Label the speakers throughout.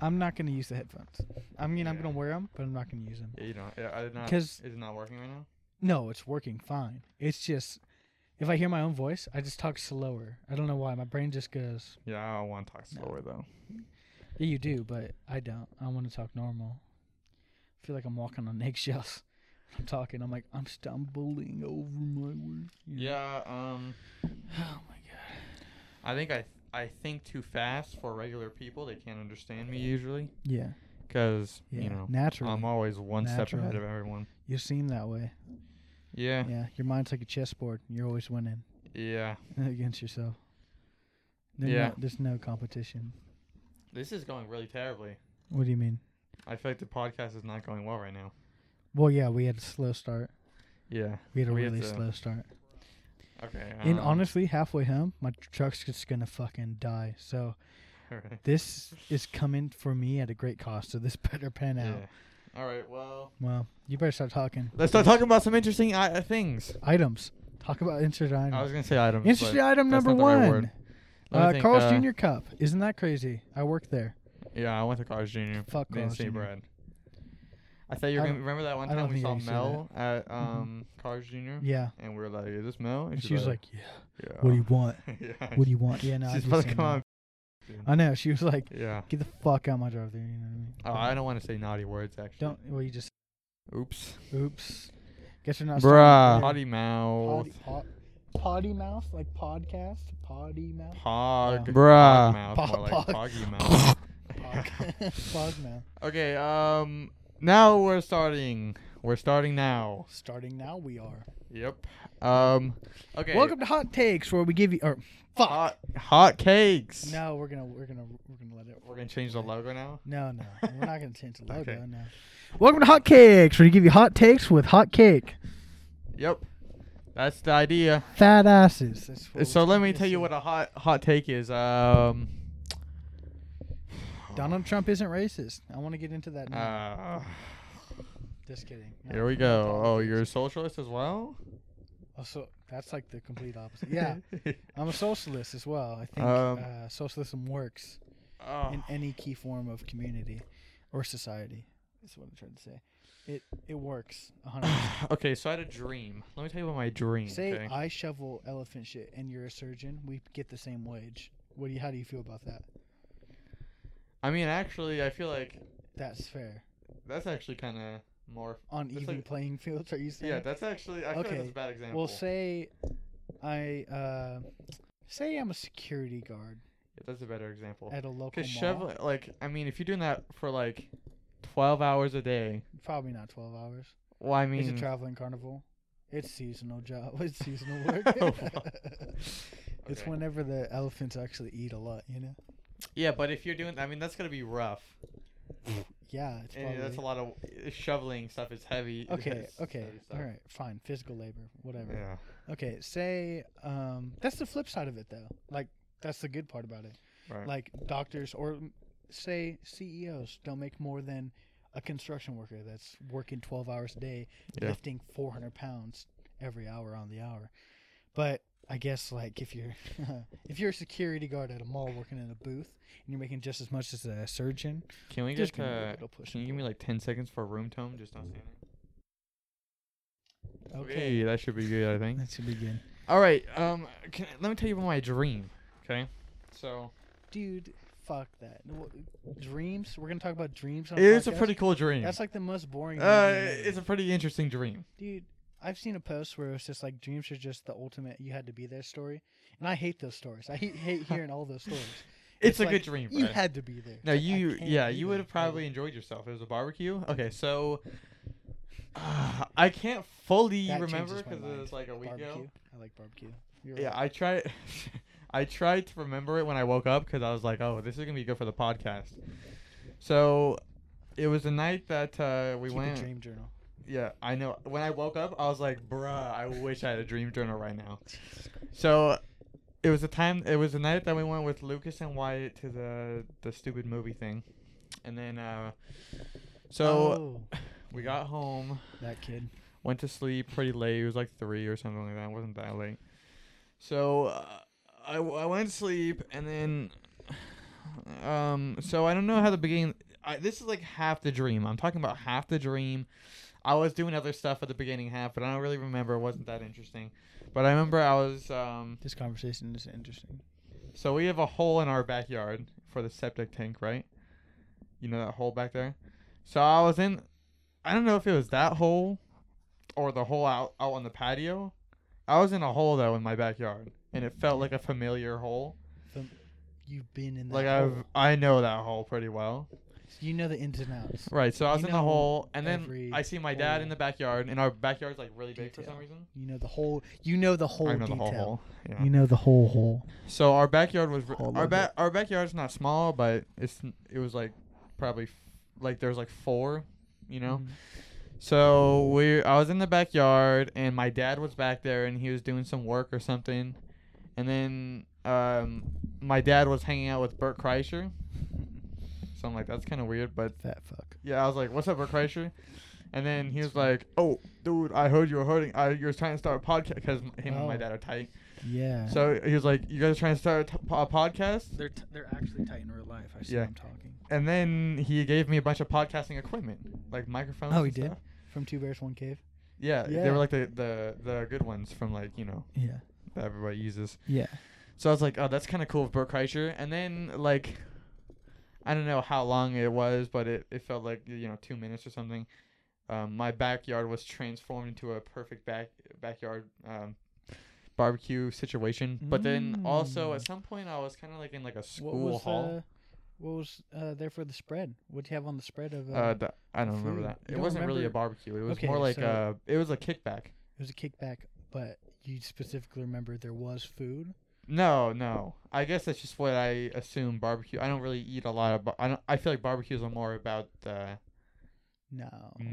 Speaker 1: I'm not gonna use the headphones. I mean, I'm gonna wear them, but I'm not gonna use them.
Speaker 2: Yeah, you don't. Yeah, I did not.
Speaker 1: 'Cause-
Speaker 2: Is it not working right now?
Speaker 1: No, it's working fine. It's just if I hear my own voice, I just talk slower. I don't know why. My brain just goes.
Speaker 2: Yeah, I want to talk slower though.
Speaker 1: Yeah, you do, but I don't. I want to talk normal. I feel like I'm walking on eggshells. I'm talking. I'm like I'm stumbling over my words. you know?
Speaker 2: Yeah. Um.
Speaker 1: Oh my god.
Speaker 2: I think I I think too fast for regular people. They can't understand me usually
Speaker 1: Yeah.
Speaker 2: because
Speaker 1: Yeah.
Speaker 2: you know
Speaker 1: Naturally,
Speaker 2: I'm always one step ahead
Speaker 1: Naturally.
Speaker 2: of everyone.
Speaker 1: you seem that way.
Speaker 2: Yeah.
Speaker 1: Yeah. Your mind's like a chessboard. and You're always winning
Speaker 2: Yeah.
Speaker 1: against yourself. There's
Speaker 2: Yeah.
Speaker 1: No, there's no competition.
Speaker 2: This is going really terribly.
Speaker 1: What do you mean?
Speaker 2: I feel like the podcast is not going well right now.
Speaker 1: Well, yeah, we had a slow start.
Speaker 2: Yeah.
Speaker 1: We had a
Speaker 2: We had
Speaker 1: really
Speaker 2: to-
Speaker 1: slow start.
Speaker 2: Okay.
Speaker 1: and
Speaker 2: um,
Speaker 1: honestly, halfway home, my tr- truck's just gonna fucking die. So
Speaker 2: alright,
Speaker 1: this is coming for me at a great cost. So this better pan out.
Speaker 2: Yeah. All right. Well,
Speaker 1: Well, you better start talking.
Speaker 2: let's start talking about some interesting I- uh, things.
Speaker 1: Items. Talk about insert item.
Speaker 2: I was gonna say items.
Speaker 1: insert
Speaker 2: but
Speaker 1: item
Speaker 2: that's
Speaker 1: number
Speaker 2: not the right
Speaker 1: one.
Speaker 2: word. let me
Speaker 1: uh,
Speaker 2: think,
Speaker 1: Carl's
Speaker 2: uh,
Speaker 1: Jr. Cup. Isn't that crazy? I work there.
Speaker 2: Yeah, I went to Carl's Jr.
Speaker 1: Fuck
Speaker 2: Didn't
Speaker 1: Carl's
Speaker 2: see
Speaker 1: Jr..
Speaker 2: bread. I thought you
Speaker 1: I
Speaker 2: were gonna
Speaker 1: don't-
Speaker 2: remember that one
Speaker 1: I don't
Speaker 2: time we
Speaker 1: think I
Speaker 2: saw
Speaker 1: can see
Speaker 2: Mel at um Carl's Jr.
Speaker 1: Mm-hmm. Yeah.
Speaker 2: and we were like, "Is this Mel?"
Speaker 1: And she was like, yeah.
Speaker 2: yeah.
Speaker 1: "What do you want?
Speaker 2: yeah.
Speaker 1: What do you want?" Yeah, no. I
Speaker 2: She's
Speaker 1: did
Speaker 2: about
Speaker 1: say
Speaker 2: to come
Speaker 1: no.
Speaker 2: on.
Speaker 1: I know. She was like,
Speaker 2: Yeah.
Speaker 1: "Get the fuck out my drive-through." You know what I mean?
Speaker 2: Oh, I don't want to say naughty words actually.
Speaker 1: Don't. Well, you just.
Speaker 2: Oops.
Speaker 1: Oops. Guess you're not. starting
Speaker 2: Bruh.
Speaker 1: with your-
Speaker 2: Potty mouth.
Speaker 1: Potty, pot, potty mouth, like podcast, potty mouth,
Speaker 2: Pog.
Speaker 1: Yeah.
Speaker 2: Pog mouth.
Speaker 1: Pog-
Speaker 2: More like
Speaker 1: pog.
Speaker 2: poggy mouth.
Speaker 1: pog, pog mouth.
Speaker 2: okay. Um. Now we're starting. We're starting now.
Speaker 1: Starting now, we are.
Speaker 2: Yep. Um. Okay.
Speaker 1: Welcome to Hot Takes, where we give you. Or fuck.
Speaker 2: Hot, hot cakes.
Speaker 1: no, we're gonna we're gonna we're gonna let it.
Speaker 2: We're gonna change the logo now.
Speaker 1: No, no, we're not gonna change the logo.
Speaker 2: Okay.
Speaker 1: No. Welcome to Hot Cakes, where we give you hot takes with hot cake,
Speaker 2: Yep. That's the idea.
Speaker 1: fat asses. That's what
Speaker 2: So
Speaker 1: we-
Speaker 2: let me
Speaker 1: yes,
Speaker 2: tell you
Speaker 1: sir.
Speaker 2: what a hot hot take is. Um.
Speaker 1: Donald Trump isn't racist. I want to get into that. Now.
Speaker 2: Uh,
Speaker 1: Just kidding. No,
Speaker 2: here we
Speaker 1: fuck
Speaker 2: go.
Speaker 1: Donald
Speaker 2: Oh,
Speaker 1: Trump.
Speaker 2: you're a socialist as well.
Speaker 1: Oh, so that's like the complete opposite. Yeah, I'm a socialist as well. I think
Speaker 2: Um,
Speaker 1: uh, socialism works.
Speaker 2: Oh,
Speaker 1: in any key form of community or society. Is what I'm trying to say. It it works. a hundred percent.
Speaker 2: okay, so I had a dream. Let me tell you about my dream.
Speaker 1: Say
Speaker 2: okay?
Speaker 1: I shovel elephant shit and you're a surgeon, we get the same wage. What do you, how do you feel about that?
Speaker 2: I mean, actually, I feel like
Speaker 1: That's fair.
Speaker 2: that's actually kind of more.
Speaker 1: On
Speaker 2: That's
Speaker 1: even
Speaker 2: like-
Speaker 1: playing fields, are you saying?
Speaker 2: Yeah, that's actually. I feel like
Speaker 1: Okay,
Speaker 2: that's a bad example.
Speaker 1: well, say I uh, say I'm a security guard
Speaker 2: Yeah, that's a better example.
Speaker 1: at a local mall.
Speaker 2: Because shovel, like, I mean, if you're doing that for like twelve hours a day,
Speaker 1: Probably not 12 hours.
Speaker 2: well, I
Speaker 1: It's
Speaker 2: mean,
Speaker 1: a traveling carnival. It's seasonal job. It's seasonal
Speaker 2: Oh,
Speaker 1: work.
Speaker 2: fuck.
Speaker 1: It's
Speaker 2: Okay.
Speaker 1: whenever the elephants actually eat a lot, you know.
Speaker 2: yeah, but if you're doing, I mean, that's gonna be rough.
Speaker 1: Yeah, it's
Speaker 2: And
Speaker 1: probably.
Speaker 2: that's a lot of uh, shoveling stuff. It's heavy. it
Speaker 1: okay,
Speaker 2: has
Speaker 1: okay,
Speaker 2: heavy stuff.
Speaker 1: all right, fine. Physical labor, whatever.
Speaker 2: Yeah.
Speaker 1: Okay, say um, that's the flip side of it though. Like that's the good part about it.
Speaker 2: Right.
Speaker 1: Like doctors or mm, say CEOs don't make more than a construction worker that's working twelve hours a day,
Speaker 2: Yeah.
Speaker 1: lifting four hundred pounds every hour on the hour. But I guess like if you're if you're a security guard at a mall working in a booth and you're making just as much as a surgeon,
Speaker 2: Can we
Speaker 1: there's
Speaker 2: just
Speaker 1: gonna be a
Speaker 2: uh,
Speaker 1: little push.
Speaker 2: can you
Speaker 1: and
Speaker 2: give me
Speaker 1: pull.
Speaker 2: like ten seconds for room tone? Just don't stand there.
Speaker 1: Okay,
Speaker 2: that should be good. I think.
Speaker 1: that should be good.
Speaker 2: All right. Um, can, let me tell you about my dream. Okay. So
Speaker 1: dude fuck that Wh- dreams we're gonna talk about dreams on a
Speaker 2: it's a
Speaker 1: podcast?
Speaker 2: pretty cool dream.
Speaker 1: that's like the most boring
Speaker 2: uh,
Speaker 1: movie ever.
Speaker 2: it's a pretty interesting dream.
Speaker 1: dude i've seen a post where it's just like dreams are just the ultimate you had to be there story and i hate those stories i hate, hate hearing all those stories
Speaker 2: It's, a
Speaker 1: like,
Speaker 2: good dream.
Speaker 1: you
Speaker 2: Brad.
Speaker 1: had to be there
Speaker 2: No,
Speaker 1: It's like, I
Speaker 2: you
Speaker 1: can't
Speaker 2: yeah,
Speaker 1: be
Speaker 2: you
Speaker 1: there.
Speaker 2: would have
Speaker 1: I
Speaker 2: probably enjoyed yourself. It was a barbecue. Okay, so uh, I can't fully
Speaker 1: That changes
Speaker 2: remember
Speaker 1: my
Speaker 2: because it
Speaker 1: mind.
Speaker 2: was like a week
Speaker 1: barbecue
Speaker 2: ago.
Speaker 1: i like barbecue You're
Speaker 2: Yeah,
Speaker 1: right.
Speaker 2: I tried. I tried to remember it when I woke up because I was like, "Oh, this is gonna be good for the podcast." So, it was the night that uh, we
Speaker 1: Keep
Speaker 2: went.
Speaker 1: a dream journal
Speaker 2: Yeah, I know. When I woke up, I was like, "Bruh, I wish I had a dream journal right now." So, it was the time. It was the night that we went with Lucas and Wyatt to the the stupid movie thing, and then uh, so
Speaker 1: oh,
Speaker 2: we got home,
Speaker 1: that kid
Speaker 2: went to sleep pretty late. It was like three or something like that. It wasn't that late. So uh, I I went to sleep, and then Um, so I don't know how the beginning. I, this is like half the dream. I'm talking about half the dream. I was doing other stuff at the beginning half, but I don't really remember. It wasn't that interesting. But I remember I was. Um,
Speaker 1: This conversation is interesting.
Speaker 2: so we have a hole in our backyard for the septic tank, right? You know that hole back there. So I was in. I don't know if it was that hole, or the hole out out on the patio. I was in a hole though in my backyard, and it felt like a familiar hole.
Speaker 1: You've been in that.
Speaker 2: Like
Speaker 1: hole.
Speaker 2: I've I know that hole pretty well.
Speaker 1: You know the ins and outs.
Speaker 2: Right. So I was
Speaker 1: You
Speaker 2: in the
Speaker 1: know
Speaker 2: hole, and then
Speaker 1: every
Speaker 2: I see my dad
Speaker 1: hole.
Speaker 2: in the backyard, and our backyard's like really big for
Speaker 1: Detail.
Speaker 2: some reason.
Speaker 1: You know the whole. You know the whole
Speaker 2: I know
Speaker 1: detail.
Speaker 2: the whole hole. Yeah.
Speaker 1: You know the whole hole.
Speaker 2: So our backyard was
Speaker 1: Oh, I
Speaker 2: our
Speaker 1: love
Speaker 2: ba- our backyard's not small, but it's it was like probably f- like there's like four, you know.
Speaker 1: Mhm.
Speaker 2: So we I was in the backyard and my dad was back there and he was doing some work or something, and then um my dad was hanging out with Bert Kreischer. So I'm like that's kind of weird, but
Speaker 1: Fat fuck.
Speaker 2: yeah, I was like, "What's up, Rick Kreischer?" And then he
Speaker 1: That's
Speaker 2: was like, "Oh, dude, I heard you were hurting. I, you were trying to start a podcast because him and my
Speaker 1: Oh.
Speaker 2: dad are tight.
Speaker 1: Yeah.
Speaker 2: So he was like, "You guys are trying to start a, t- po- a podcast?"
Speaker 1: they're t- they're actually tight in real life. I see
Speaker 2: Yeah.
Speaker 1: them talking.
Speaker 2: And then he gave me a bunch of podcasting equipment, like microphones.
Speaker 1: Oh,
Speaker 2: and
Speaker 1: he did?
Speaker 2: stuff.
Speaker 1: From Two Bears One Cave.
Speaker 2: Yeah, they
Speaker 1: Yeah.
Speaker 2: were like the, the the good ones from like you know
Speaker 1: Yeah.
Speaker 2: that everybody uses.
Speaker 1: Yeah.
Speaker 2: So I was like, "Oh, that's kind of cool with Bert Kreischer." And then like, I don't know how long it was, but it it felt like you know two minutes or something. um, my backyard was transformed into a perfect back backyard um, barbecue situation. But then also
Speaker 1: Mm.
Speaker 2: at some point I was kind of like in like a
Speaker 1: What
Speaker 2: school
Speaker 1: was
Speaker 2: hall.
Speaker 1: uh, what was uh, there for the spread? What'd you have on the spread of? Uh,
Speaker 2: uh, th- I don't remember
Speaker 1: food.
Speaker 2: that.
Speaker 1: You
Speaker 2: It
Speaker 1: don't
Speaker 2: wasn't really a
Speaker 1: remember-
Speaker 2: barbecue. It was
Speaker 1: Okay,
Speaker 2: more like
Speaker 1: so-
Speaker 2: uh It was a kickback.
Speaker 1: it was a kickback, but you specifically remember there was food.
Speaker 2: No, no. I guess that's just what I assume barbecue. I don't really eat a lot of. Bar- I don't. I feel like barbecues are more about the.
Speaker 1: No. It's about the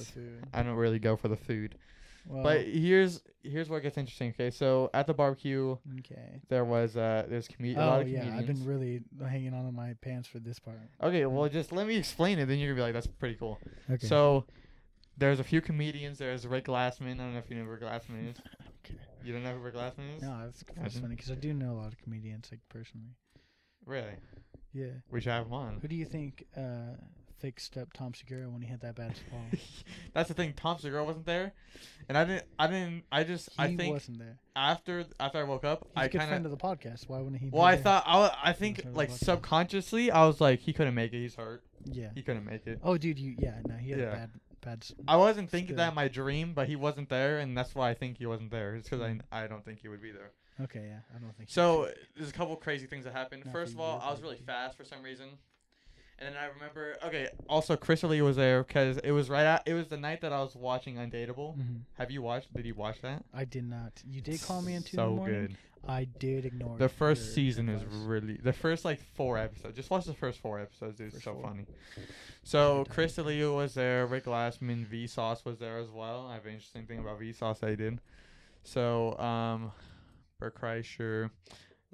Speaker 2: Memories.
Speaker 1: food.
Speaker 2: I don't really go for the food.
Speaker 1: Well,
Speaker 2: But here's here's where it gets interesting. Okay, so at the barbecue
Speaker 1: okay.
Speaker 2: there was uh there's comed- a lot
Speaker 1: Oh
Speaker 2: of comedians.
Speaker 1: yeah, I've been really hanging on to my pants for this part.
Speaker 2: Okay, well, just let me explain it. Then you're gonna be like, "That's pretty cool."
Speaker 1: Okay.
Speaker 2: So, there's a few comedians. There's Rick Glassman. I don't know if you know who Rick Glassman is.
Speaker 1: Okay.
Speaker 2: You don't know who Rick Glassman is?
Speaker 1: No, that's, that's
Speaker 2: Imagine.
Speaker 1: funny because I do know a lot of comedians, like personally.
Speaker 2: Really?
Speaker 1: Yeah.
Speaker 2: We should have him on.
Speaker 1: Who do you think uh, fixed up Tom Segura when he had that bad fall?
Speaker 2: That's the thing. Tom Segura wasn't there, and I didn't. I didn't. I just.
Speaker 1: He
Speaker 2: I think
Speaker 1: wasn't there.
Speaker 2: after after I woke up,
Speaker 1: He's a
Speaker 2: I
Speaker 1: good friend
Speaker 2: kind
Speaker 1: of
Speaker 2: of.
Speaker 1: the podcast. Why wouldn't he? be
Speaker 2: Well, I
Speaker 1: there?
Speaker 2: thought I. wa- I think
Speaker 1: friend of the
Speaker 2: like
Speaker 1: podcast.
Speaker 2: subconsciously, I was like, he couldn't make it. He's hurt.
Speaker 1: Yeah.
Speaker 2: He couldn't make it.
Speaker 1: Oh, dude, you yeah. No, he had
Speaker 2: Yeah.
Speaker 1: a bad bad. s-
Speaker 2: I wasn't thinking
Speaker 1: Still.
Speaker 2: that in my dream, but he wasn't there, and that's why I think he wasn't there. It's because I I don't think he would be there.
Speaker 1: Okay, yeah. I don't think. Mm. he
Speaker 2: So
Speaker 1: should.
Speaker 2: there's a couple crazy things that happened.
Speaker 1: Not
Speaker 2: First of
Speaker 1: for
Speaker 2: all,
Speaker 1: you,
Speaker 2: I was
Speaker 1: but-
Speaker 2: really fast for some reason, and then I remember. Okay, also Chris Lee was there because it was right. At, it was the night that I was watching Undateable.
Speaker 1: Mhm.
Speaker 2: Have you watched? Did you watch that?
Speaker 1: I did not. You did call me in two in
Speaker 2: So
Speaker 1: the morning.
Speaker 2: good.
Speaker 1: I did ignore.
Speaker 2: The first
Speaker 1: your
Speaker 2: season
Speaker 1: advice.
Speaker 2: is really the first like four episodes. Just watch the first four episodes. Dude. It's
Speaker 1: First
Speaker 2: so
Speaker 1: four.
Speaker 2: funny.
Speaker 1: done.
Speaker 2: So Chris D'Elia was there. Rick Glassman, Vsauce was there as well. I have an interesting thing about Vsauce that he did. So um, Bert Kreischer,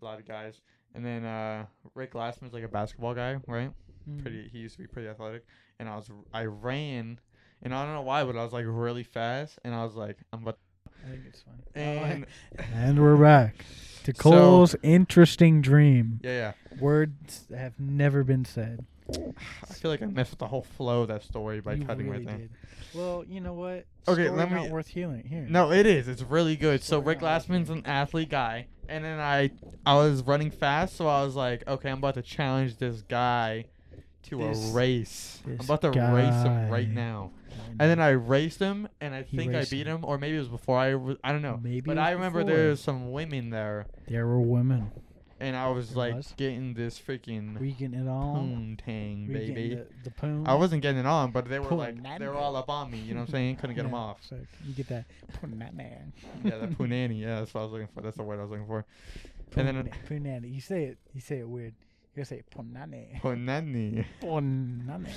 Speaker 2: a lot of guys, and then uh, Rick Glassman's like a basketball guy, right?
Speaker 1: Mm.
Speaker 2: Pretty. He used to be pretty athletic, and I was I ran, and I don't know why, but I was like really fast, and I was like I'm about.
Speaker 1: Oh, I think it's fun.
Speaker 2: And
Speaker 1: and we're back to
Speaker 2: So-
Speaker 1: Cole's interesting dream.
Speaker 2: yeah, yeah.
Speaker 1: Words that have never been said.
Speaker 2: I feel like I messed with the whole flow of that story by
Speaker 1: you
Speaker 2: cutting
Speaker 1: really
Speaker 2: right there.
Speaker 1: did. Well, you know what?
Speaker 2: Okay,
Speaker 1: Story
Speaker 2: let
Speaker 1: not
Speaker 2: me-
Speaker 1: worth healing. Here.
Speaker 2: No, it is. It's really good. So
Speaker 1: Sorry,
Speaker 2: Rick
Speaker 1: I was
Speaker 2: Glassman's an athlete guy, and then I I was running fast, so I was like, okay, I'm about to challenge this guy to
Speaker 1: This-
Speaker 2: a race. I'm
Speaker 1: this
Speaker 2: about to race him right
Speaker 1: guy.
Speaker 2: now. And then I raced him, and I
Speaker 1: He
Speaker 2: think I
Speaker 1: raced
Speaker 2: beat
Speaker 1: him.
Speaker 2: him, or maybe it was before I was. I don't know.
Speaker 1: Maybe
Speaker 2: but
Speaker 1: it was
Speaker 2: I remember
Speaker 1: before.
Speaker 2: there was some women there,
Speaker 1: there were women.
Speaker 2: and I was
Speaker 1: There
Speaker 2: like
Speaker 1: was?
Speaker 2: getting this freaking
Speaker 1: We getting it on.
Speaker 2: poontang,
Speaker 1: We getting
Speaker 2: Mm. baby.
Speaker 1: the, the poon.
Speaker 2: I wasn't getting it on, but they were
Speaker 1: Poon
Speaker 2: like they were
Speaker 1: nanny.
Speaker 2: all up on me. You know what I'm saying? Couldn't get them
Speaker 1: Yeah,
Speaker 2: off.
Speaker 1: so you get that. Punana.
Speaker 2: yeah, that punani. Yeah, that's what I was looking for. That's the word I was looking for. And then
Speaker 1: Puna- punana. You say it. You say it weird. You gotta say punane.
Speaker 2: punani.
Speaker 1: Punane.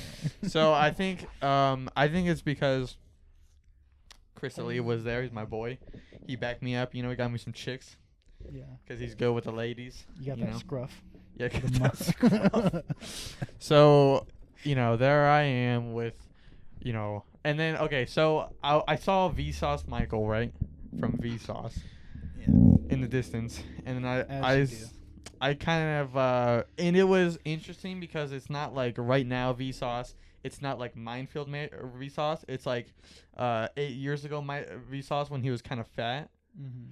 Speaker 2: so I think um I think it's because Chris Lee was there. He's my boy. He backed me up. You know, he got me some chicks
Speaker 1: yeah.
Speaker 2: because he's good with the ladies.
Speaker 1: You got
Speaker 2: you
Speaker 1: that
Speaker 2: know?
Speaker 1: scruff.
Speaker 2: Yeah.
Speaker 1: The
Speaker 2: 'cause that's-
Speaker 1: muff.
Speaker 2: so you know, there I am with, you know, and then okay, so I I saw Vsauce Michael right from Vsauce
Speaker 1: yeah.
Speaker 2: in the distance, and then I
Speaker 1: As
Speaker 2: I
Speaker 1: you
Speaker 2: s- I kind of uh, and it was interesting because it's not like right now Vsauce. It's not like minefield ma- Vsauce. It's like uh, eight years ago my Vsauce when he was kind of fat.
Speaker 1: Mm-hmm.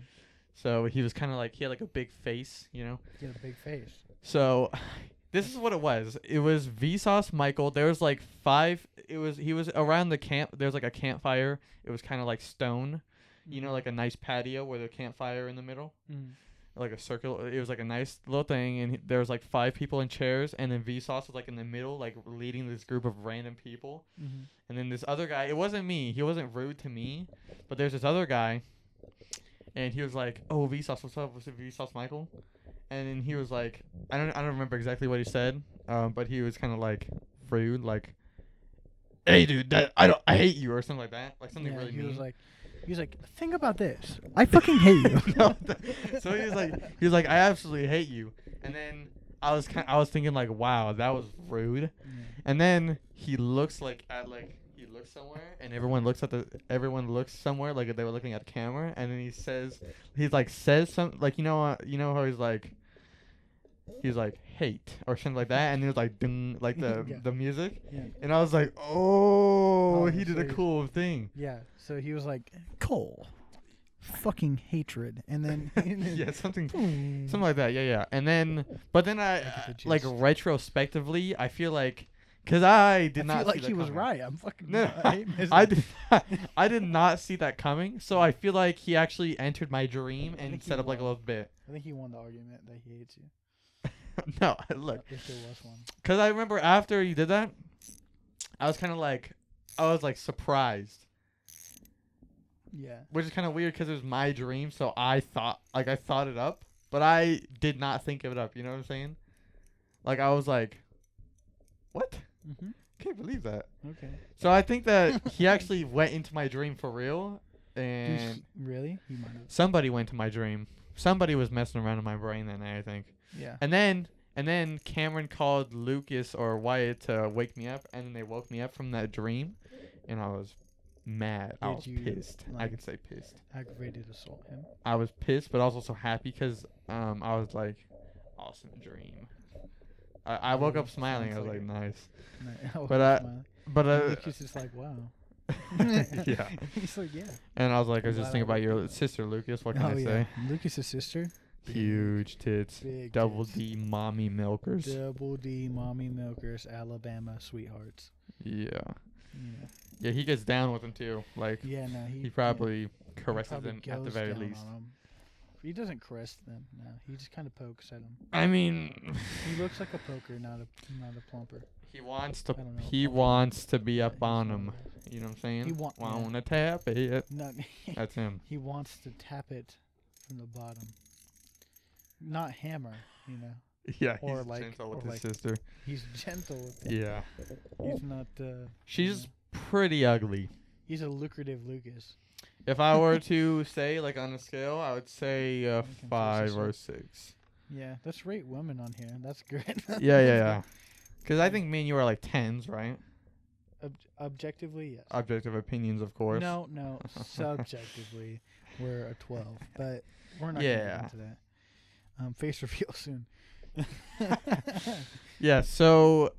Speaker 2: So he was kind of like he had like a big face, you know.
Speaker 1: Get a big face.
Speaker 2: So this is what it was. It was Vsauce Michael. There was like five. It was he was around the camp. There was like a campfire. It was kind of like stone, you
Speaker 1: Mm-hmm.
Speaker 2: know, like a nice patio with a campfire in the middle
Speaker 1: Mm.
Speaker 2: like a circle. It was like a nice little thing, and he- there was like five people in chairs, and then Vsauce was like in the middle, like leading this group of random people.
Speaker 1: Mm-hmm.
Speaker 2: And then this other guy, it wasn't me. He wasn't rude to me, but there's this other guy, and he was like, "Oh, Vsauce, what's up? What's up, Vsauce, Michael?" And then he was like, "I don't, I don't remember exactly what he said, um, but he was kind of like rude, like." Hey dude, that, I don't, I hate you or something like that, like something
Speaker 1: yeah,
Speaker 2: really
Speaker 1: he
Speaker 2: mean.
Speaker 1: was like, he was like, think about this. I fucking hate you.
Speaker 2: No, th- so he was like, he was like, I absolutely hate you. And then I was kind, I was thinking like, wow, that was rude. And then he looks like at like he looks somewhere, and everyone looks at the everyone looks somewhere like they were looking at the camera. And then he says, he's like says some like you know uh, you know how he's like. He's like hate or something like that, and it was like ding, like the
Speaker 1: Yeah.
Speaker 2: the music,
Speaker 1: yeah.
Speaker 2: and I was like, oh,
Speaker 1: Oh,
Speaker 2: he did a
Speaker 1: sweet.
Speaker 2: cool thing.
Speaker 1: Yeah. So he was like, Cole, fucking hatred, and then
Speaker 2: yeah, something
Speaker 1: Boom.
Speaker 2: something like that. Yeah, yeah. And then, but then I,
Speaker 1: get the
Speaker 2: uh, like
Speaker 1: gist.
Speaker 2: retrospectively, I feel like, cause I did
Speaker 1: I
Speaker 2: not
Speaker 1: feel
Speaker 2: see
Speaker 1: like
Speaker 2: that
Speaker 1: he was
Speaker 2: coming.
Speaker 1: right. I'm fucking.
Speaker 2: No,
Speaker 1: I, hate
Speaker 2: I
Speaker 1: misery.
Speaker 2: did, not, I did not see that coming. So I feel like he actually entered my dream
Speaker 1: I
Speaker 2: and
Speaker 1: think he
Speaker 2: set up like a
Speaker 1: won.
Speaker 2: little bit.
Speaker 1: I think he won the argument that he hates you.
Speaker 2: no, look,
Speaker 1: If there was one.
Speaker 2: cause I remember after you did that, I was kind of like, I was like surprised,
Speaker 1: Yeah.
Speaker 2: which is kind of weird, cause it was my dream. So I thought, like, I thought it up, but I did not think of it up. You know what I'm saying? Like I was like, what?
Speaker 1: Mm-hmm.
Speaker 2: Can't believe that.
Speaker 1: Okay.
Speaker 2: So I think that he actually went into my dream for real,
Speaker 1: You s-
Speaker 2: and
Speaker 1: really? He might have.
Speaker 2: somebody went to my dream. Somebody was messing around in my brain that night, I think.
Speaker 1: Yeah.
Speaker 2: And then, and then Cameron called Lucas or Wyatt to wake me up, and then they woke me up from that dream, and I was mad. I
Speaker 1: Did
Speaker 2: was
Speaker 1: you,
Speaker 2: pissed. I
Speaker 1: like-
Speaker 2: can say pissed.
Speaker 1: Aggravated assault him.
Speaker 2: I was pissed, but I was also happy because um, I was like, awesome dream. I, I woke
Speaker 1: Ooh,
Speaker 2: up smiling. I was
Speaker 1: sounds
Speaker 2: like,
Speaker 1: like
Speaker 2: nice.
Speaker 1: No, I was
Speaker 2: But, uh,
Speaker 1: smiling.
Speaker 2: But
Speaker 1: And
Speaker 2: uh,
Speaker 1: Lucas is like, wow.
Speaker 2: yeah.
Speaker 1: He's like, yeah.
Speaker 2: And I was like, I was
Speaker 1: I'm
Speaker 2: just
Speaker 1: glad I
Speaker 2: thinking about
Speaker 1: woke
Speaker 2: your
Speaker 1: up.
Speaker 2: sister, Lucas. What can
Speaker 1: oh
Speaker 2: I
Speaker 1: yeah.
Speaker 2: say?
Speaker 1: Lucas's sister. Big-
Speaker 2: Huge tits,
Speaker 1: big
Speaker 2: double
Speaker 1: tits.
Speaker 2: D mommy milkers.
Speaker 1: Double D, mommy milkers, Alabama sweethearts.
Speaker 2: Yeah,
Speaker 1: You know.
Speaker 2: yeah, he gets down with them too. Like
Speaker 1: Yeah, no, he,
Speaker 2: he
Speaker 1: yeah,
Speaker 2: probably
Speaker 1: he
Speaker 2: caresses
Speaker 1: probably
Speaker 2: them at the
Speaker 1: goes
Speaker 2: very
Speaker 1: down
Speaker 2: least.
Speaker 1: on 'em. He doesn't caress them. No, he just kind of pokes at them.
Speaker 2: I mean,
Speaker 1: He looks like a poker, not a not a plumper.
Speaker 2: he wants to.
Speaker 1: I don't know.
Speaker 2: He wants to be up
Speaker 1: He's
Speaker 2: on
Speaker 1: not
Speaker 2: them.
Speaker 1: a-
Speaker 2: You know what I'm saying?
Speaker 1: He want- yeah.
Speaker 2: wanna tap it.
Speaker 1: No,
Speaker 2: That's him.
Speaker 1: he wants to tap it from the bottom, not hammer. You know,
Speaker 2: Yeah,
Speaker 1: Or
Speaker 2: he's
Speaker 1: like-
Speaker 2: gentle with
Speaker 1: or
Speaker 2: his
Speaker 1: like-
Speaker 2: sister.
Speaker 1: he's gentle. With it.
Speaker 2: Yeah,
Speaker 1: He's not. Uh,
Speaker 2: she's pretty ugly.
Speaker 1: he's a lucrative Lucas.
Speaker 2: If I were to say like on a scale, I would say uh,
Speaker 1: Making faces
Speaker 2: five or
Speaker 1: with-
Speaker 2: six.
Speaker 1: Yeah, let's rate women on here. That's good.
Speaker 2: yeah, yeah, yeah. Because I think me and you are like tens, right?
Speaker 1: Ob- objectively, yes.
Speaker 2: Objective opinions, of course.
Speaker 1: No, no. Subjectively, we're a 12, but we're not
Speaker 2: Yeah.
Speaker 1: going to get into that. Um, face reveal soon.
Speaker 2: Yeah. So,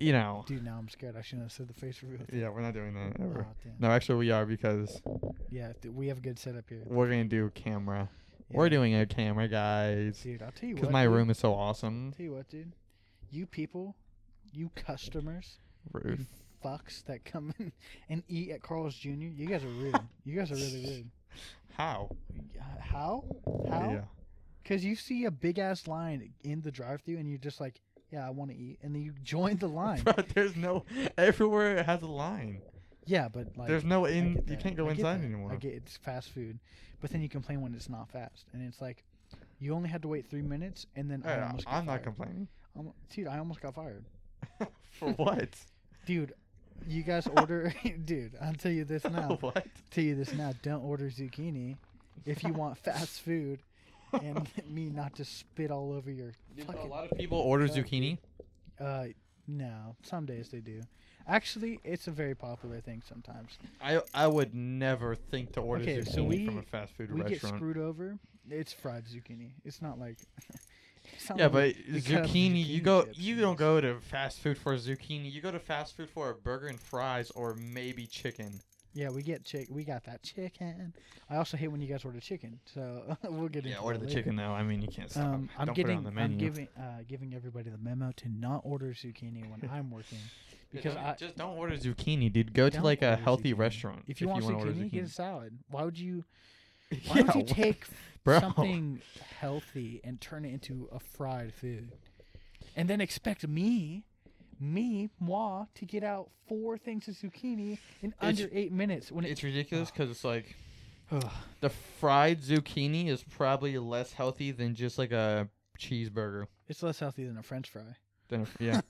Speaker 2: you know.
Speaker 1: Dude, now I'm scared. I shouldn't have said the face reveal. thing.
Speaker 2: Yeah, we're not doing that ever.
Speaker 1: Aw, Oh, damn.
Speaker 2: No, actually, we are because
Speaker 1: Yeah, th- we have a good setup here.
Speaker 2: we're gonna do camera. We're
Speaker 1: Yeah.
Speaker 2: doing a camera, guys.
Speaker 1: Dude, I'll tell you
Speaker 2: Because
Speaker 1: what.
Speaker 2: my
Speaker 1: dude.
Speaker 2: room is so awesome.
Speaker 1: Tell you what, dude. You people, you customers,
Speaker 2: Rude.
Speaker 1: you fucks that come in and eat at Carl's Jr. You guys are rude. you guys are really
Speaker 2: How?
Speaker 1: rude. Uh, How? How?
Speaker 2: Yeah.
Speaker 1: Because you see a big ass line in the drive thru and you're just like, yeah, I want to eat. And then you join the line.
Speaker 2: Bro, there's no everywhere it has a line.
Speaker 1: yeah, but like.
Speaker 2: there's no
Speaker 1: I
Speaker 2: in.
Speaker 1: get
Speaker 2: You
Speaker 1: that.
Speaker 2: can't go
Speaker 1: I get
Speaker 2: inside
Speaker 1: that.
Speaker 2: anymore.
Speaker 1: I get it's fast food. But then you complain when it's not fast. And it's like, you only had to wait three minutes and then I
Speaker 2: Yeah,
Speaker 1: almost got
Speaker 2: I'm not
Speaker 1: fired.
Speaker 2: complaining.
Speaker 1: Almo- Dude, I almost got fired.
Speaker 2: For what?
Speaker 1: Dude, you guys order. dude, I'll tell you this now.
Speaker 2: what?
Speaker 1: tell you this now. Don't order zucchini if you want fast food and me not to spit all over your
Speaker 2: a
Speaker 1: fucking.
Speaker 2: lot of people order
Speaker 1: fuck,
Speaker 2: zucchini.
Speaker 1: Uh, no. Some days they do. Actually, it's a very popular thing sometimes.
Speaker 2: I I would never think to order
Speaker 1: Okay,
Speaker 2: zucchini
Speaker 1: so
Speaker 2: from
Speaker 1: we-
Speaker 2: a fast food
Speaker 1: we get
Speaker 2: restaurant.
Speaker 1: screwed over. It's fried zucchini. It's not like Sound
Speaker 2: Yeah,
Speaker 1: like
Speaker 2: but
Speaker 1: you could have
Speaker 2: zucchini, you
Speaker 1: zucchini
Speaker 2: go,
Speaker 1: chips
Speaker 2: you
Speaker 1: and
Speaker 2: don't
Speaker 1: just-
Speaker 2: go to fast food for zucchini. You go to fast food for a burger and fries, or maybe chicken.
Speaker 1: Yeah, we get chick. We got that chicken. I also hate when you guys order chicken. So we'll get into
Speaker 2: Yeah, order
Speaker 1: that
Speaker 2: the
Speaker 1: later.
Speaker 2: chicken though. I mean, you can't stop 'em.
Speaker 1: Um, I'm
Speaker 2: don't put it
Speaker 1: getting.
Speaker 2: on the
Speaker 1: I'm
Speaker 2: menu.
Speaker 1: giving. Uh, giving everybody the memo to not order zucchini when I'm working
Speaker 2: Yeah,
Speaker 1: because
Speaker 2: don't-
Speaker 1: I.
Speaker 2: just don't order zucchini, dude. Go to
Speaker 1: Don't
Speaker 2: like a
Speaker 1: order
Speaker 2: healthy
Speaker 1: zucchini.
Speaker 2: restaurant
Speaker 1: If you want
Speaker 2: wanna
Speaker 1: zucchini, get a salad. Why would you? Why
Speaker 2: Yeah,
Speaker 1: don't you
Speaker 2: what-
Speaker 1: take
Speaker 2: bro.
Speaker 1: something healthy and turn it into a fried food, and then expect me, me, moi, to get out four things of zucchini in under eight minutes? When
Speaker 2: It's ridiculous because it's like
Speaker 1: Ugh.
Speaker 2: the fried zucchini is probably less healthy than just like a cheeseburger.
Speaker 1: It's less healthy than a French fry.
Speaker 2: Than a, yeah,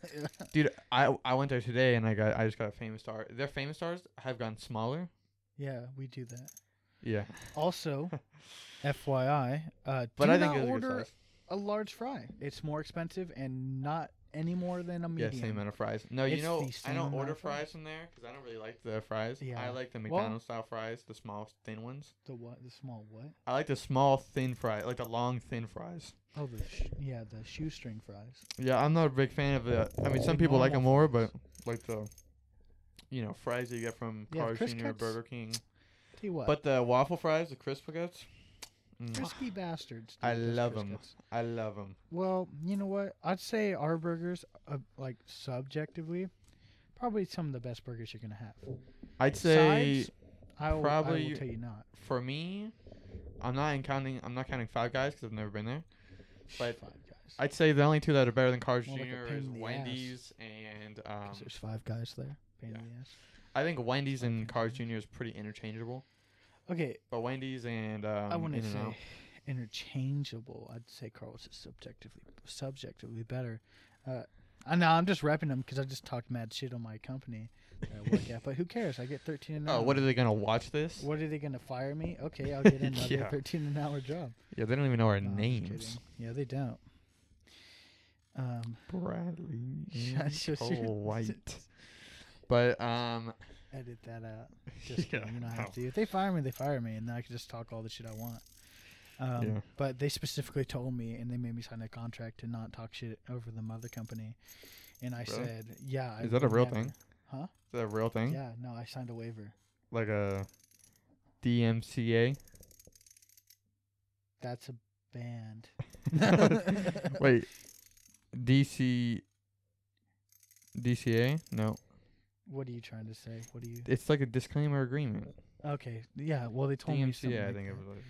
Speaker 2: dude. I I went there today and I got I just got a famous star. Their famous stars have gone smaller.
Speaker 1: yeah, we do that.
Speaker 2: Yeah,
Speaker 1: Also, FYI, uh,
Speaker 2: but
Speaker 1: do
Speaker 2: I think
Speaker 1: not
Speaker 2: it was a
Speaker 1: order
Speaker 2: good size.
Speaker 1: a large fry. It's more expensive and not any more than a
Speaker 2: Yeah,
Speaker 1: medium.
Speaker 2: same amount of fries. No, you
Speaker 1: It's
Speaker 2: know
Speaker 1: the
Speaker 2: I
Speaker 1: same
Speaker 2: don't
Speaker 1: amount
Speaker 2: order
Speaker 1: of fries.
Speaker 2: fries from there because I don't really like the fries. I
Speaker 1: Yeah.
Speaker 2: like the
Speaker 1: Well-
Speaker 2: McDonald's style fries, the small thin ones.
Speaker 1: The what? The small what?
Speaker 2: I like the small thin fry, like the long thin fries.
Speaker 1: Oh, the sh- yeah, the shoestring fries.
Speaker 2: Yeah, I'm not a big fan of the. I mean, some
Speaker 1: The
Speaker 2: people like them
Speaker 1: normal
Speaker 2: more,
Speaker 1: fries.
Speaker 2: but like the, you know, fries that you get from
Speaker 1: Yeah, the
Speaker 2: Carl's
Speaker 1: crisp
Speaker 2: Jr. or
Speaker 1: cuts.
Speaker 2: Burger King.
Speaker 1: Tell you what,
Speaker 2: But the waffle fries, the crisp cuts, mwah,
Speaker 1: frisky bastards.
Speaker 2: I
Speaker 1: dude, those
Speaker 2: love
Speaker 1: Crisp
Speaker 2: 'em.
Speaker 1: Cuts.
Speaker 2: I love them.
Speaker 1: Well, you know what? I'd say our burgers, uh, like subjectively, probably some of the best burgers you're gonna have.
Speaker 2: I'd say
Speaker 1: Sides, I will, I
Speaker 2: probably-
Speaker 1: will tell you not.
Speaker 2: for me, I'm not in counting. I'm not counting Five Guys because I've never been there. But
Speaker 1: five guys.
Speaker 2: I'd say the only two that are better than Carl's Jr.
Speaker 1: More like a pain
Speaker 2: is
Speaker 1: in the ass.
Speaker 2: Wendy's and um,
Speaker 1: 'Cause there's five guys there. Pain
Speaker 2: yeah.
Speaker 1: in the ass.
Speaker 2: I think Wendy's
Speaker 1: Five
Speaker 2: and
Speaker 1: Guys.
Speaker 2: Carl's Jr. is pretty interchangeable.
Speaker 1: Okay,
Speaker 2: But Wendy's and um,
Speaker 1: I wouldn't
Speaker 2: In-N-Out.
Speaker 1: say interchangeable. I'd say Carlos is subjectively subjectively better. Uh, I know I'm just repping him because I just talked mad shit on my company that I work at, but who cares? I get 13 an hour.
Speaker 2: Oh, what are they gonna watch this?
Speaker 1: What are they gonna fire me? Okay, I'll get another
Speaker 2: Yeah.
Speaker 1: 13 an hour job.
Speaker 2: Yeah, they don't even know our
Speaker 1: No, I'm just
Speaker 2: names.
Speaker 1: kidding. Yeah, they don't. Um,
Speaker 2: Bradley
Speaker 1: Yeah,
Speaker 2: is
Speaker 1: just your-
Speaker 2: White. But um,
Speaker 1: edit that out. Just
Speaker 2: Yeah,
Speaker 1: kidding. You don't
Speaker 2: no.
Speaker 1: have to. If they fire me, they fire me, and then I can just talk all the shit I want. Um,
Speaker 2: Yeah.
Speaker 1: But they specifically told me, and they made me sign a contract to not talk shit over the mother company. And I
Speaker 2: Really?
Speaker 1: said, "Yeah." I
Speaker 2: Is that a
Speaker 1: would
Speaker 2: real
Speaker 1: never."
Speaker 2: thing?
Speaker 1: Huh?
Speaker 2: is that a real thing?
Speaker 1: Yeah. No, I signed a waiver.
Speaker 2: Like a DMCA?
Speaker 1: That's a band.
Speaker 2: Wait, DC. DCA? No,
Speaker 1: What are you trying to say? What do you?
Speaker 2: it's like a disclaimer agreement.
Speaker 1: Okay. Yeah. Well, they told me something.
Speaker 2: DMCA, I
Speaker 1: like
Speaker 2: think
Speaker 1: that.
Speaker 2: it was. Like.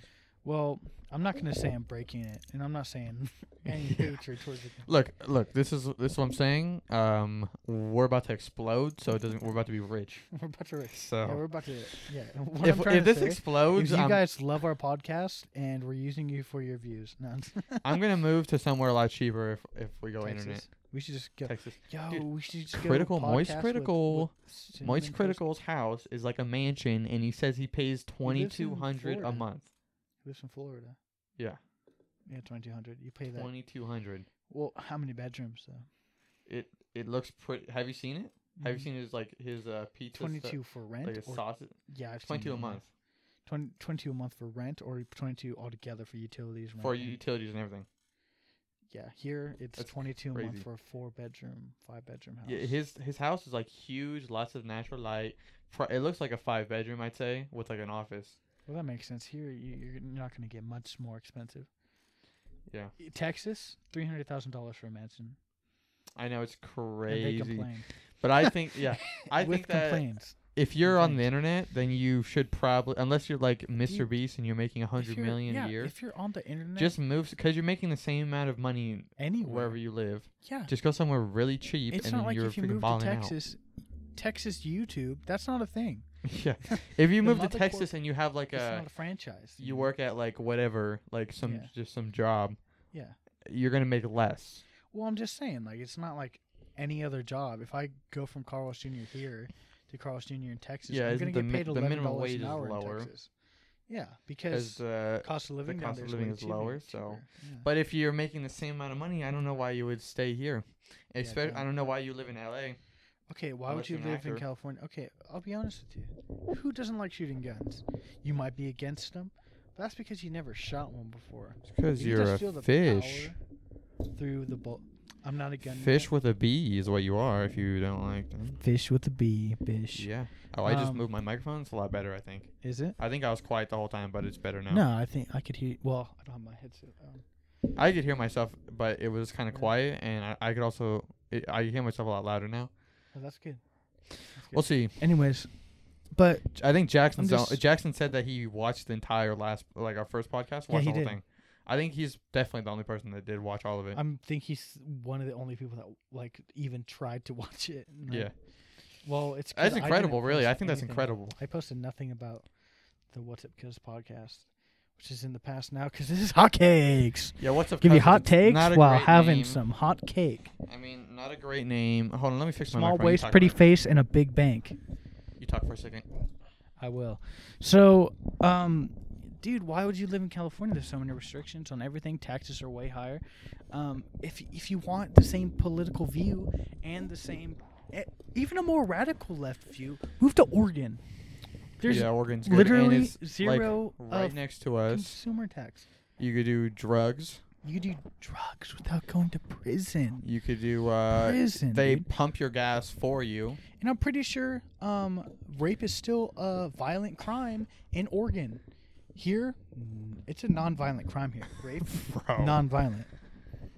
Speaker 1: Well, I'm not gonna say I'm breaking it, and I'm not saying any
Speaker 2: Yeah.
Speaker 1: hatred towards it.
Speaker 2: Look, look, this is this is what I'm saying. Um, we're about to explode, so it doesn't. We're about to be rich.
Speaker 1: We're about to, yeah, we're
Speaker 2: So
Speaker 1: about to, yeah. What I'm
Speaker 2: if,
Speaker 1: trying
Speaker 2: if
Speaker 1: to
Speaker 2: this
Speaker 1: say
Speaker 2: explodes,
Speaker 1: is you
Speaker 2: I'm,
Speaker 1: guys love our podcast, and we're using you for your views. No, I'm-
Speaker 2: I'm gonna move to somewhere a lot cheaper if if we go
Speaker 1: Texas.
Speaker 2: internet.
Speaker 1: We should just go.
Speaker 2: Texas.
Speaker 1: Yo,
Speaker 2: Dude,
Speaker 1: we should just
Speaker 2: Critical,
Speaker 1: go
Speaker 2: Moist
Speaker 1: podcast with-
Speaker 2: Critical-
Speaker 1: with cinnamon
Speaker 2: Moist
Speaker 1: toast-
Speaker 2: Critical's house is like a mansion, and he says he pays twenty
Speaker 1: lives in
Speaker 2: two hundred a
Speaker 1: Florida.
Speaker 2: month.
Speaker 1: He lives in Florida.
Speaker 2: Yeah.
Speaker 1: Yeah, twenty two hundred. You pay that.
Speaker 2: Twenty two hundred.
Speaker 1: Well, how many bedrooms though?
Speaker 2: It it looks pretty. Have you seen it? Have you seen his like his uh pizza?
Speaker 1: twenty two Mm, for rent?
Speaker 2: Like a
Speaker 1: Mm-hmm. or-
Speaker 2: sausage.
Speaker 1: yeah, I've seen
Speaker 2: Twenty two a
Speaker 1: that.
Speaker 2: month
Speaker 1: 20, 22 a month for rent, or twenty two altogether for utilities. Rent
Speaker 2: for
Speaker 1: and-
Speaker 2: utilities and everything.
Speaker 1: Yeah, here it's
Speaker 2: That's
Speaker 1: twenty two a
Speaker 2: crazy.
Speaker 1: month for a four bedroom, five bedroom house.
Speaker 2: Yeah, his his house is like huge, lots of natural light. Pro- It looks like a five bedroom, I'd say, with like an office.
Speaker 1: well, that makes sense. Here you, you're not going to get much more expensive.
Speaker 2: Yeah.
Speaker 1: I- Texas, three hundred thousand dollars for a mansion.
Speaker 2: I know it's
Speaker 1: And they
Speaker 2: crazy,
Speaker 1: complain.
Speaker 2: but I think yeah, I
Speaker 1: With
Speaker 2: think that
Speaker 1: complaints.
Speaker 2: if you're on the
Speaker 1: Complaints.
Speaker 2: internet, then you should probably, unless you're like Mr.
Speaker 1: You-
Speaker 2: Beast and you're making a
Speaker 1: If
Speaker 2: hundred
Speaker 1: you're-
Speaker 2: million
Speaker 1: yeah,
Speaker 2: a year,
Speaker 1: If you're on the internet,
Speaker 2: just move because you're making the same amount of money
Speaker 1: anywhere,
Speaker 2: wherever you live.
Speaker 1: yeah,
Speaker 2: Just go somewhere really cheap,
Speaker 1: it's
Speaker 2: and
Speaker 1: not
Speaker 2: then
Speaker 1: like
Speaker 2: you're
Speaker 1: if you
Speaker 2: freaking
Speaker 1: move to
Speaker 2: balling out.
Speaker 1: Texas, Texas YouTube, that's not a thing.
Speaker 2: yeah, if you
Speaker 1: The
Speaker 2: move to
Speaker 1: mother
Speaker 2: Texas and you have like
Speaker 1: it's
Speaker 2: a
Speaker 1: not a franchise.
Speaker 2: you work at like whatever, like some
Speaker 1: Yeah.
Speaker 2: just some job,
Speaker 1: Yeah.
Speaker 2: you're gonna make less.
Speaker 1: Well, I'm just saying, like, it's not like any other job. If I go from Carlos Jr. here to Carlos Jr. in Texas,
Speaker 2: Yeah,
Speaker 1: I'm
Speaker 2: isn't
Speaker 1: going
Speaker 2: the
Speaker 1: to get
Speaker 2: mi-
Speaker 1: paid
Speaker 2: the
Speaker 1: eleven
Speaker 2: minimum
Speaker 1: dollars
Speaker 2: wage
Speaker 1: an
Speaker 2: is
Speaker 1: hour
Speaker 2: lower?
Speaker 1: in Texas. Yeah, because
Speaker 2: Because uh,
Speaker 1: cost of living down
Speaker 2: cost
Speaker 1: there
Speaker 2: of
Speaker 1: is,
Speaker 2: living
Speaker 1: way
Speaker 2: is
Speaker 1: cheaper-
Speaker 2: lower, so-
Speaker 1: cheaper, yeah.
Speaker 2: but if you're making the same amount of money, I don't know why you would stay here. Expe-
Speaker 1: no.
Speaker 2: I don't know why you live in L.A.
Speaker 1: okay, why would
Speaker 2: unless
Speaker 1: you
Speaker 2: you're an
Speaker 1: live in
Speaker 2: actor.
Speaker 1: California? Okay, I'll be honest with you. Who doesn't like shooting guns? You might be against them, but that's because you never shot one before.
Speaker 2: Because
Speaker 1: You can just feel the power. through the bowl. I'm not a gun.
Speaker 2: Fish with a B is what you are if you don't like them.
Speaker 1: Fish with a B. Fish.
Speaker 2: Yeah. Oh, I just
Speaker 1: Um,
Speaker 2: moved my microphone. It's a lot better, I think.
Speaker 1: Is it?
Speaker 2: I think I was quiet the whole time, but it's better now.
Speaker 1: No, I think I could hear. Well, I don't have my headset um, on.
Speaker 2: I could hear myself, but it was kind of
Speaker 1: Yeah.
Speaker 2: quiet, and I, I could also it, I hear myself a lot louder now.
Speaker 1: Oh, that's good. That's good.
Speaker 2: We'll see.
Speaker 1: Anyways, but
Speaker 2: J- I think Jackson's
Speaker 1: I'm just-
Speaker 2: on- Jackson said that he watched the entire last like our first podcast, watched
Speaker 1: he
Speaker 2: the whole
Speaker 1: did.
Speaker 2: thing. I think he's definitely the only person that did watch all of it.
Speaker 1: I am think he's one of the only people that like even tried to watch it. and, like,
Speaker 2: yeah,
Speaker 1: Well, it's 'cause
Speaker 2: that's
Speaker 1: I didn't
Speaker 2: incredible. really,
Speaker 1: post
Speaker 2: I think that's
Speaker 1: anything.
Speaker 2: incredible.
Speaker 1: I posted nothing about the What's Up Cuz podcast, which is in the past now because this is hot cakes.
Speaker 2: Yeah, what's up?
Speaker 1: Give you
Speaker 2: Cousins?
Speaker 1: hot takes
Speaker 2: Not a
Speaker 1: while
Speaker 2: great
Speaker 1: having
Speaker 2: name.
Speaker 1: some hot cake.
Speaker 2: I mean, not a great name. Hold on, let me fix my
Speaker 1: Small
Speaker 2: microphone. You
Speaker 1: waist,
Speaker 2: talk
Speaker 1: pretty
Speaker 2: for a-
Speaker 1: face, and a big bank.
Speaker 2: You talk for a second.
Speaker 1: I will. So, um, dude, why would you live in California? There's so many restrictions on everything. Taxes are way higher. Um, if if you want the same political view and the same, e- even a more radical left view, move to Oregon. There's
Speaker 2: yeah, Oregon's good.
Speaker 1: literally
Speaker 2: and it's, like,
Speaker 1: zero
Speaker 2: right
Speaker 1: of
Speaker 2: next to us.
Speaker 1: consumer tax.
Speaker 2: You could do drugs.
Speaker 1: You could do drugs without going to prison.
Speaker 2: You could do. Uh,
Speaker 1: Prison,
Speaker 2: They
Speaker 1: dude.
Speaker 2: pump your gas for you.
Speaker 1: And I'm pretty sure um, rape is still a violent crime in Oregon. Here, mm, it's a non-violent crime here. Rape,
Speaker 2: Bro.
Speaker 1: non-violent.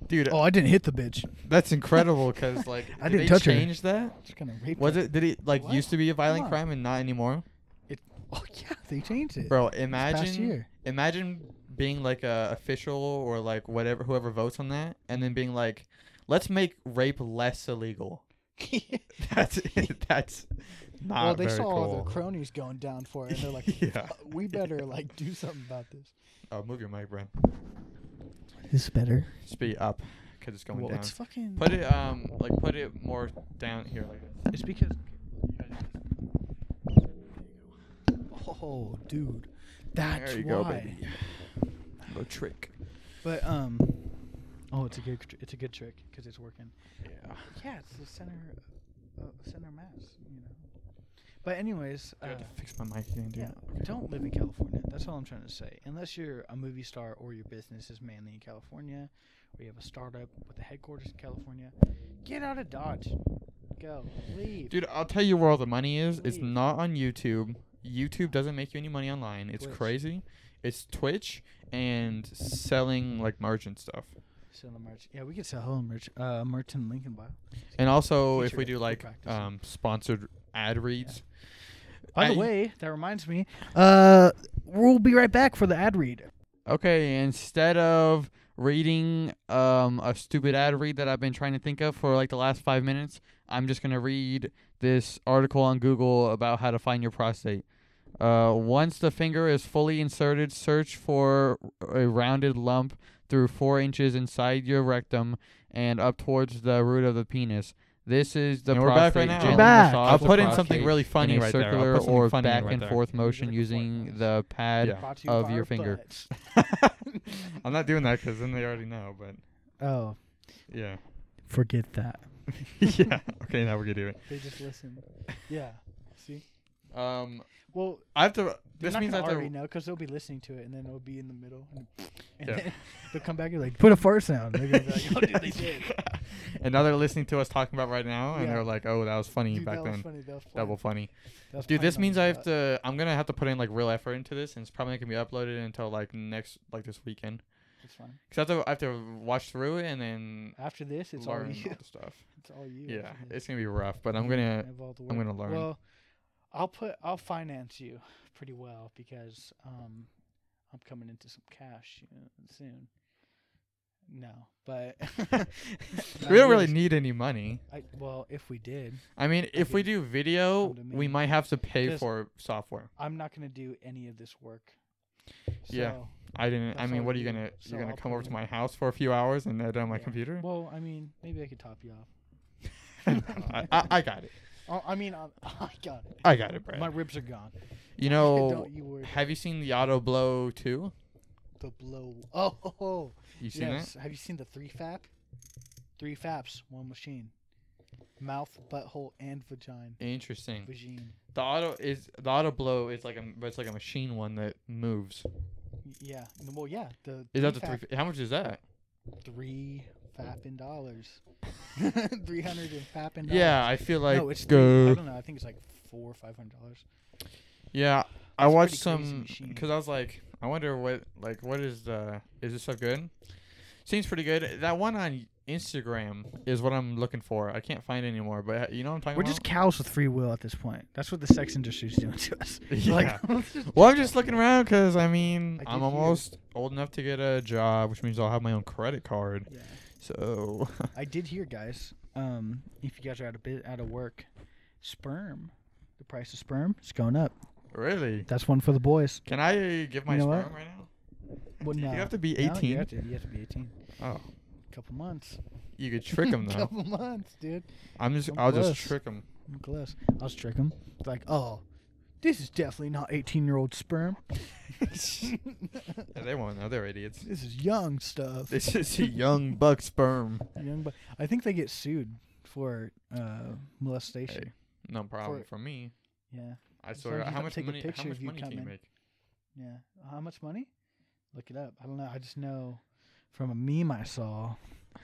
Speaker 2: Dude,
Speaker 1: Oh, I didn't hit the bitch.
Speaker 2: that's incredible. Cause like,
Speaker 1: I didn't
Speaker 2: did they
Speaker 1: touch her.
Speaker 2: change that?
Speaker 1: Just gonna rape.
Speaker 2: Was
Speaker 1: her.
Speaker 2: it? Did it like
Speaker 1: What?
Speaker 2: used to be a violent
Speaker 1: on.
Speaker 2: crime and not anymore?
Speaker 1: It. Oh yeah, they changed it.
Speaker 2: Bro, imagine.
Speaker 1: year.
Speaker 2: Imagine being like a official or like whatever whoever votes on that, and then being like, let's make rape less illegal. That's that's not
Speaker 1: well, they
Speaker 2: very
Speaker 1: saw all
Speaker 2: cool.
Speaker 1: their cronies going down for it, and they're like,
Speaker 2: Yeah.
Speaker 1: "Uh, "We better like do something about this."
Speaker 2: oh, move your mic, Brent.
Speaker 1: This is better.
Speaker 2: Speed up, cause it's going
Speaker 1: Well,
Speaker 2: down.
Speaker 1: it's fucking.
Speaker 2: Put it um like put it more down here like this.
Speaker 1: It's because. Oh, dude, that's
Speaker 2: there you
Speaker 1: why.
Speaker 2: go, baby. Little trick.
Speaker 1: But um, oh, it's a good tr- it's a good trick because it's working.
Speaker 2: Yeah.
Speaker 1: Yeah, it's the center, uh, center mass, you know. But anyways,
Speaker 2: I
Speaker 1: uh,
Speaker 2: had to fix my mic again, dude.
Speaker 1: yeah, don't live in California. That's all I'm trying to say. Unless you're a movie star or your business is mainly in California, or you have a startup with a headquarters in California, get out of Dodge. Go leave.
Speaker 2: Dude, I'll tell you where all the money is. It's
Speaker 1: Leave.
Speaker 2: not on YouTube. YouTube doesn't make you any money online. It's
Speaker 1: Twitch.
Speaker 2: crazy. It's Twitch and selling like merch and stuff.
Speaker 1: Sell the merch. Yeah, we could sell home merch. Uh, merch in Lincoln bio.
Speaker 2: And also, if
Speaker 1: Feature
Speaker 2: we
Speaker 1: it.
Speaker 2: do
Speaker 1: We're
Speaker 2: like
Speaker 1: practicing.
Speaker 2: um, sponsored ad reads,
Speaker 1: By
Speaker 2: I-
Speaker 1: the way, that reminds me. Uh, we'll be right back for the ad read.
Speaker 2: Okay, instead of reading um, a stupid ad read that I've been trying to think of for like the last five minutes, I'm just going to read this article on Google about how to find your prostate. Uh, once the finger is fully inserted, search for a rounded lump through four inches inside your rectum and up towards the root of the penis. This is the
Speaker 3: And we're back
Speaker 2: prostate.
Speaker 3: right now.
Speaker 2: gently
Speaker 1: We're back.
Speaker 2: massage
Speaker 3: I'll
Speaker 2: the
Speaker 3: put in
Speaker 2: prostate
Speaker 3: something
Speaker 2: really funny
Speaker 3: in a
Speaker 2: right there. I'll put
Speaker 3: circular
Speaker 2: something
Speaker 3: or
Speaker 2: funny in
Speaker 3: back
Speaker 2: right
Speaker 3: and
Speaker 2: there.
Speaker 3: forth
Speaker 1: Look
Speaker 3: motion
Speaker 1: at
Speaker 3: using
Speaker 1: the
Speaker 3: the pad.
Speaker 2: Yeah.
Speaker 1: Brought to you
Speaker 3: Of
Speaker 1: by
Speaker 3: your
Speaker 1: our
Speaker 3: finger.
Speaker 1: butts.
Speaker 2: I'm not doing that because then they already know. But
Speaker 1: Oh,
Speaker 2: yeah,
Speaker 1: forget that.
Speaker 2: yeah. Okay, now we're gonna do it.
Speaker 1: They just listen. Yeah. See.
Speaker 2: Um,
Speaker 1: Well,
Speaker 2: I have to.
Speaker 1: they're
Speaker 2: This
Speaker 1: not
Speaker 2: means I
Speaker 1: gonna
Speaker 2: have
Speaker 1: already
Speaker 2: to.
Speaker 1: know because they'll be listening to it, and then it'll be in the middle, and, and
Speaker 2: Yeah.
Speaker 1: then they'll come back and like put a fart sound. They're gonna be like, "Oh, dude, they did.
Speaker 2: and now they're listening to us talking about right now, and
Speaker 1: Yeah.
Speaker 2: they're like, "Oh, that was funny
Speaker 1: Dude,
Speaker 2: back
Speaker 1: that was
Speaker 2: then.
Speaker 1: funny. That was funny.
Speaker 2: That was funny,
Speaker 1: That was
Speaker 2: dude."
Speaker 1: funny
Speaker 2: This
Speaker 1: on
Speaker 2: means
Speaker 1: the
Speaker 2: I have
Speaker 1: butt.
Speaker 2: to. I'm gonna have to put in like real effort into this, and it's probably not gonna be uploaded until like next, like this weekend.
Speaker 1: It's fine.
Speaker 2: Cause I have to, I have to watch through it and then
Speaker 1: After this, it's all
Speaker 2: learn
Speaker 1: you.
Speaker 2: all the stuff.
Speaker 1: It's all you.
Speaker 2: Yeah,
Speaker 1: after this.
Speaker 2: it's gonna be rough, but I'm gonna.
Speaker 1: Of all the
Speaker 2: I'm
Speaker 1: work.
Speaker 2: gonna learn.
Speaker 1: Well, I'll put. I'll finance you pretty well because um, I'm coming into some cash you know, soon. No, but
Speaker 2: we don't really
Speaker 1: ideas-
Speaker 2: need any money.
Speaker 1: I, well, if we did,
Speaker 2: I mean, if we do video,
Speaker 1: come to
Speaker 2: we
Speaker 1: me.
Speaker 2: might have to pay
Speaker 1: 'Cause-
Speaker 2: for software.
Speaker 1: I'm not gonna do any of this work.
Speaker 2: Yeah.
Speaker 1: So,
Speaker 2: I didn't. I
Speaker 1: That's
Speaker 2: mean,
Speaker 1: all
Speaker 2: what are
Speaker 1: we
Speaker 2: you
Speaker 1: need.
Speaker 2: gonna?
Speaker 1: So
Speaker 2: you're gonna
Speaker 1: I'll
Speaker 2: come
Speaker 1: put
Speaker 2: over
Speaker 1: it
Speaker 2: to
Speaker 1: in.
Speaker 2: my house for a few hours and edit on my
Speaker 1: Yeah.
Speaker 2: computer?
Speaker 1: Well, I mean, maybe I could top you off.
Speaker 2: I, I, I got it.
Speaker 1: Oh, I mean, I'm, I got it.
Speaker 2: I got it, Brad.
Speaker 1: My ribs are gone.
Speaker 2: you know,
Speaker 1: Don't you worry.
Speaker 2: have you seen the Auto Blow two?
Speaker 1: The blow. Oh, ho, ho.
Speaker 2: You seen
Speaker 1: yes. Have you seen the three fap? Three faps, one machine. Mouth, butthole, and vagina.
Speaker 2: that? Interesting.
Speaker 1: Vagine.
Speaker 2: The auto is the Auto Blow is like a but it's like a machine one that moves.
Speaker 1: Y- Yeah. Well, yeah. The
Speaker 2: Is that the
Speaker 1: fap-
Speaker 2: three? How much is that?
Speaker 1: three fapping dollars. three hundred and fapping. dollars.
Speaker 2: Yeah, I feel like
Speaker 1: no, it's Three, I
Speaker 2: go.
Speaker 1: don't know. I think it's like four or five hundred dollars.
Speaker 2: Yeah, I
Speaker 1: That's
Speaker 2: watched
Speaker 1: pretty crazy
Speaker 2: some
Speaker 1: machine.
Speaker 2: because I was like, I wonder what like what is the is this stuff good? Seems pretty good. That one on Instagram is what I'm looking for. I can't find it anymore, but you know what I'm talking
Speaker 1: We're
Speaker 2: about.
Speaker 1: just cows with free will at this point. That's what the sex industry's doing to us.
Speaker 2: Yeah.
Speaker 1: Like, let's just-
Speaker 2: well, I'm just looking around because I mean
Speaker 1: I did
Speaker 2: I'm
Speaker 1: hear.
Speaker 2: almost old enough to get a job, which means I'll have my own credit card.
Speaker 1: Yeah.
Speaker 2: So
Speaker 1: I did hear, guys. Um, if you guys are out of bit, out of work, sperm, the price of sperm is going up.
Speaker 2: really,
Speaker 1: That's one for the boys.
Speaker 2: can I give my
Speaker 1: You know
Speaker 2: sperm
Speaker 1: what?
Speaker 2: right now?
Speaker 1: Well,
Speaker 2: Do
Speaker 1: no.
Speaker 2: You have to be
Speaker 1: No, you
Speaker 2: 18.
Speaker 1: have to, you have to be eighteen.
Speaker 2: Oh,
Speaker 1: Couple months.
Speaker 2: you could trick them though.
Speaker 1: Couple months, dude.
Speaker 2: I'm just
Speaker 1: I'm
Speaker 2: I'll just
Speaker 1: blessed.
Speaker 2: trick them.
Speaker 1: I'm close. I'll trick him. Like, oh, this is definitely not 18 year old sperm.
Speaker 2: they won't know. They're idiots.
Speaker 1: This is young stuff.
Speaker 2: This is a young buck sperm.
Speaker 1: young, but I think they get sued for uh, molestation.
Speaker 2: Hey, no problem
Speaker 1: For-
Speaker 2: for, me.
Speaker 1: Yeah,
Speaker 2: I
Speaker 1: As
Speaker 2: swear.
Speaker 1: long as you
Speaker 2: How
Speaker 1: don't
Speaker 2: much
Speaker 1: take a
Speaker 2: money? How
Speaker 1: picture
Speaker 2: much
Speaker 1: of you
Speaker 2: money can you
Speaker 1: coming.
Speaker 2: make?
Speaker 1: yeah. How much money? Look it up. I don't know. I just know from a meme I saw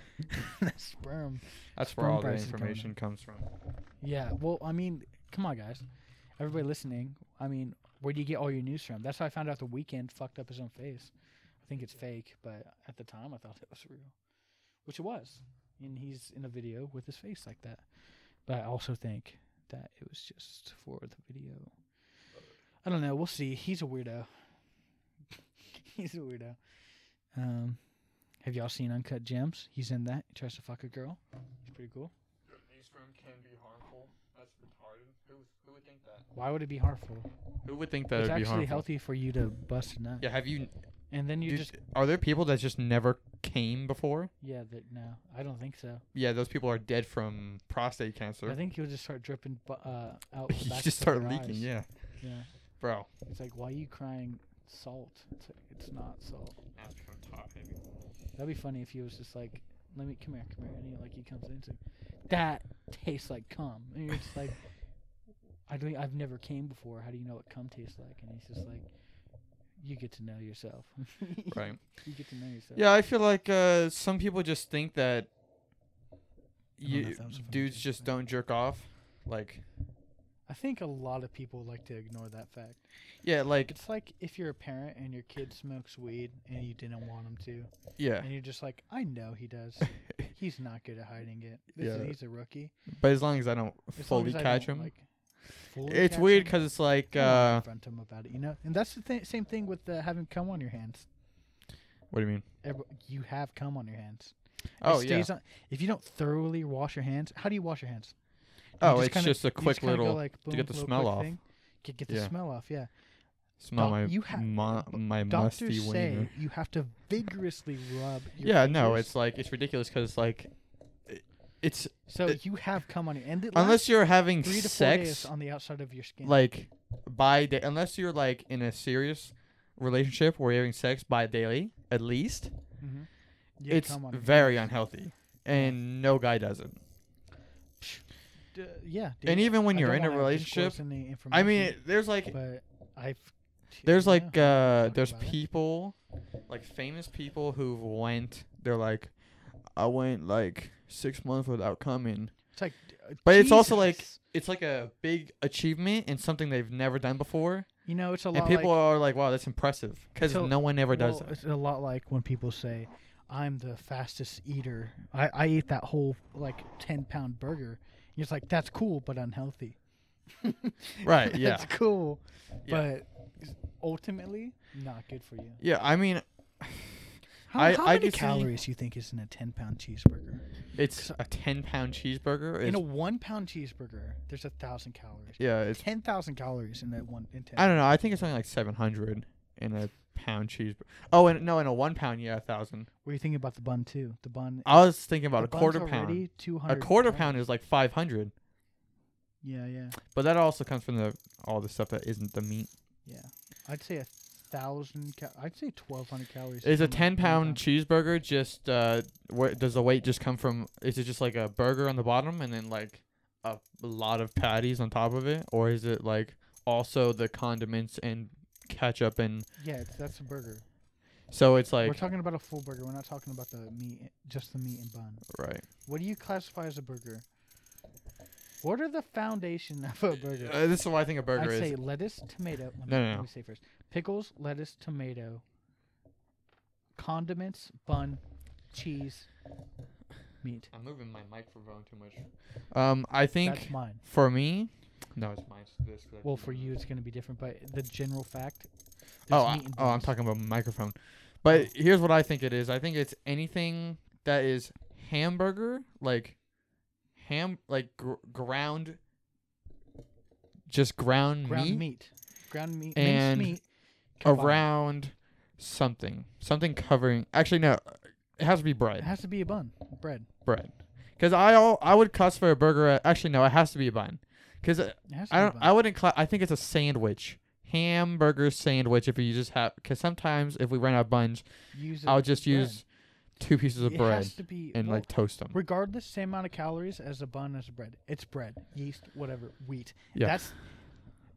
Speaker 1: that sperm.
Speaker 2: That's where
Speaker 1: Sperm
Speaker 2: all the
Speaker 1: prices coming up.
Speaker 2: information comes from.
Speaker 1: Yeah. Well, I mean, come on, guys. Everybody listening. I mean, where do you get all your news from? That's how I found out the weekend fucked up his own face. I think it's fake, but at the time I thought it was real, which it was. And he's in a video with his face like that. But I also think that it was just for the video. I don't know. We'll see. He's a weirdo. he's a weirdo. Um, have y'all seen Uncut Gems? He's in that. He tries to fuck a girl. He's pretty cool.
Speaker 2: These sperm can be harmful. That's retarded. Who, who would think that?
Speaker 1: Why would it be harmful?
Speaker 2: Who would think that
Speaker 1: it's
Speaker 2: would be
Speaker 1: actually
Speaker 2: harmful?
Speaker 1: healthy for you to bust a nut.
Speaker 2: Yeah. Have you?
Speaker 1: And then you
Speaker 2: do-
Speaker 1: just
Speaker 2: Are there people that just never came before?
Speaker 1: yeah, that no, I don't think so.
Speaker 2: Yeah. Those people are dead from prostate cancer.
Speaker 1: I think you'll just start dripping bu- uh, out.
Speaker 2: you
Speaker 1: back
Speaker 2: just
Speaker 1: of your
Speaker 2: start leaking.
Speaker 1: eyes.
Speaker 2: Yeah.
Speaker 1: Yeah.
Speaker 2: Bro.
Speaker 1: It's like why are you crying salt? It's, like, it's not salt.
Speaker 2: That's become top heavy.
Speaker 1: That'd be funny if he was just like, let me come here, come here, and he like he comes in and like, that tastes like cum, and you're just like, I don't, I've never came before. How do you know what cum tastes like? And he's just like, you get to know yourself.
Speaker 2: Right.
Speaker 1: You get to know yourself.
Speaker 2: Yeah, I feel like uh, some people just think that
Speaker 1: I don't know
Speaker 2: you
Speaker 1: if that was a funny
Speaker 2: dudes
Speaker 1: joke,
Speaker 2: just
Speaker 1: but-
Speaker 2: don't jerk off. Like,
Speaker 1: I think a lot of people like to ignore that fact.
Speaker 2: yeah, like
Speaker 1: It's like if you're a parent and your kid smokes weed and you didn't want him to,
Speaker 2: yeah,
Speaker 1: and you're just like, I know he does. He's not good at hiding it. This
Speaker 2: Yeah.
Speaker 1: is, he's a rookie.
Speaker 2: but as long as I don't
Speaker 1: As long
Speaker 2: fully
Speaker 1: as I
Speaker 2: catch
Speaker 1: don't,
Speaker 2: him,
Speaker 1: like, fully
Speaker 2: it's
Speaker 1: catch
Speaker 2: weird
Speaker 1: him,
Speaker 2: because it's like,
Speaker 1: I don't wanna
Speaker 2: uh,
Speaker 1: confront him about it, you know. And that's the th- same thing with uh, having cum on your hands.
Speaker 2: what do you mean?
Speaker 1: Every- you have cum on your hands. It
Speaker 2: Oh yeah,
Speaker 1: stays on- if you don't thoroughly wash your hands, how do you wash your hands? You
Speaker 2: oh, it's
Speaker 1: kinda-
Speaker 2: just a
Speaker 1: you
Speaker 2: quick
Speaker 1: kinda go
Speaker 2: little
Speaker 1: like,
Speaker 2: get
Speaker 1: boom,
Speaker 2: the
Speaker 1: little
Speaker 2: smell
Speaker 1: quick
Speaker 2: off.
Speaker 1: thing. Get, get the
Speaker 2: Yeah.
Speaker 1: smell off, yeah.
Speaker 2: smell
Speaker 1: doc-
Speaker 2: my
Speaker 1: you ha-
Speaker 2: mo-
Speaker 1: b-
Speaker 2: my musty
Speaker 1: Doctors say
Speaker 2: wiener.
Speaker 1: you have to vigorously rub. Your
Speaker 2: Yeah, no,
Speaker 1: fingers.
Speaker 2: it's like it's ridiculous because it's like, i- it's
Speaker 1: So
Speaker 2: It-
Speaker 1: you have cum on your and it lasts
Speaker 2: unless you're having
Speaker 1: three to four days
Speaker 2: sex,
Speaker 1: on the outside of your skin.
Speaker 2: like by day, unless you're like in a serious relationship where you're having sex by daily at least.
Speaker 1: Mhm. You have
Speaker 2: it's
Speaker 1: cum on your
Speaker 2: very
Speaker 1: hands.
Speaker 2: unhealthy, and no guy does it.
Speaker 1: D- yeah, dude.
Speaker 2: And even when
Speaker 1: I
Speaker 2: you're
Speaker 1: don't
Speaker 2: in a
Speaker 1: wanna disclose
Speaker 2: relationship,
Speaker 1: any
Speaker 2: I
Speaker 1: information,
Speaker 2: mean, it- there's like,
Speaker 1: but I've
Speaker 2: there's
Speaker 1: yeah,
Speaker 2: like, uh, there's
Speaker 1: about it.
Speaker 2: people, like famous people who've went. They're like, I went like six months without coming.
Speaker 1: it's like, d- uh,
Speaker 2: But it's also like-
Speaker 1: Jesus.
Speaker 2: It's like a big achievement and something they've never done before,
Speaker 1: you know, it's a
Speaker 2: and
Speaker 1: lot.
Speaker 2: people
Speaker 1: like,
Speaker 2: are like, "Wow, that's impressive," because
Speaker 1: So-
Speaker 2: no one ever does
Speaker 1: well,
Speaker 2: that.
Speaker 1: It's a lot like when people say, "I'm the fastest eater. I I ate that whole like ten pound burger." And it's like that's cool, but unhealthy.
Speaker 2: Right? Yeah.
Speaker 1: That's cool,
Speaker 2: Yeah.
Speaker 1: but ultimately not good for you.
Speaker 2: Yeah. I mean,
Speaker 1: How,
Speaker 2: I-
Speaker 1: how
Speaker 2: I
Speaker 1: many
Speaker 2: could see-
Speaker 1: calories do you think is in a ten pound cheeseburger?
Speaker 2: it's a ten pound cheeseburger.
Speaker 1: in
Speaker 2: It's-
Speaker 1: a one pound cheeseburger, there's a thousand calories.
Speaker 2: yeah. It's
Speaker 1: Ten thousand calories in that one. In ten.
Speaker 2: I don't know. I think it's something like seven hundred in a pound cheeseburger. Oh, and no, in a one pound, yeah, a thousand.
Speaker 1: Were you thinking about the bun too? The bun.
Speaker 2: I was thinking about
Speaker 1: the
Speaker 2: a quarter pound.
Speaker 1: Two
Speaker 2: A
Speaker 1: hundred.
Speaker 2: quarter pound is like five hundred,
Speaker 1: Yeah, yeah,
Speaker 2: but that also comes from the all the stuff that isn't the meat.
Speaker 1: yeah. I'd say a thousand. Cal- I'd say twelve hundred calories.
Speaker 2: Is a
Speaker 1: in
Speaker 2: ten
Speaker 1: one
Speaker 2: pound cheeseburger just uh, where does the weight just come from? Is it just like a burger on the bottom and then like a lot of patties on top of it, or is it like also the condiments and ketchup and
Speaker 1: Yeah, it's, that's a burger.
Speaker 2: So it's
Speaker 1: We're
Speaker 2: like
Speaker 1: talking about a full burger. We're not talking about the meat, just the meat and bun.
Speaker 2: right.
Speaker 1: What do you classify as a burger? What are the foundation of a burger?
Speaker 2: Uh, this is why I think a burger
Speaker 1: I'd
Speaker 2: is.
Speaker 1: say lettuce, tomato. Let me,
Speaker 2: No, no,
Speaker 1: let
Speaker 2: no.
Speaker 1: me say first: pickles, lettuce, tomato, condiments, bun, cheese, meat.
Speaker 2: I'm moving my microphone too much. Um, I
Speaker 1: That's
Speaker 2: think
Speaker 1: mine.
Speaker 2: for me, no, it's mine. It's this 'cause I
Speaker 1: Well,
Speaker 2: keep
Speaker 1: for
Speaker 2: moving
Speaker 1: you,
Speaker 2: it.
Speaker 1: it's going to be different, but the general fact. there's
Speaker 2: Oh, I,
Speaker 1: meat and Oh.
Speaker 2: oh, I'm
Speaker 1: bones.
Speaker 2: talking about microphone. But here's what I think it is. I think it's anything that is hamburger, like ham, like gr- ground, just ground,
Speaker 1: ground meat,
Speaker 2: meat,
Speaker 1: ground meat,
Speaker 2: and
Speaker 1: minced meat combined.
Speaker 2: around something, something covering. Actually, no, it has to be
Speaker 1: It
Speaker 2: bread.
Speaker 1: has to be a bun, bread.
Speaker 2: Bread, because I all I would cuss for a burger. At, actually, no, it has to be a bun. uh, Because
Speaker 1: It has to
Speaker 2: I
Speaker 1: be a
Speaker 2: don't.
Speaker 1: bun.
Speaker 2: I wouldn't. Cla- I think it's a sandwich, hamburger sandwich. If you just have, because sometimes if we run out of buns,
Speaker 1: Use
Speaker 2: I'll
Speaker 1: a
Speaker 2: just
Speaker 1: bread.
Speaker 2: use two pieces of
Speaker 1: it
Speaker 2: bread
Speaker 1: has to be
Speaker 2: and
Speaker 1: well,
Speaker 2: like toast them.
Speaker 1: regardless same amount of calories as a bun as a bread. It's bread, yeast, whatever, wheat.
Speaker 2: Yeah.
Speaker 1: That's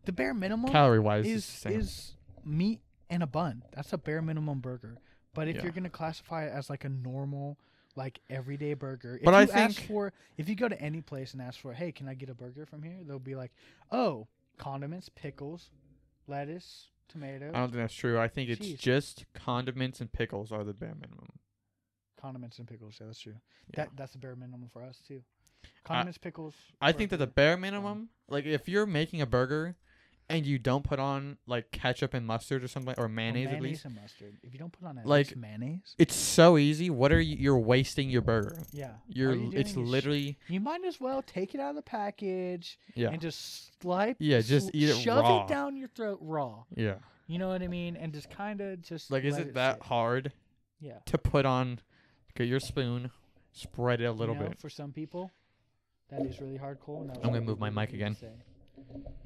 Speaker 1: the bare minimum
Speaker 2: Calorie wise,
Speaker 1: is
Speaker 2: is the same.
Speaker 1: is meat and a bun. That's a bare minimum burger. But if
Speaker 2: Yeah.
Speaker 1: you're gonna classify it as like a normal, like everyday burger, if
Speaker 2: But I
Speaker 1: you ask
Speaker 2: think-
Speaker 1: for if you go to any place and ask for, hey, can I get a burger from here? They'll be like, oh, condiments, pickles, lettuce, tomato,
Speaker 2: I don't think that's true. I think it's
Speaker 1: Jeez.
Speaker 2: just condiments and pickles are the bare minimum.
Speaker 1: condiments and pickles. Yeah, that's true.
Speaker 2: Yeah.
Speaker 1: That that's a bare minimum for us too. Condiments, pickles.
Speaker 2: I think that
Speaker 1: burger.
Speaker 2: the bare minimum, like if you're making a burger and you don't put on like ketchup and mustard or something or
Speaker 1: Or
Speaker 2: mayonnaise, at least,
Speaker 1: and mustard. If you don't put on at
Speaker 2: Like-
Speaker 1: least mayonnaise,
Speaker 2: it's so easy. What are you? You're wasting your burger.
Speaker 1: yeah, all
Speaker 2: You're.
Speaker 1: you're
Speaker 2: it's
Speaker 1: doing is-
Speaker 2: literally.
Speaker 1: you might as well take it out of the package
Speaker 2: Yeah.
Speaker 1: and just slice.
Speaker 2: Yeah, just eat it
Speaker 1: Shove
Speaker 2: raw.
Speaker 1: it down your throat raw.
Speaker 2: yeah.
Speaker 1: You know what I mean? And just kind of just
Speaker 2: Like, is
Speaker 1: let
Speaker 2: it that
Speaker 1: sit.
Speaker 2: hard
Speaker 1: Yeah, you
Speaker 2: to put on? Get your spoon, spread it a little
Speaker 1: know,
Speaker 2: bit.
Speaker 1: for some people. That is really hardcore. and that was
Speaker 2: I'm gonna
Speaker 1: what
Speaker 2: move
Speaker 1: we
Speaker 2: my mic
Speaker 1: were gonna say.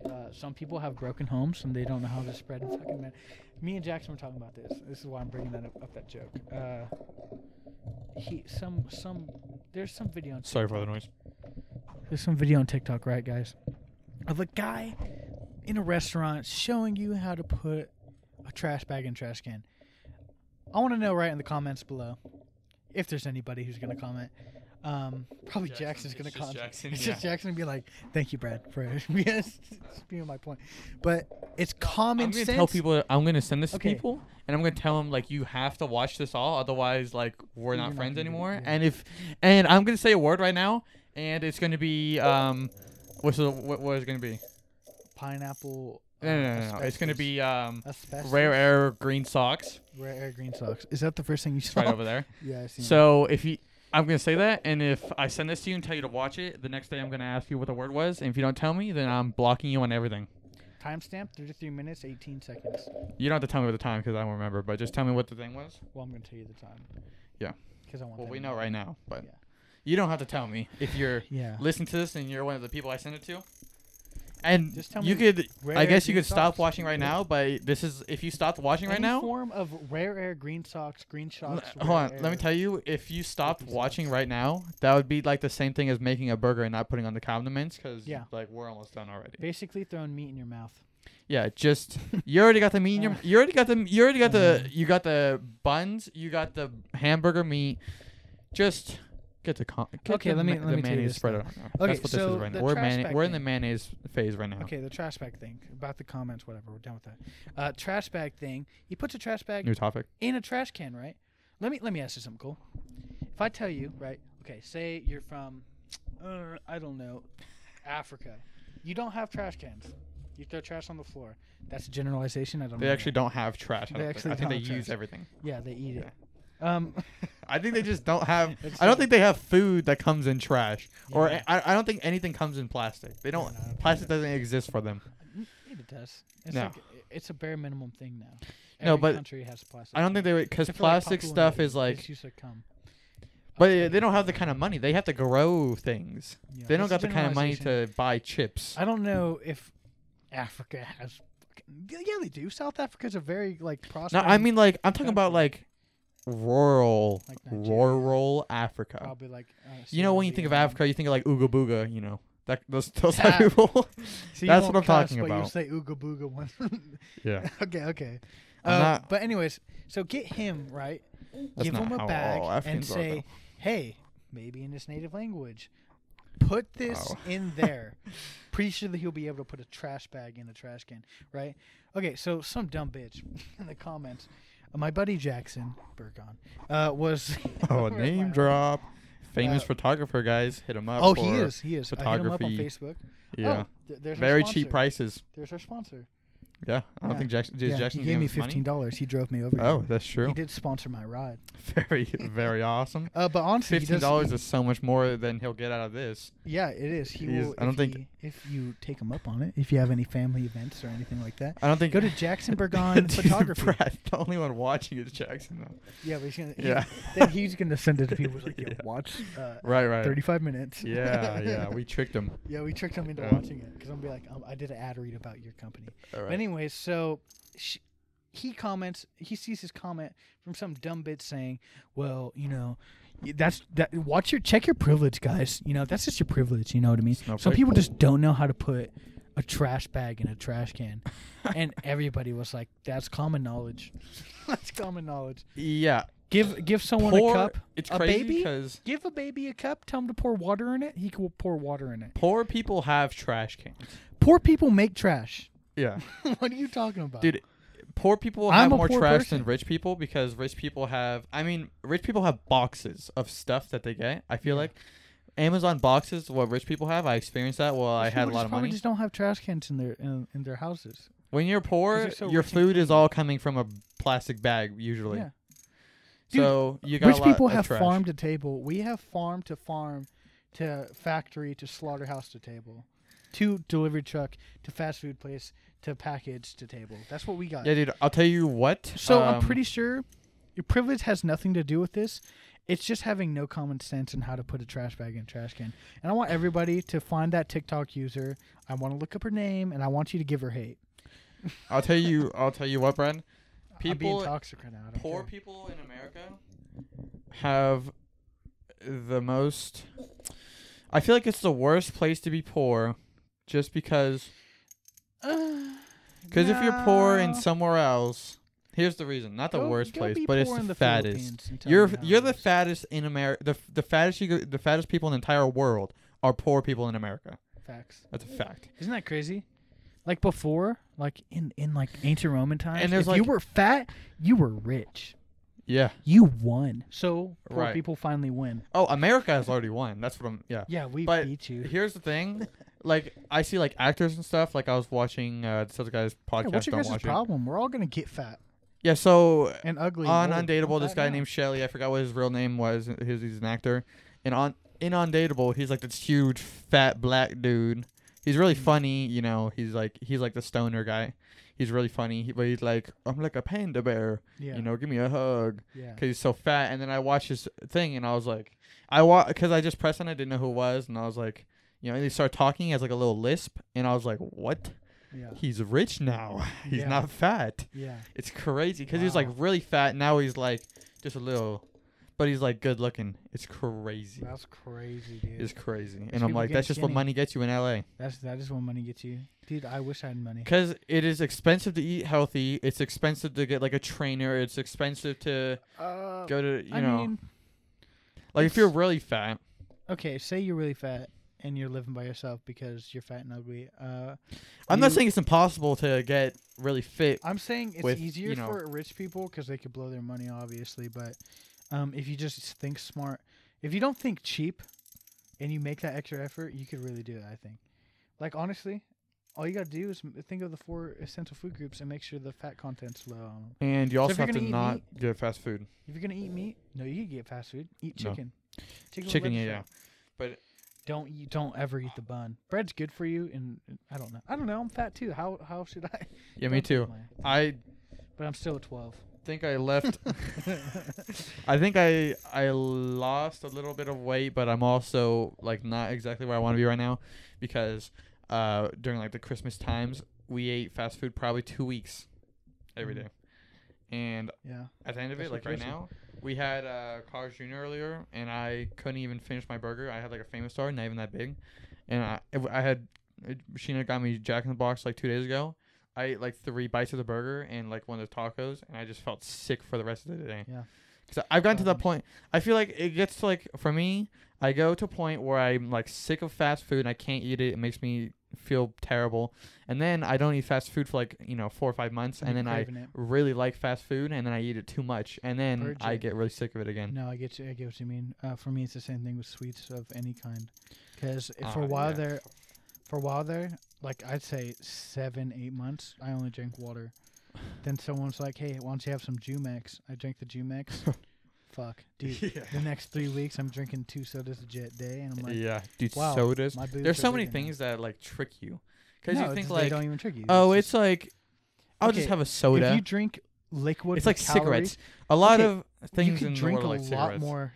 Speaker 1: Uh, some people have broken homes and they don't know how to spread and fucking man. Me and Jackson were talking about this. This is why I'm bringing that up, up that joke. Uh, he some some there's some video on
Speaker 2: Sorry for the noise.
Speaker 1: There's some video on TikTok, right, guys? Of a guy in a restaurant showing you how to put a trash bag in a trash can. I want to know right in the comments below if there's anybody who's going to comment. Um, probably
Speaker 2: Jackson.
Speaker 1: Jackson's
Speaker 2: It's
Speaker 1: going to
Speaker 2: just
Speaker 1: comment.
Speaker 2: Jackson,
Speaker 1: It's
Speaker 2: yeah.
Speaker 1: just Jackson and be like, "Thank you, Brad, for yes, being my point." But it's common
Speaker 2: I'm gonna
Speaker 1: sense.
Speaker 2: tell people. I'm gonna send this
Speaker 1: Okay.
Speaker 2: to people, and I'm gonna tell them like you have to watch this all, otherwise like we're
Speaker 1: You're
Speaker 2: not
Speaker 1: not
Speaker 2: friends
Speaker 1: gonna do it,
Speaker 2: anymore.
Speaker 1: yeah.
Speaker 2: And if, and I'm gonna say a word right now, and it's gonna be um, what's the, what what is it gonna be?
Speaker 1: pineapple.
Speaker 2: No, no, no,
Speaker 1: uh,
Speaker 2: no, no. It's gonna
Speaker 1: asbestos-
Speaker 2: be um,
Speaker 1: asbestos,
Speaker 2: rare air green socks
Speaker 1: rare air green socks. Is that the first thing you
Speaker 2: It's
Speaker 1: saw?
Speaker 2: right over there.
Speaker 1: Yeah, I seen it.
Speaker 2: So if you. I'm gonna say that, and if I send this to you and tell you to watch it, the next day I'm gonna ask you what the word was, and if you don't tell me, then I'm blocking you on everything.
Speaker 1: Timestamp: 33 minutes, 18 seconds.
Speaker 2: You don't have to tell me what the time because I don't remember, but just tell me what the thing was.
Speaker 1: Well, I'm going to tell you the time.
Speaker 2: Yeah.
Speaker 1: Because I want.
Speaker 2: Well,
Speaker 1: that
Speaker 2: we
Speaker 1: in
Speaker 2: know
Speaker 1: there.
Speaker 2: right now, but
Speaker 1: Yeah.
Speaker 2: you don't have to tell me if you're
Speaker 1: Yeah.
Speaker 2: listen to this and you're one of the people I sent it to. And
Speaker 1: Just tell
Speaker 2: you
Speaker 1: me
Speaker 2: could, I
Speaker 1: where
Speaker 2: guess you
Speaker 1: green
Speaker 2: could stop
Speaker 1: socks-
Speaker 2: watching right now, but this is if you stopped watching right
Speaker 1: Any
Speaker 2: now.
Speaker 1: form of rare air, green socks, green
Speaker 2: l-
Speaker 1: socks.
Speaker 2: Hold on, let me tell you. If you stopped
Speaker 1: Green
Speaker 2: watching
Speaker 1: socks.
Speaker 2: right now, that would be like the same thing as making a burger and not putting on the condiments, because
Speaker 1: Yeah.
Speaker 2: like we're almost done already.
Speaker 1: Basically, throwing meat in your mouth.
Speaker 2: Yeah, just you already got the meat. in your-
Speaker 1: Uh.
Speaker 2: You already got the. You already got the.
Speaker 1: Uh.
Speaker 2: You got the buns. You got the hamburger meat. Just get the con. Get
Speaker 1: Okay,
Speaker 2: the
Speaker 1: let me-
Speaker 2: ma-
Speaker 1: let
Speaker 2: the
Speaker 1: me tell you
Speaker 2: mayonnaise
Speaker 1: this
Speaker 2: spread
Speaker 1: then.
Speaker 2: out.
Speaker 1: Okay,
Speaker 2: That's what this
Speaker 1: so
Speaker 2: is right now.
Speaker 1: the
Speaker 2: We're
Speaker 1: trash
Speaker 2: mayonnaise.
Speaker 1: bag
Speaker 2: We're in the
Speaker 1: thing.
Speaker 2: mayonnaise phase right now.
Speaker 1: Okay, the trash bag thing about the comments, whatever. We're done with that. Uh, trash bag thing. He puts a trash bag
Speaker 2: New topic.
Speaker 1: in a trash can, right? Let me let me ask you something cool. If I tell you, right? Okay, say you're from, uh, I don't know, Africa. You don't have trash cans. You throw trash on the floor. That's a generalization. I don't.
Speaker 2: They
Speaker 1: know
Speaker 2: actually don't have trash.
Speaker 1: They
Speaker 2: I, don't think.
Speaker 1: actually
Speaker 2: I think
Speaker 1: don't
Speaker 2: they
Speaker 1: have
Speaker 2: use
Speaker 1: trash.
Speaker 2: everything.
Speaker 1: Yeah, they eat it. Um,
Speaker 2: I think they just don't have.
Speaker 1: It's
Speaker 2: I don't
Speaker 1: not-
Speaker 2: think they have food that comes in trash, or
Speaker 1: Yeah.
Speaker 2: I, I don't think anything comes in plastic. They don't.
Speaker 1: no, I don't think
Speaker 2: plastic doesn't exist for them.
Speaker 1: it does. It's
Speaker 2: No.
Speaker 1: like it's a bare minimum thing now. Every
Speaker 2: No, but
Speaker 1: country has plastic.
Speaker 2: I don't think they would, because
Speaker 1: Except for, like,
Speaker 2: plastic
Speaker 1: Papua
Speaker 2: stuff
Speaker 1: New
Speaker 2: is
Speaker 1: Guinea,
Speaker 2: like.
Speaker 1: it's used to come.
Speaker 2: But uh, they don't have the kind of money. They have to grow things.
Speaker 1: Yeah,
Speaker 2: They don't
Speaker 1: that's a
Speaker 2: got the kind of money
Speaker 1: generalization.
Speaker 2: to buy chips.
Speaker 1: I don't know if Africa has. fucking- Yeah, they do. South Africa's a very like
Speaker 2: No,
Speaker 1: prospering.
Speaker 2: I mean like I'm talking about like
Speaker 1: country.
Speaker 2: rural,
Speaker 1: Like Nigeria.
Speaker 2: rural Africa.
Speaker 1: probably like. Uh,
Speaker 2: You know when you
Speaker 1: Sierra
Speaker 2: think of
Speaker 1: Leone.
Speaker 2: Africa, you think of like Ooga Booga. You know that those those
Speaker 1: Yeah.
Speaker 2: type of people.
Speaker 1: So you
Speaker 2: That's what
Speaker 1: won't
Speaker 2: I'm
Speaker 1: cuss,
Speaker 2: talking
Speaker 1: but
Speaker 2: about.
Speaker 1: You say ooga booga one.
Speaker 2: yeah.
Speaker 1: okay, okay.
Speaker 2: I'm
Speaker 1: Uh,
Speaker 2: not-
Speaker 1: but anyways, so get him right.
Speaker 2: That's
Speaker 1: give
Speaker 2: not
Speaker 1: him a
Speaker 2: how
Speaker 1: bag
Speaker 2: all
Speaker 1: and
Speaker 2: Afghans are,
Speaker 1: say,
Speaker 2: though.
Speaker 1: "Hey, maybe in his native language, put this
Speaker 2: Oh.
Speaker 1: in there." Pretty sure that he'll be able to put a trash bag in a trash can, right? Okay, so some dumb bitch in the comments, uh, my buddy Jackson Burgon uh, was
Speaker 2: Oh,
Speaker 1: Where's my-
Speaker 2: name drop. Famous
Speaker 1: Uh,
Speaker 2: photographer, guys. Hit him up.
Speaker 1: Oh,
Speaker 2: for,
Speaker 1: he is. He is. I hit him up on
Speaker 2: photography.
Speaker 1: Facebook.
Speaker 2: Yeah.
Speaker 1: Oh, th- there's our
Speaker 2: Very cheap
Speaker 1: sponsor.
Speaker 2: prices.
Speaker 1: There's our sponsor.
Speaker 2: Yeah. I don't
Speaker 1: Yeah.
Speaker 2: think Jackson. Did
Speaker 1: yeah,
Speaker 2: Jackson
Speaker 1: he gave
Speaker 2: give
Speaker 1: me
Speaker 2: us money?
Speaker 1: fifteen dollars. He drove me over. here.
Speaker 2: Oh, that's true.
Speaker 1: He did sponsor my ride.
Speaker 2: Very, very awesome.
Speaker 1: Uh, but honestly, he
Speaker 2: Fifteen
Speaker 1: does-
Speaker 2: dollars is so much more than he'll get out of this.
Speaker 1: Yeah, it is. He
Speaker 2: He's-
Speaker 1: will.
Speaker 2: I don't
Speaker 1: if
Speaker 2: think-
Speaker 1: he- if you take him up on it, if you have any family events or anything like that,
Speaker 2: I don't think.
Speaker 1: go to Jackson Burgon
Speaker 2: Dude,
Speaker 1: Photography.
Speaker 2: Brad, the only one watching is Jackson. Though.
Speaker 1: Yeah, but he's gonna. he-
Speaker 2: Yeah.
Speaker 1: then he's gonna send it to people like, yeah,
Speaker 2: Yeah.
Speaker 1: watch. Uh,
Speaker 2: Right, right.
Speaker 1: Thirty-five minutes.
Speaker 2: Yeah, yeah. We tricked him.
Speaker 1: yeah, we tricked him into
Speaker 2: Yeah.
Speaker 1: watching it because I'm gonna be like, um, I did an ad read about your company.
Speaker 2: All
Speaker 1: But
Speaker 2: right.
Speaker 1: anyways, so sh he comments. He sees his comment from some dumb bitch saying, "Well, you know, y- that's that. Watch your check your privilege, guys. You know, that's just your privilege. You know what I mean?
Speaker 2: not
Speaker 1: some
Speaker 2: very
Speaker 1: people just don't know how to put a trash bag in a trash can." and everybody was like, "That's common knowledge. that's common knowledge.
Speaker 2: yeah.
Speaker 1: Give give someone
Speaker 2: Pour,
Speaker 1: a cup.
Speaker 2: It's
Speaker 1: a
Speaker 2: crazy
Speaker 1: baby?
Speaker 2: because
Speaker 1: Give a baby a cup. Tell him to pour water in it. He can pour water in it.
Speaker 2: poor people have trash cans.
Speaker 1: Poor people make trash.
Speaker 2: Yeah.
Speaker 1: what are you talking about,
Speaker 2: Dude, poor people
Speaker 1: I'm
Speaker 2: have
Speaker 1: a
Speaker 2: more
Speaker 1: poor
Speaker 2: trash
Speaker 1: person.
Speaker 2: than rich people because rich people have I mean, rich people have boxes of stuff that they get. I feel
Speaker 1: Yeah.
Speaker 2: like Amazon boxes what rich people have. I experienced that while I
Speaker 1: Most
Speaker 2: had a
Speaker 1: people
Speaker 2: lot
Speaker 1: just
Speaker 2: of
Speaker 1: probably
Speaker 2: money.
Speaker 1: just don't have trash cans in their in, in their houses.
Speaker 2: when you're poor,
Speaker 1: they're so
Speaker 2: your
Speaker 1: rich and
Speaker 2: food is all coming from a plastic bag usually.
Speaker 1: Yeah. Dude,
Speaker 2: So you got a
Speaker 1: Rich
Speaker 2: lot
Speaker 1: people
Speaker 2: of
Speaker 1: have
Speaker 2: trash.
Speaker 1: farm to table. We have farm to farm, to factory to slaughterhouse to table, to delivery truck to fast food place to package to table. That's what we got.
Speaker 2: Yeah, dude. I'll tell you what.
Speaker 1: so I'm
Speaker 2: um,
Speaker 1: pretty sure your privilege has nothing to do with this. It's just having no common sense in how to put a trash bag in a trash can. And I want everybody to find that TikTok user. I want to look up her name, and I want you to give her hate.
Speaker 2: I'll tell you. I'll tell you what, Brad.
Speaker 1: I'm being
Speaker 2: People
Speaker 1: toxic right now. I don't
Speaker 2: poor
Speaker 1: care.
Speaker 2: people in America have the most. I feel like it's the worst place to be poor, just because. Because if you're poor in
Speaker 1: No.
Speaker 2: somewhere else, here's the reason. Not the
Speaker 1: Go-
Speaker 2: worst
Speaker 1: go
Speaker 2: place,
Speaker 1: be
Speaker 2: but it's
Speaker 1: poor
Speaker 2: the,
Speaker 1: in
Speaker 2: fattest.
Speaker 1: Philippines and tell
Speaker 2: You're
Speaker 1: me how
Speaker 2: you're
Speaker 1: it
Speaker 2: the
Speaker 1: is.
Speaker 2: fattest in America. The the fattest you go- the fattest people in the entire world are poor people in America.
Speaker 1: facts.
Speaker 2: That's a fact.
Speaker 1: Isn't that crazy? Like before, like in in like ancient Roman times,
Speaker 2: there's
Speaker 1: if
Speaker 2: like-
Speaker 1: you were fat, you were rich.
Speaker 2: Yeah.
Speaker 1: You won. So poor
Speaker 2: Right.
Speaker 1: people finally win.
Speaker 2: Oh, America has already won. That's what I'm. Yeah.
Speaker 1: Yeah, we
Speaker 2: But
Speaker 1: beat you.
Speaker 2: Here's the thing, like I see like actors and stuff. Like I was watching uh, this other guy's podcast.
Speaker 1: Yeah, what's your
Speaker 2: don't
Speaker 1: guys'
Speaker 2: watch it.
Speaker 1: problem? We're all gonna get fat
Speaker 2: Yeah, so
Speaker 1: and ugly.
Speaker 2: on
Speaker 1: and old.
Speaker 2: Undateable,
Speaker 1: I'm
Speaker 2: this
Speaker 1: fat
Speaker 2: guy
Speaker 1: now.
Speaker 2: named Shelly, I forgot what his real name was. He's, he's an actor, and on in Undateable, he's like this huge fat black dude. He's
Speaker 1: Mm.
Speaker 2: really funny, you know. He's like he's like the stoner guy. He's really funny, he, but he's like I'm like a panda bear,
Speaker 1: Yeah,
Speaker 2: you know. Give me a hug,
Speaker 1: yeah.
Speaker 2: cause he's so fat. And then I watched his thing, and I was like, I wa- cause I just pressed on, it, I didn't know who it was, and I was like, you know, and he started talking, he has like a little lisp, and I was like, what?
Speaker 1: yeah,
Speaker 2: He's rich now. he's
Speaker 1: Yeah.
Speaker 2: not fat.
Speaker 1: yeah,
Speaker 2: It's crazy because he's like
Speaker 1: Wow.
Speaker 2: really fat. Now he's like just a little, but he's like good looking. It's crazy.
Speaker 1: That's crazy, dude.
Speaker 2: It's crazy.
Speaker 1: These
Speaker 2: And I'm
Speaker 1: people
Speaker 2: like,
Speaker 1: get
Speaker 2: that's just what
Speaker 1: skinny.
Speaker 2: money gets you in LA.
Speaker 1: That's that is what money gets you, dude. I wish I had money.
Speaker 2: Because it is expensive to eat healthy. It's expensive to get like a trainer. It's expensive to
Speaker 1: Uh,
Speaker 2: go to, you
Speaker 1: I
Speaker 2: know,
Speaker 1: mean,
Speaker 2: like
Speaker 1: it's-
Speaker 2: if you're really fat.
Speaker 1: okay, say you're really fat and you're living by yourself because you're fat and ugly. Uh,
Speaker 2: I'm not
Speaker 1: you-
Speaker 2: saying it's impossible to get really fit.
Speaker 1: I'm saying it's
Speaker 2: with,
Speaker 1: easier
Speaker 2: you know-
Speaker 1: for rich people because they could blow their money, obviously. But um, if you just think smart, if you don't think cheap, and you make that extra effort, you could really do it. I think. Like honestly, all you gotta do is m- think of the four essential food groups and make sure the fat content's low. on 'em.
Speaker 2: And you
Speaker 1: So
Speaker 2: also
Speaker 1: if you're
Speaker 2: have to
Speaker 1: gonna eat
Speaker 2: not get fast food.
Speaker 1: If you're gonna eat meat, no, you can get fast food. Eat
Speaker 2: No.
Speaker 1: chicken. Chicken's
Speaker 2: Chicken, yeah,
Speaker 1: legislated.
Speaker 2: yeah. But
Speaker 1: Don't you don't ever eat the bun. Bread's good for you, and and I don't know. I don't know. I'm fat too. How how should I?
Speaker 2: yeah, me
Speaker 1: Don't take
Speaker 2: too.
Speaker 1: mine.
Speaker 2: I
Speaker 1: But I'm still at twelve.
Speaker 2: think I left I think I I lost a little bit of weight, but I'm also like not exactly where I want to be right now because uh, during like the Christmas times, we ate fast food probably two weeks every
Speaker 1: Mhm.
Speaker 2: day, and
Speaker 1: yeah.
Speaker 2: at the end of
Speaker 1: That's
Speaker 2: it, like right
Speaker 1: ridiculous.
Speaker 2: now, we had uh, Carl's Jr. earlier, and I couldn't even finish my burger. I had like a famous star, uh, not even that big, and I I had Sheena got me Jack in the Box like two days ago. I ate like three bites of the burger and like one of the tacos, and I just felt sick for the rest of the day.
Speaker 1: Yeah.
Speaker 2: Because I've gotten to the
Speaker 1: Um,
Speaker 2: point. I feel like it gets to like for me, I go to a point where I'm like sick of fast food and I can't eat it. It makes me feel terrible, and then I don't eat fast food for like you know four or five months, and
Speaker 1: you're
Speaker 2: then I
Speaker 1: craving it.
Speaker 2: really like fast food, and then I eat it too much, and then
Speaker 1: Purge
Speaker 2: I
Speaker 1: it.
Speaker 2: get really sick of it again.
Speaker 1: No, I get you. I get what you mean. Uh, for me, it's the same thing with sweets of any kind. Because for
Speaker 2: Ah,
Speaker 1: a while
Speaker 2: yeah.
Speaker 1: there, for a while there, like I'd say seven, eight months, I only drank water. Then someone's like, "Hey, why don't you have some Jumex?" I drank the Jumex. Fuck, dude. Oh
Speaker 2: yeah.
Speaker 1: The next three weeks, I'm drinking two sodas a jet day, and I'm like,
Speaker 2: yeah, dude,
Speaker 1: wow,
Speaker 2: sodas.
Speaker 1: my boobs
Speaker 2: There's
Speaker 1: are
Speaker 2: so many
Speaker 1: big now.
Speaker 2: things that like trick you, because
Speaker 1: no,
Speaker 2: you
Speaker 1: it's-
Speaker 2: think
Speaker 1: they
Speaker 2: like,
Speaker 1: don't even trick you.
Speaker 2: oh,
Speaker 1: it's
Speaker 2: it's like, I'll
Speaker 1: Okay,
Speaker 2: just have a
Speaker 1: just-
Speaker 2: soda.
Speaker 1: if you drink liquid,
Speaker 2: it's
Speaker 1: with
Speaker 2: like
Speaker 1: calories,
Speaker 2: cigarettes. A lot
Speaker 1: Okay,
Speaker 2: of things
Speaker 1: you
Speaker 2: in
Speaker 1: can drink
Speaker 2: the world are
Speaker 1: a
Speaker 2: like
Speaker 1: lot
Speaker 2: cigarettes.
Speaker 1: more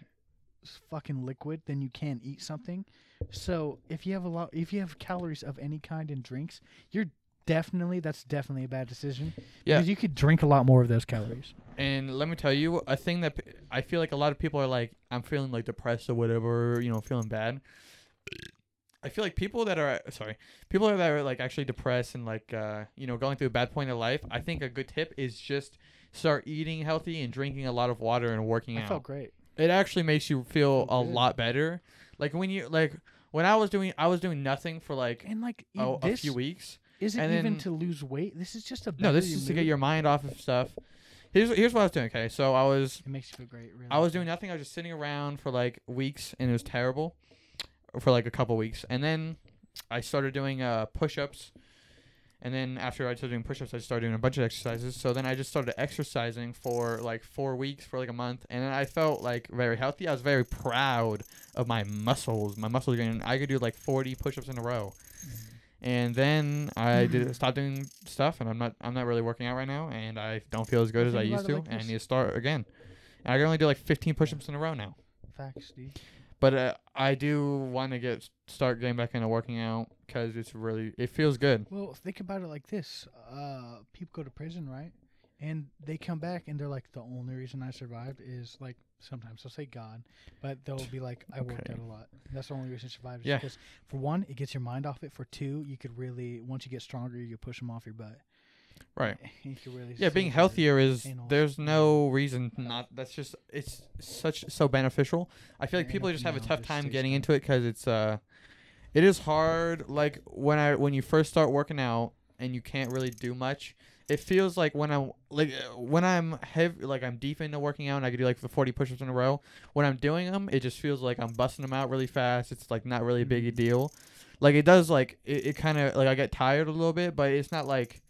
Speaker 1: s- fucking liquid than you can eat something. So if you have a lot, if you have calories of any kind in drinks, you're definitely that's definitely a bad decision.
Speaker 2: Yeah.
Speaker 1: because you could drink a lot more of those calories.
Speaker 2: And let me tell you, a thing that p- I feel like a lot of people are like, I'm feeling like depressed or whatever, you know, feeling bad. I feel like people that are sorry, people that are like actually depressed and like uh, you know going through a bad point in life. I think a good tip is just start eating healthy and drinking a lot of water and working
Speaker 1: I
Speaker 2: out.
Speaker 1: felt great.
Speaker 2: it actually makes you feel
Speaker 1: Felt
Speaker 2: a
Speaker 1: good.
Speaker 2: lot better. Like when you like when I was doing I was doing nothing for like
Speaker 1: And like e-
Speaker 2: a, Oh, a
Speaker 1: this
Speaker 2: few weeks.
Speaker 1: isn't
Speaker 2: and
Speaker 1: even
Speaker 2: then-
Speaker 1: to lose weight. This is just a
Speaker 2: No, this is to get your mind off of stuff. Here's here's what I was doing. Okay, so I was
Speaker 1: It makes you feel great. Really,
Speaker 2: I was doing nothing. I was just sitting around for like weeks, and it was terrible for like a couple weeks. And then I started doing uh, push-ups, and then after I started doing push-ups, I started doing a bunch of exercises. So then I just started exercising for like four weeks, for like a month, and then I felt like very healthy. I was very proud of my muscles. My muscles, and I could do like 40 push-ups in a row. And then I did stopped doing stuff, and I'm not I'm not really working out right now, and I don't feel as good
Speaker 1: I
Speaker 2: as I
Speaker 1: think about
Speaker 2: used
Speaker 1: it
Speaker 2: to,
Speaker 1: like
Speaker 2: and I
Speaker 1: this.
Speaker 2: need to start again. And I can only do like 15 push-ups in a row now.
Speaker 1: facts, dude.
Speaker 2: But uh, I do want to get start getting back into working out because it's really it feels good.
Speaker 1: Well, think about it like this: uh, people go to prison, right? And they come back, and they're like, "The only reason I survived is like sometimes they'll say God, but they'll be like, I worked
Speaker 2: Okay.
Speaker 1: out a lot. That's the only reason I survived. is
Speaker 2: Yeah.
Speaker 1: Because for one, it gets your mind off it. For two, you could really once you get stronger, you push them off your butt.
Speaker 2: Right.
Speaker 1: You could really
Speaker 2: Yeah, being
Speaker 1: save your-
Speaker 2: healthier is
Speaker 1: and also-
Speaker 2: there's no reason not. That's just it's such so beneficial. I feel like
Speaker 1: Yeah,
Speaker 2: people
Speaker 1: and
Speaker 2: just have a
Speaker 1: now
Speaker 2: tough
Speaker 1: this
Speaker 2: time
Speaker 1: tastes
Speaker 2: getting
Speaker 1: good.
Speaker 2: into it because it's uh, it is hard. Like when I when you first start working out and you can't really do much. It feels like when I'm like uh, when I'm heavy, like I'm deep into working out, and I could do like the 40 push-ups in a row. When I'm doing them, it just feels like I'm busting them out really fast. It's like not really a big a
Speaker 1: Mhm.
Speaker 2: deal. Like it does, like it, it kind of like I get tired a little bit, but it's not like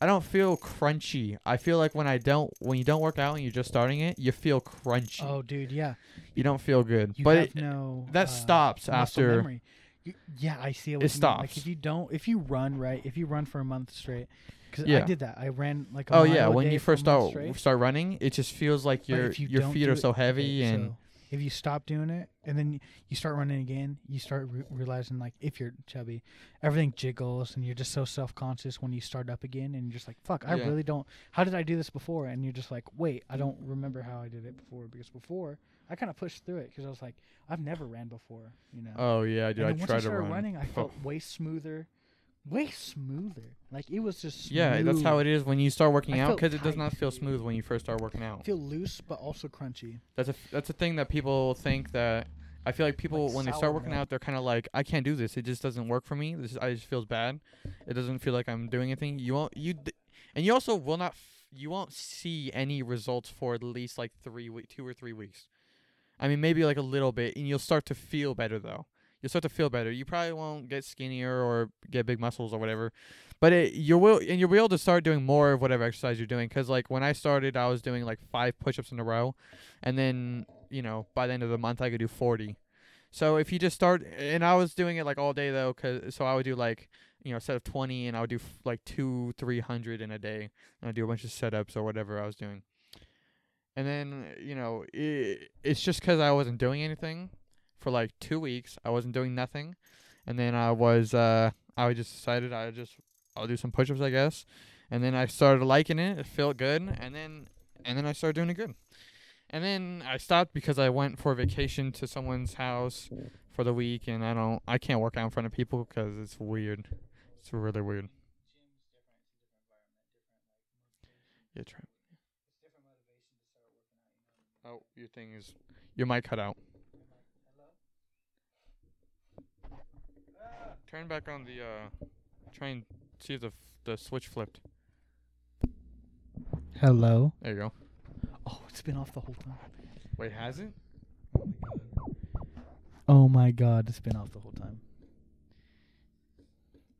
Speaker 2: I don't feel crunchy. I feel like when I don't, when you don't work out and you're just starting it, you feel crunchy.
Speaker 1: Oh, dude, yeah.
Speaker 2: You don't feel good.
Speaker 1: You
Speaker 2: but
Speaker 1: have
Speaker 2: it,
Speaker 1: no
Speaker 2: that
Speaker 1: uh,
Speaker 2: stops
Speaker 1: muscle
Speaker 2: after.
Speaker 1: memory. You- yeah, I see it.
Speaker 2: It
Speaker 1: With Like
Speaker 2: stops.
Speaker 1: if you don't, if you run right, if you run for a month straight, because I
Speaker 2: Yeah.
Speaker 1: did that. I ran like a
Speaker 2: Oh
Speaker 1: mile
Speaker 2: yeah,
Speaker 1: a
Speaker 2: when
Speaker 1: day
Speaker 2: you
Speaker 1: for a
Speaker 2: first
Speaker 1: month
Speaker 2: start
Speaker 1: straight.
Speaker 2: start running, it just feels like
Speaker 1: But
Speaker 2: your
Speaker 1: if you
Speaker 2: your
Speaker 1: don't
Speaker 2: feet
Speaker 1: do
Speaker 2: are
Speaker 1: it-
Speaker 2: so heavy
Speaker 1: okay,
Speaker 2: and
Speaker 1: so if you stop doing it and then y- you start running again, you start re- realizing like if you're chubby, everything jiggles and you're just so self conscious when you start up again and you're just like fuck, I
Speaker 2: Yeah.
Speaker 1: really don't. How did I do this before? And you're just like wait, I don't remember how I did it before because before I kind of pushed through it because I was like I've never ran before, you know.
Speaker 2: oh yeah,
Speaker 1: and
Speaker 2: dude, I
Speaker 1: then once
Speaker 2: try
Speaker 1: I
Speaker 2: to
Speaker 1: started
Speaker 2: run.
Speaker 1: running, I felt way smoother, way smoother. Like it was just smooth.
Speaker 2: yeah, that's how it is when you start working
Speaker 1: I
Speaker 2: out
Speaker 1: felt
Speaker 2: because it does
Speaker 1: tight,
Speaker 2: not feel
Speaker 1: dude.
Speaker 2: smooth when you first start working out.
Speaker 1: feel loose but also crunchy.
Speaker 2: That's a that's a thing that people think that I feel like people
Speaker 1: Like
Speaker 2: when they
Speaker 1: sour
Speaker 2: start working
Speaker 1: milk.
Speaker 2: out, they're kind of like, I can't do this. It just doesn't work for me. This is, I just feels bad. It doesn't feel like I'm doing anything. You won't you, d- and you also will not. F- you won't see any results for at least like three week, two or three weeks. I mean, maybe like a little bit, and you'll start to feel better though. You'll start to feel better. You probably won't get skinnier or get big muscles or whatever, but it, you will, and you'll be able to start doing more of whatever exercise you're doing. Cause like when I started, I was doing like five push-ups in a row, and then you know by the end of the month I could do 40. So if you just start, and I was doing it like all day though, cause so I would do like you know a set of 20, and I would do f- like two, three hundred in a day, and I do a bunch of setups or whatever I was doing. And then you know it, it's just cause I wasn't doing anything for like two weeks. I wasn't doing nothing, and then I was uh I just decided I just I'll do some push-ups I guess, and then I started liking it. It felt good, and then and then I started doing it good. And then I stopped because I went for vacation to someone's house for the week, and I don't, I can't work out in front of people because it's weird. It's really weird. Yeah, try. Oh, your thing is your mic cut out. Turn back on the uh, try and see if the f- the switch flipped.
Speaker 1: Hello.
Speaker 2: There you go.
Speaker 1: Oh, it's been off the whole time.
Speaker 2: Wait, hasn't?
Speaker 1: Oh my god, it's been off the whole time.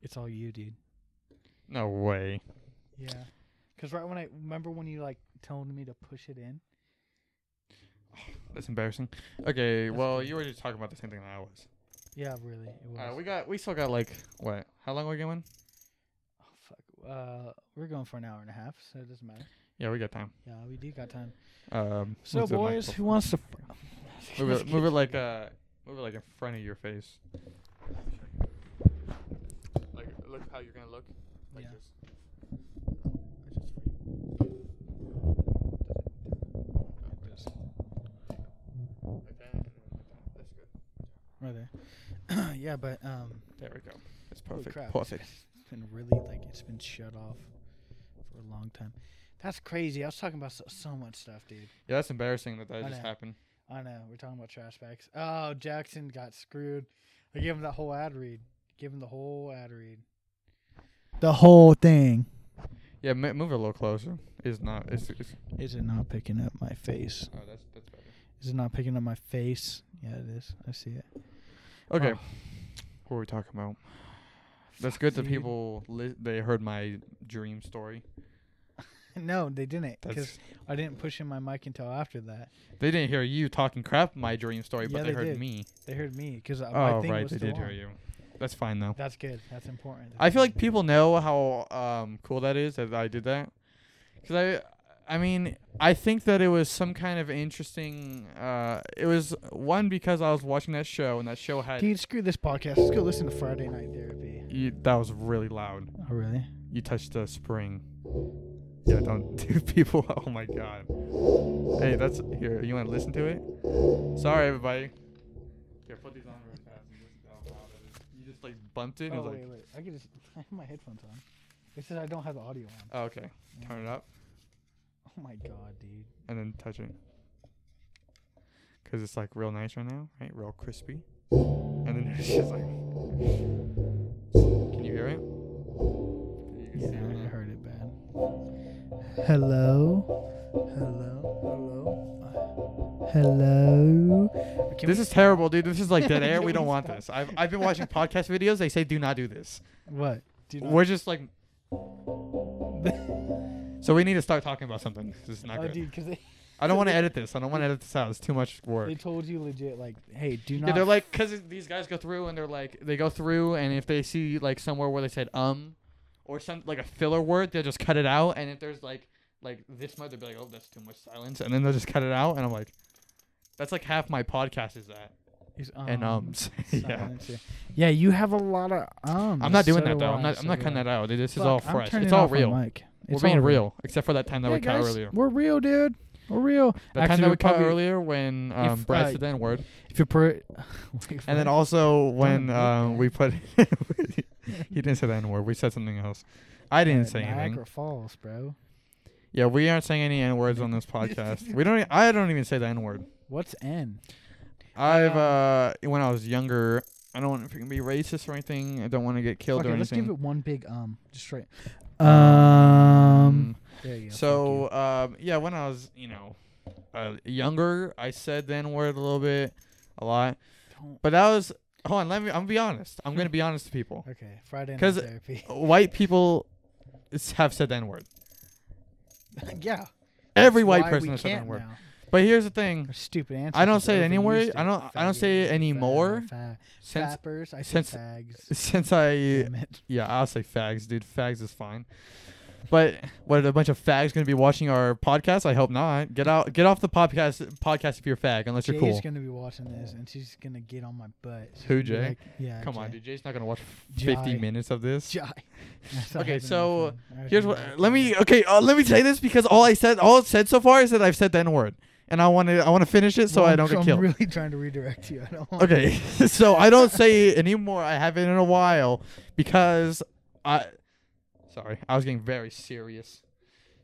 Speaker 1: It's all you, dude.
Speaker 2: No way.
Speaker 1: Yeah. Cause right when I remember when you like told me to push it in.
Speaker 2: That's embarrassing. Okay,
Speaker 1: That's
Speaker 2: well,
Speaker 1: okay.
Speaker 2: you were just talking about the same thing that I was.
Speaker 1: Yeah, really. It was.
Speaker 2: Uh, we got, we still got like what? How long are we going?
Speaker 1: oh fuck. Uh, we're going for an hour and a half, so it doesn't matter.
Speaker 2: Yeah, we got time.
Speaker 1: Yeah, we do got time.
Speaker 2: Um,
Speaker 1: So
Speaker 2: move the mic
Speaker 1: boys,
Speaker 2: closer.
Speaker 1: who wants to?
Speaker 2: move it, move it like uh, move it like in front of your face. Like, look how you're gonna look.
Speaker 1: like Yeah.
Speaker 2: this.
Speaker 1: right there. yeah, but um,
Speaker 2: There we go. It's
Speaker 1: holy
Speaker 2: perfect.
Speaker 1: crap, it's
Speaker 2: perfect.
Speaker 1: It's been really like it's been shut off for a long time. That's crazy. I was talking about so, so much stuff, dude.
Speaker 2: Yeah, that's embarrassing that
Speaker 1: I
Speaker 2: that just
Speaker 1: know.
Speaker 2: happened.
Speaker 1: I know. We're talking about trash bags. Oh, Jackson got screwed. I gave him that whole ad read. Give him the whole ad read. The whole thing.
Speaker 2: Yeah, m- move it a little closer. It's not. It's. it's
Speaker 1: Is it not picking up my face?
Speaker 2: oh, that's that's better.
Speaker 1: Is it not picking up my face? Yeah, it is. I see it.
Speaker 2: Okay.
Speaker 1: Oh.
Speaker 2: What were we talking about? That's good that
Speaker 1: dude.
Speaker 2: people li- they heard my dream story.
Speaker 1: No, they didn't because
Speaker 2: That's,
Speaker 1: I didn't push in my mic until after that.
Speaker 2: they didn't hear you talking crap my dream story,
Speaker 1: Yeah,
Speaker 2: but they
Speaker 1: they
Speaker 2: heard
Speaker 1: did.
Speaker 2: me.
Speaker 1: They heard me because my
Speaker 2: Oh
Speaker 1: thing
Speaker 2: right,
Speaker 1: was
Speaker 2: they
Speaker 1: still
Speaker 2: did hear
Speaker 1: on.
Speaker 2: you. That's fine though.
Speaker 1: That's good. That's important.
Speaker 2: I feel like people know how um, cool that is that I did that. Cause I, I mean, I think that it was some kind of interesting. Uh, it was one because I was watching that show and that show had.
Speaker 1: dude, screw this podcast. Let's go listen to Friday Night Therapy.
Speaker 2: You, that was really loud.
Speaker 1: Oh really?
Speaker 2: You touched the spring. Yeah, don't do people. Oh my god. Hey, that's here. You want to listen to it? Sorry, everybody. Here, put these on real fast. and listen to how loud it is. You just like bumped it. And it
Speaker 1: Oh
Speaker 2: was like,
Speaker 1: wait, wait. I can just. I have my headphones on. It says I don't have the audio on.
Speaker 2: oh, okay. Turn it up.
Speaker 1: Oh my god, dude.
Speaker 2: and then touch it. Cause it's like real nice right now, right? Real crispy. And then it's just like, can you hear it? You can see it
Speaker 1: I
Speaker 2: now.
Speaker 1: heard it bad. Hello, hello, hello, hello.
Speaker 2: This is terrible, dude. This is like dead air.
Speaker 1: Can
Speaker 2: We don't
Speaker 1: we
Speaker 2: want
Speaker 1: stop?
Speaker 2: this. I've I've been watching podcast videos. They say do not do this.
Speaker 1: what? Do you not-
Speaker 2: We're just like, so we need to start talking about something. 'cause This is not
Speaker 1: oh,
Speaker 2: good.
Speaker 1: dude, because they,
Speaker 2: I don't want to edit this. I don't want to edit this out. It's too much work.
Speaker 1: they told you legit like, hey, do
Speaker 2: Yeah,
Speaker 1: not.
Speaker 2: they're like, cause it- these guys go through and they're like, they go through and if they see like somewhere where they said um, or some like a filler word, they'll just cut it out. And if there's like like this much, they'll be like, oh, that's too much silence, and then they'll just cut it out. And I'm like, that's like half my podcast is that
Speaker 1: It's,
Speaker 2: and ums. yeah,
Speaker 1: um, silence, yeah. Yeah, you have a lot of ums.
Speaker 2: I'm not doing
Speaker 1: so
Speaker 2: that
Speaker 1: do
Speaker 2: though.
Speaker 1: I,
Speaker 2: I'm not.
Speaker 1: so
Speaker 2: I'm not
Speaker 1: do
Speaker 2: cutting
Speaker 1: I.
Speaker 2: that out. dude. This is
Speaker 1: Fuck,
Speaker 2: all
Speaker 1: I'm
Speaker 2: fresh.
Speaker 1: turning
Speaker 2: It's
Speaker 1: off
Speaker 2: all
Speaker 1: my
Speaker 2: real.
Speaker 1: mic.
Speaker 2: We're
Speaker 1: It's
Speaker 2: being
Speaker 1: all
Speaker 2: real, except for that time that
Speaker 1: Yeah,
Speaker 2: we cut
Speaker 1: guys,
Speaker 2: earlier.
Speaker 1: We're real, dude. We're real.
Speaker 2: The
Speaker 1: Actually,
Speaker 2: time that
Speaker 1: we're
Speaker 2: we cut
Speaker 1: probably-
Speaker 2: earlier when um,
Speaker 1: If,
Speaker 2: Brad
Speaker 1: uh,
Speaker 2: said the N word,
Speaker 1: If you put, Wait for
Speaker 2: and
Speaker 1: it.
Speaker 2: then also when
Speaker 1: look
Speaker 2: um,
Speaker 1: bad.
Speaker 2: we put He didn't say the N word. We said something else. I didn't say
Speaker 1: Niagara
Speaker 2: anything.
Speaker 1: Falls, bro.
Speaker 2: Yeah, we aren't saying any N words on this podcast. We don't. e- I don't even say the N word.
Speaker 1: What's N?
Speaker 2: I've uh,
Speaker 1: Uh,
Speaker 2: when I was younger, I don't want to be racist or anything. I don't want to get killed
Speaker 1: okay,
Speaker 2: or
Speaker 1: let's give
Speaker 2: anything.
Speaker 1: it one big um, just straight. Um. There you go.
Speaker 2: so um, yeah, when I was you know uh, younger, I said the N word a little bit, a lot.
Speaker 1: thank you. Don't-
Speaker 2: But that was hold on. Let me. I'm gonna be honest. I'm gonna be honest to people.
Speaker 1: okay, Friday night
Speaker 2: 'Cause-
Speaker 1: therapy.
Speaker 2: White people s- have said the N word.
Speaker 1: yeah.
Speaker 2: Every
Speaker 1: that's
Speaker 2: white
Speaker 1: why
Speaker 2: person
Speaker 1: we
Speaker 2: has said the
Speaker 1: can't
Speaker 2: N word.
Speaker 1: now.
Speaker 2: But here's the thing.
Speaker 1: Our stupid answer.
Speaker 2: I don't say it anywhere. I don't- I don't say it anymore.
Speaker 1: Fa-
Speaker 2: Since
Speaker 1: fappers. I
Speaker 2: since-
Speaker 1: say fags.
Speaker 2: since I
Speaker 1: Damn it.
Speaker 2: yeah, I'll say fags, dude. Fags is fine. But what are a bunch of fags gonna be watching our podcast? I hope not. Get out, get off the podcast. Podcast if you're a fag, unless you're
Speaker 1: Jay's
Speaker 2: cool.
Speaker 1: gonna be watching this, and she's gonna get on my butt. She's gonna
Speaker 2: Who,
Speaker 1: be
Speaker 2: Jay?
Speaker 1: like- yeah.
Speaker 2: Come on,
Speaker 1: Jay.
Speaker 2: dude. Jay's not gonna watch 50
Speaker 1: Jai.
Speaker 2: minutes of this.
Speaker 1: Jai. That's not
Speaker 2: Okay,
Speaker 1: happening on
Speaker 2: so,
Speaker 1: the phone. I
Speaker 2: Here's what.
Speaker 1: already know.
Speaker 2: Let me. Okay, uh, let me say this because all I said, all it said so far is that I've said the N word, and I want to, I want to finish it so
Speaker 1: Well,
Speaker 2: I
Speaker 1: I'm
Speaker 2: don't
Speaker 1: tr-
Speaker 2: get killed.
Speaker 1: I'm really trying to redirect you. I don't want
Speaker 2: Okay, so I don't say it anymore. I haven't in a while because I. Sorry, I was getting very serious.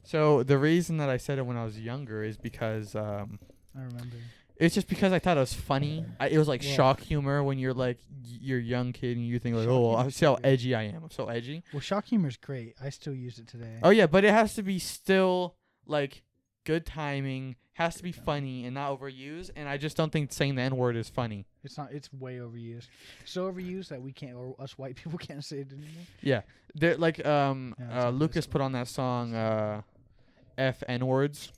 Speaker 2: So the reason that I said it when I was younger is because um,
Speaker 1: I remember.
Speaker 2: it's just because I thought it was funny. I, it was like
Speaker 1: Yeah.
Speaker 2: shock humor when you're like y- you're a young kid and you think like,
Speaker 1: Shock
Speaker 2: oh, I
Speaker 1: humor's
Speaker 2: see how
Speaker 1: pretty
Speaker 2: edgy I am. I'm so edgy.
Speaker 1: Well, shock humor's great. I still use it today.
Speaker 2: Oh yeah, but it has to be still like good timing. Has to be funny and not overused. And I just don't think saying the n word is funny.
Speaker 1: It's not. It's way overused. So overused that we can't, or us white people can't say it anymore.
Speaker 2: There, like um,
Speaker 1: Yeah, it's
Speaker 2: uh,
Speaker 1: not
Speaker 2: Lucas
Speaker 1: this
Speaker 2: put on that song uh, F N words,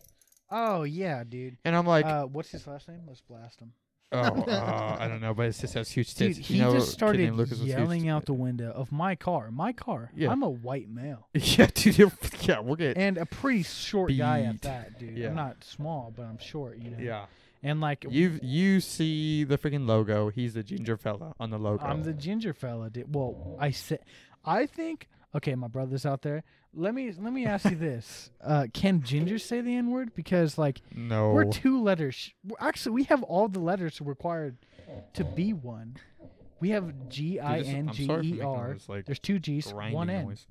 Speaker 1: Oh yeah, dude.
Speaker 2: and I'm like,
Speaker 1: uh, what's his last name? Let's blast him.
Speaker 2: oh, uh, I don't know, but it's just has huge
Speaker 1: Dude,
Speaker 2: tits.
Speaker 1: he
Speaker 2: you know,
Speaker 1: just
Speaker 2: kid
Speaker 1: started
Speaker 2: named Lucas with huge
Speaker 1: yelling
Speaker 2: tits.
Speaker 1: out the window of my car. My car.
Speaker 2: Yeah.
Speaker 1: I'm a white male
Speaker 2: Yeah, dude. Yeah, we'll get.
Speaker 1: and a pretty short guy at
Speaker 2: Beat.
Speaker 1: that, dude.
Speaker 2: Yeah.
Speaker 1: I'm not small, but I'm short, you know.
Speaker 2: Yeah.
Speaker 1: And like
Speaker 2: You you see the freaking logo. He's the ginger fella on the logo.
Speaker 1: I'm the ginger fella. Dude. Well, I said, I think. Okay, my brothers out there, let me let me ask you this: uh, Can ginger say the n word? Because like
Speaker 2: no.
Speaker 1: we're two letters. sh- we're- Actually, we have all the letters required to be one. We have G I
Speaker 2: Dude, this-
Speaker 1: N
Speaker 2: I'm
Speaker 1: G
Speaker 2: sorry for
Speaker 1: E
Speaker 2: making all
Speaker 1: R.
Speaker 2: this, like,
Speaker 1: There's two G's,
Speaker 2: grinding
Speaker 1: one N.
Speaker 2: noise.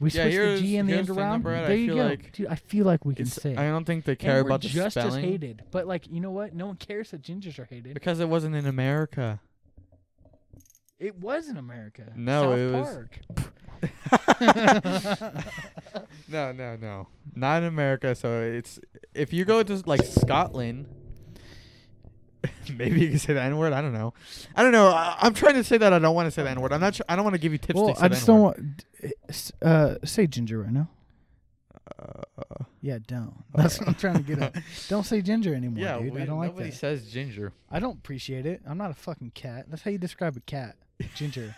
Speaker 1: We
Speaker 2: Yeah,
Speaker 1: switch the
Speaker 2: here's-
Speaker 1: G and the
Speaker 2: here's
Speaker 1: end
Speaker 2: the thing,
Speaker 1: around.
Speaker 2: Brad, I
Speaker 1: There you
Speaker 2: feel
Speaker 1: go,
Speaker 2: like
Speaker 1: dude. I feel like we can
Speaker 2: It's-
Speaker 1: say.
Speaker 2: I
Speaker 1: it.
Speaker 2: don't think they
Speaker 1: And
Speaker 2: care
Speaker 1: we're
Speaker 2: about the
Speaker 1: just as
Speaker 2: spelling
Speaker 1: hated, but like you know what? No one cares that gingers are hated.
Speaker 2: because it wasn't in America.
Speaker 1: It was in America.
Speaker 2: No,
Speaker 1: South
Speaker 2: it was-
Speaker 1: Park.
Speaker 2: no, no, no, not in America. So it's if you go to like Scotland, maybe you can say the N word. I don't know. I don't know. I, I'm trying to say that I don't want to say the N word. I'm not. Tr- I don't want to give you tips.
Speaker 1: Well,
Speaker 2: to say
Speaker 1: I
Speaker 2: the
Speaker 1: just don't
Speaker 2: N-word.
Speaker 1: want. Uh, say ginger right now.
Speaker 2: Uh,
Speaker 1: Yeah, don't. That's what I'm trying to get at. Don't say ginger anymore,
Speaker 2: yeah,
Speaker 1: dude.
Speaker 2: we,
Speaker 1: I don't like
Speaker 2: nobody
Speaker 1: that.
Speaker 2: says ginger.
Speaker 1: I don't appreciate it. I'm not a fucking cat. That's how you describe a cat. Ginger.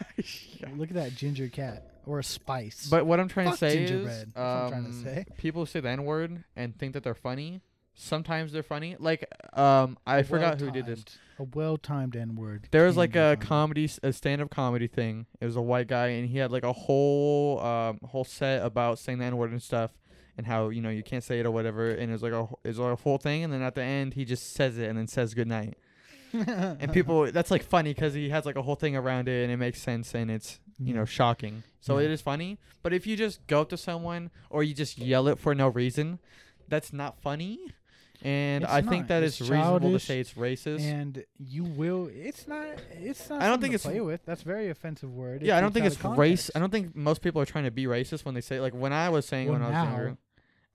Speaker 1: Look at that ginger cat or a spice.
Speaker 2: But what I'm trying
Speaker 1: Fuck
Speaker 2: to say is,
Speaker 1: gingerbread. That's what I'm trying to
Speaker 2: um,
Speaker 1: say.
Speaker 2: people say the N word and think that they're funny. Sometimes they're funny. Like, um, I forgot who did this.
Speaker 1: Well-timed. A well-timed N-word.
Speaker 2: There was like
Speaker 1: can be
Speaker 2: a
Speaker 1: funny.
Speaker 2: comedy, s- a stand-up comedy thing. It was a white guy, and he had like a whole, um, whole set about saying the N-word and stuff, and how you know you can't say it or whatever. And it was like a, wh- it was like a whole thing, and then at the end he just says it and then says good night. And people, that's like funny because he has like a whole thing around it, and it makes sense, and it's you
Speaker 1: Yeah.
Speaker 2: know shocking. So
Speaker 1: Mm. Yeah.
Speaker 2: it is funny. But if you just go up to someone or you just yell it for no reason, that's not funny. And
Speaker 1: It's
Speaker 2: I
Speaker 1: not.
Speaker 2: think that
Speaker 1: It's
Speaker 2: it's, reasonable to
Speaker 1: childish
Speaker 2: say it's racist.
Speaker 1: And you will. It's not. It's not.
Speaker 2: I don't
Speaker 1: something
Speaker 2: think
Speaker 1: to
Speaker 2: it's-
Speaker 1: play with. That's a very offensive word.
Speaker 2: Yeah, I
Speaker 1: It
Speaker 2: don't
Speaker 1: takes
Speaker 2: think
Speaker 1: out
Speaker 2: it's
Speaker 1: of
Speaker 2: race. I
Speaker 1: context.
Speaker 2: don't think most people are trying to be racist when they say like when I was saying
Speaker 1: Well,
Speaker 2: when I was
Speaker 1: now-
Speaker 2: younger,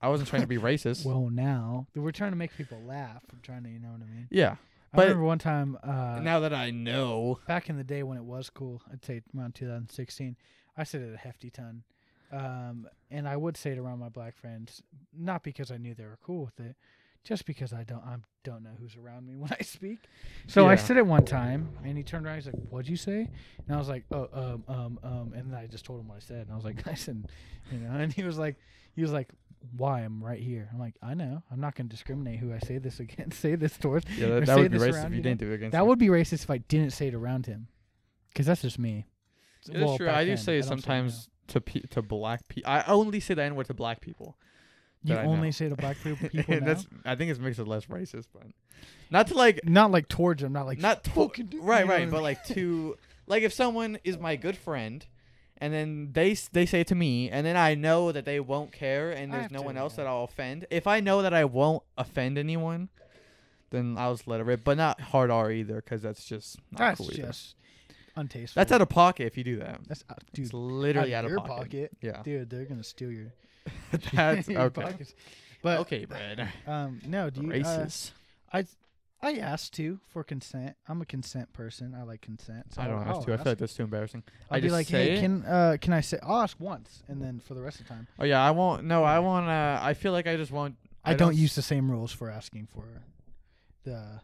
Speaker 2: I wasn't trying to be racist.
Speaker 1: Well, now we're trying to make people laugh. We're trying to, you know what I mean.
Speaker 2: yeah,
Speaker 1: I
Speaker 2: But-
Speaker 1: remember one time uh,
Speaker 2: now that I know,
Speaker 1: back in the day when it was cool, I'd say around 2016, I said it a hefty ton. Um, and I would say it around my black friends, not because I knew they were cool with it, just because I don't I don't know who's around me when I speak. So I
Speaker 2: Yeah.
Speaker 1: said it one time, and he turned around. He's like, "What'd you say?" And I was like, "Oh, um, um, um." And then I just told him what I said, and I was like, "I said, you know." And he was like, he was like, "Why? I'm right here." I'm like, "I know. I'm not gonna discriminate who I say this against, say this towards."
Speaker 2: yeah,
Speaker 1: or
Speaker 2: that,
Speaker 1: say
Speaker 2: that would be
Speaker 1: this
Speaker 2: racist
Speaker 1: around,
Speaker 2: if you
Speaker 1: you know?
Speaker 2: didn't do it against.
Speaker 1: That
Speaker 2: me.
Speaker 1: would be racist if I didn't say it around him, because that's just me.
Speaker 2: Yeah, that's true.
Speaker 1: back
Speaker 2: I do
Speaker 1: then,
Speaker 2: say
Speaker 1: I
Speaker 2: it
Speaker 1: don't it
Speaker 2: sometimes to pe- to black people. I only say the n word to black people.
Speaker 1: now.
Speaker 2: that I
Speaker 1: You only
Speaker 2: know.
Speaker 1: say to black pe- people
Speaker 2: And
Speaker 1: now?
Speaker 2: that's I think it makes it less racist, but not to like
Speaker 1: not like towards them, not like
Speaker 2: not to-
Speaker 1: fucking do-
Speaker 2: right
Speaker 1: you know
Speaker 2: right,
Speaker 1: what
Speaker 2: but like to like if someone is my good friend. And then they s- they say it to me, and then I know that they won't care, and
Speaker 1: I
Speaker 2: there's
Speaker 1: have
Speaker 2: no
Speaker 1: to,
Speaker 2: one else
Speaker 1: yeah.
Speaker 2: that I'll offend. If I know that I won't offend anyone, then I'll just let it rip. But not hard R either, because that's just not
Speaker 1: that's
Speaker 2: cool either.
Speaker 1: just untasteful.
Speaker 2: That's out of pocket if you do that.
Speaker 1: that's out,
Speaker 2: it's
Speaker 1: dude,
Speaker 2: literally
Speaker 1: out
Speaker 2: out
Speaker 1: of your
Speaker 2: of, pocket. Yeah,
Speaker 1: dude, they're gonna steal your,
Speaker 2: that's
Speaker 1: your
Speaker 2: okay.
Speaker 1: pockets. But
Speaker 2: okay, Brad.
Speaker 1: um, no, do you? uh,
Speaker 2: Racist.
Speaker 1: I I asked to for consent. I'm a consent person. I like consent. So
Speaker 2: I don't
Speaker 1: I'll
Speaker 2: ask to. I
Speaker 1: ask.
Speaker 2: feel like that's too embarrassing.
Speaker 1: Oh, I'll
Speaker 2: I
Speaker 1: be
Speaker 2: just
Speaker 1: like,
Speaker 2: say
Speaker 1: hey,
Speaker 2: it.
Speaker 1: can uh, can I say? I'll ask once, and then for the rest of the time,
Speaker 2: Oh yeah, I won't. No, I won't. Uh, I feel like I just won't.
Speaker 1: I, don't, use
Speaker 2: s-
Speaker 1: the same rules for asking for the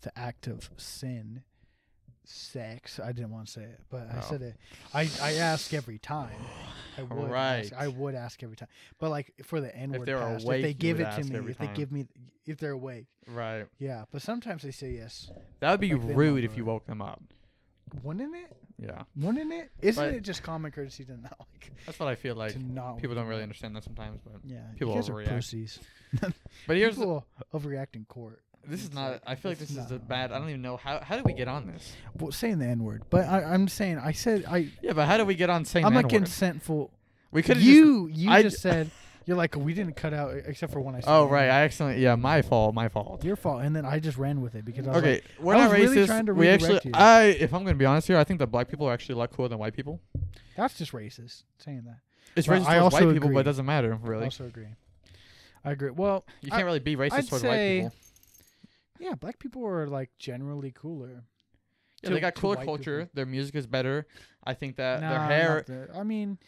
Speaker 1: the act of sin, sex. I didn't want to say it, but I
Speaker 2: Oh.
Speaker 1: said it. I, I ask every time. I would ask,
Speaker 2: Right.
Speaker 1: I would ask every time, but like for the N word,
Speaker 2: they're
Speaker 1: past,
Speaker 2: awake,
Speaker 1: if they
Speaker 2: you
Speaker 1: give
Speaker 2: would
Speaker 1: it to
Speaker 2: ask
Speaker 1: me,
Speaker 2: every
Speaker 1: if they
Speaker 2: time.
Speaker 1: give me, if they're awake,
Speaker 2: Right.
Speaker 1: yeah. But sometimes they say yes.
Speaker 2: That would be
Speaker 1: Like, they
Speaker 2: rude
Speaker 1: won't
Speaker 2: if you
Speaker 1: do it.
Speaker 2: woke them up.
Speaker 1: Wouldn't it?
Speaker 2: Yeah,
Speaker 1: Wouldn't it? Isn't
Speaker 2: But-
Speaker 1: it just common courtesy to not like
Speaker 2: that's what I feel like.
Speaker 1: to not?
Speaker 2: People don't
Speaker 1: wake
Speaker 2: really
Speaker 1: up?
Speaker 2: understand that sometimes, but
Speaker 1: Yeah,
Speaker 2: people
Speaker 1: you guys are
Speaker 2: overreact.
Speaker 1: pussies.
Speaker 2: but here's the-
Speaker 1: people overreact in court.
Speaker 2: this is
Speaker 1: It's
Speaker 2: not.
Speaker 1: like-
Speaker 2: I feel like
Speaker 1: it's
Speaker 2: this is a
Speaker 1: not-
Speaker 2: bad. I don't even know how. How did we get on this?
Speaker 1: well, saying the N word, but I, I'm saying I said I.
Speaker 2: Yeah, but how did we get on saying
Speaker 1: I'm
Speaker 2: the
Speaker 1: not
Speaker 2: N-word?
Speaker 1: consentful.
Speaker 2: We could have
Speaker 1: You you
Speaker 2: I-
Speaker 1: just said You're like, we didn't cut out e-, except for one I said.
Speaker 2: Oh right, I accidentally yeah, my fault, my fault.
Speaker 1: Your fault. And then I just ran with it because I was
Speaker 2: Okay,
Speaker 1: like,
Speaker 2: we're
Speaker 1: I
Speaker 2: not
Speaker 1: was really
Speaker 2: racist.
Speaker 1: trying to
Speaker 2: we actually,
Speaker 1: redirect you.
Speaker 2: I if I'm gonna be honest here, I think that black people are actually a lot cooler than white people.
Speaker 1: that's just racist saying that.
Speaker 2: It's
Speaker 1: Well,
Speaker 2: racist
Speaker 1: I
Speaker 2: towards white
Speaker 1: also
Speaker 2: people, but
Speaker 1: agree.
Speaker 2: it doesn't matter
Speaker 1: I
Speaker 2: really.
Speaker 1: also agree. I agree. Well,
Speaker 2: You
Speaker 1: I-
Speaker 2: can't really be racist
Speaker 1: I'd
Speaker 2: towards white
Speaker 1: say-
Speaker 2: people.
Speaker 1: yeah, black people are like generally cooler.
Speaker 2: Yeah,
Speaker 1: to-
Speaker 2: they got
Speaker 1: to
Speaker 2: cooler
Speaker 1: white
Speaker 2: culture.
Speaker 1: people.
Speaker 2: Their music is better. I think that
Speaker 1: Nah,
Speaker 2: Uh, their
Speaker 1: not
Speaker 2: hair.
Speaker 1: the- I mean,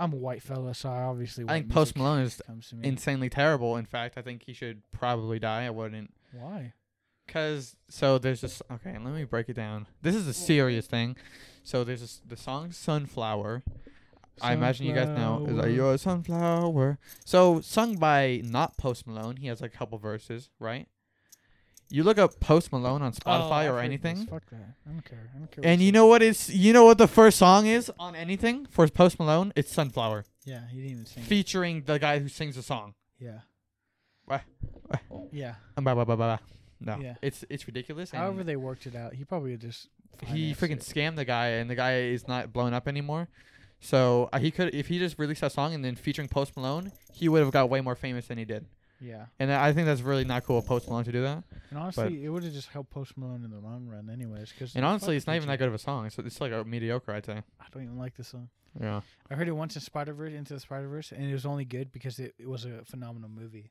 Speaker 1: I'm a white fella, so I obviously.
Speaker 2: I
Speaker 1: white
Speaker 2: think
Speaker 1: music
Speaker 2: Post Malone is
Speaker 1: comes to me.
Speaker 2: insanely terrible. In fact, I think he should probably die. I wouldn't.
Speaker 1: Why?
Speaker 2: Cause so there's this okay. Let me break it down. This is a serious thing. So there's this, the song "Sunflower." I imagine you guys know. It's like
Speaker 1: Sunflower.
Speaker 2: you're a sunflower. So sung by not Post Malone. He has like a couple verses, right? You look up Post Malone on
Speaker 1: Oh,
Speaker 2: Spotify
Speaker 1: I've
Speaker 2: or
Speaker 1: heard
Speaker 2: anything,
Speaker 1: this. Fuck that. I don't care. I don't care. what
Speaker 2: and
Speaker 1: you
Speaker 2: you know what is you know what the first song is on anything for Post Malone? It's "Sunflower,"
Speaker 1: say. Yeah, he didn't even sing. it.
Speaker 2: featuring the guy who sings the song.
Speaker 1: Yeah.
Speaker 2: Wha-
Speaker 1: Yeah.
Speaker 2: Um, Blah blah blah blah. blah. No,
Speaker 1: Yeah.
Speaker 2: it's it's ridiculous. and-
Speaker 1: However, they worked it out. He probably just.
Speaker 2: he
Speaker 1: financed
Speaker 2: freaking
Speaker 1: it.
Speaker 2: scammed the guy, and the guy is not blown up anymore. So uh, he could, if he just released that song and then featuring Post Malone, he would have got way more famous than he did.
Speaker 1: Yeah,
Speaker 2: And I think that's really not cool of Post Malone to do that.
Speaker 1: and honestly, it would have just helped Post Malone in the long run, anyways. Cause
Speaker 2: And
Speaker 1: fuck
Speaker 2: honestly, it's not even
Speaker 1: Gucci.
Speaker 2: that good of a song. So it's like a mediocre, I'd say.
Speaker 1: I don't even like this song.
Speaker 2: Yeah.
Speaker 1: I heard it once in Spider Verse, Into the Spider Verse, and it was only good because it, it was a phenomenal movie.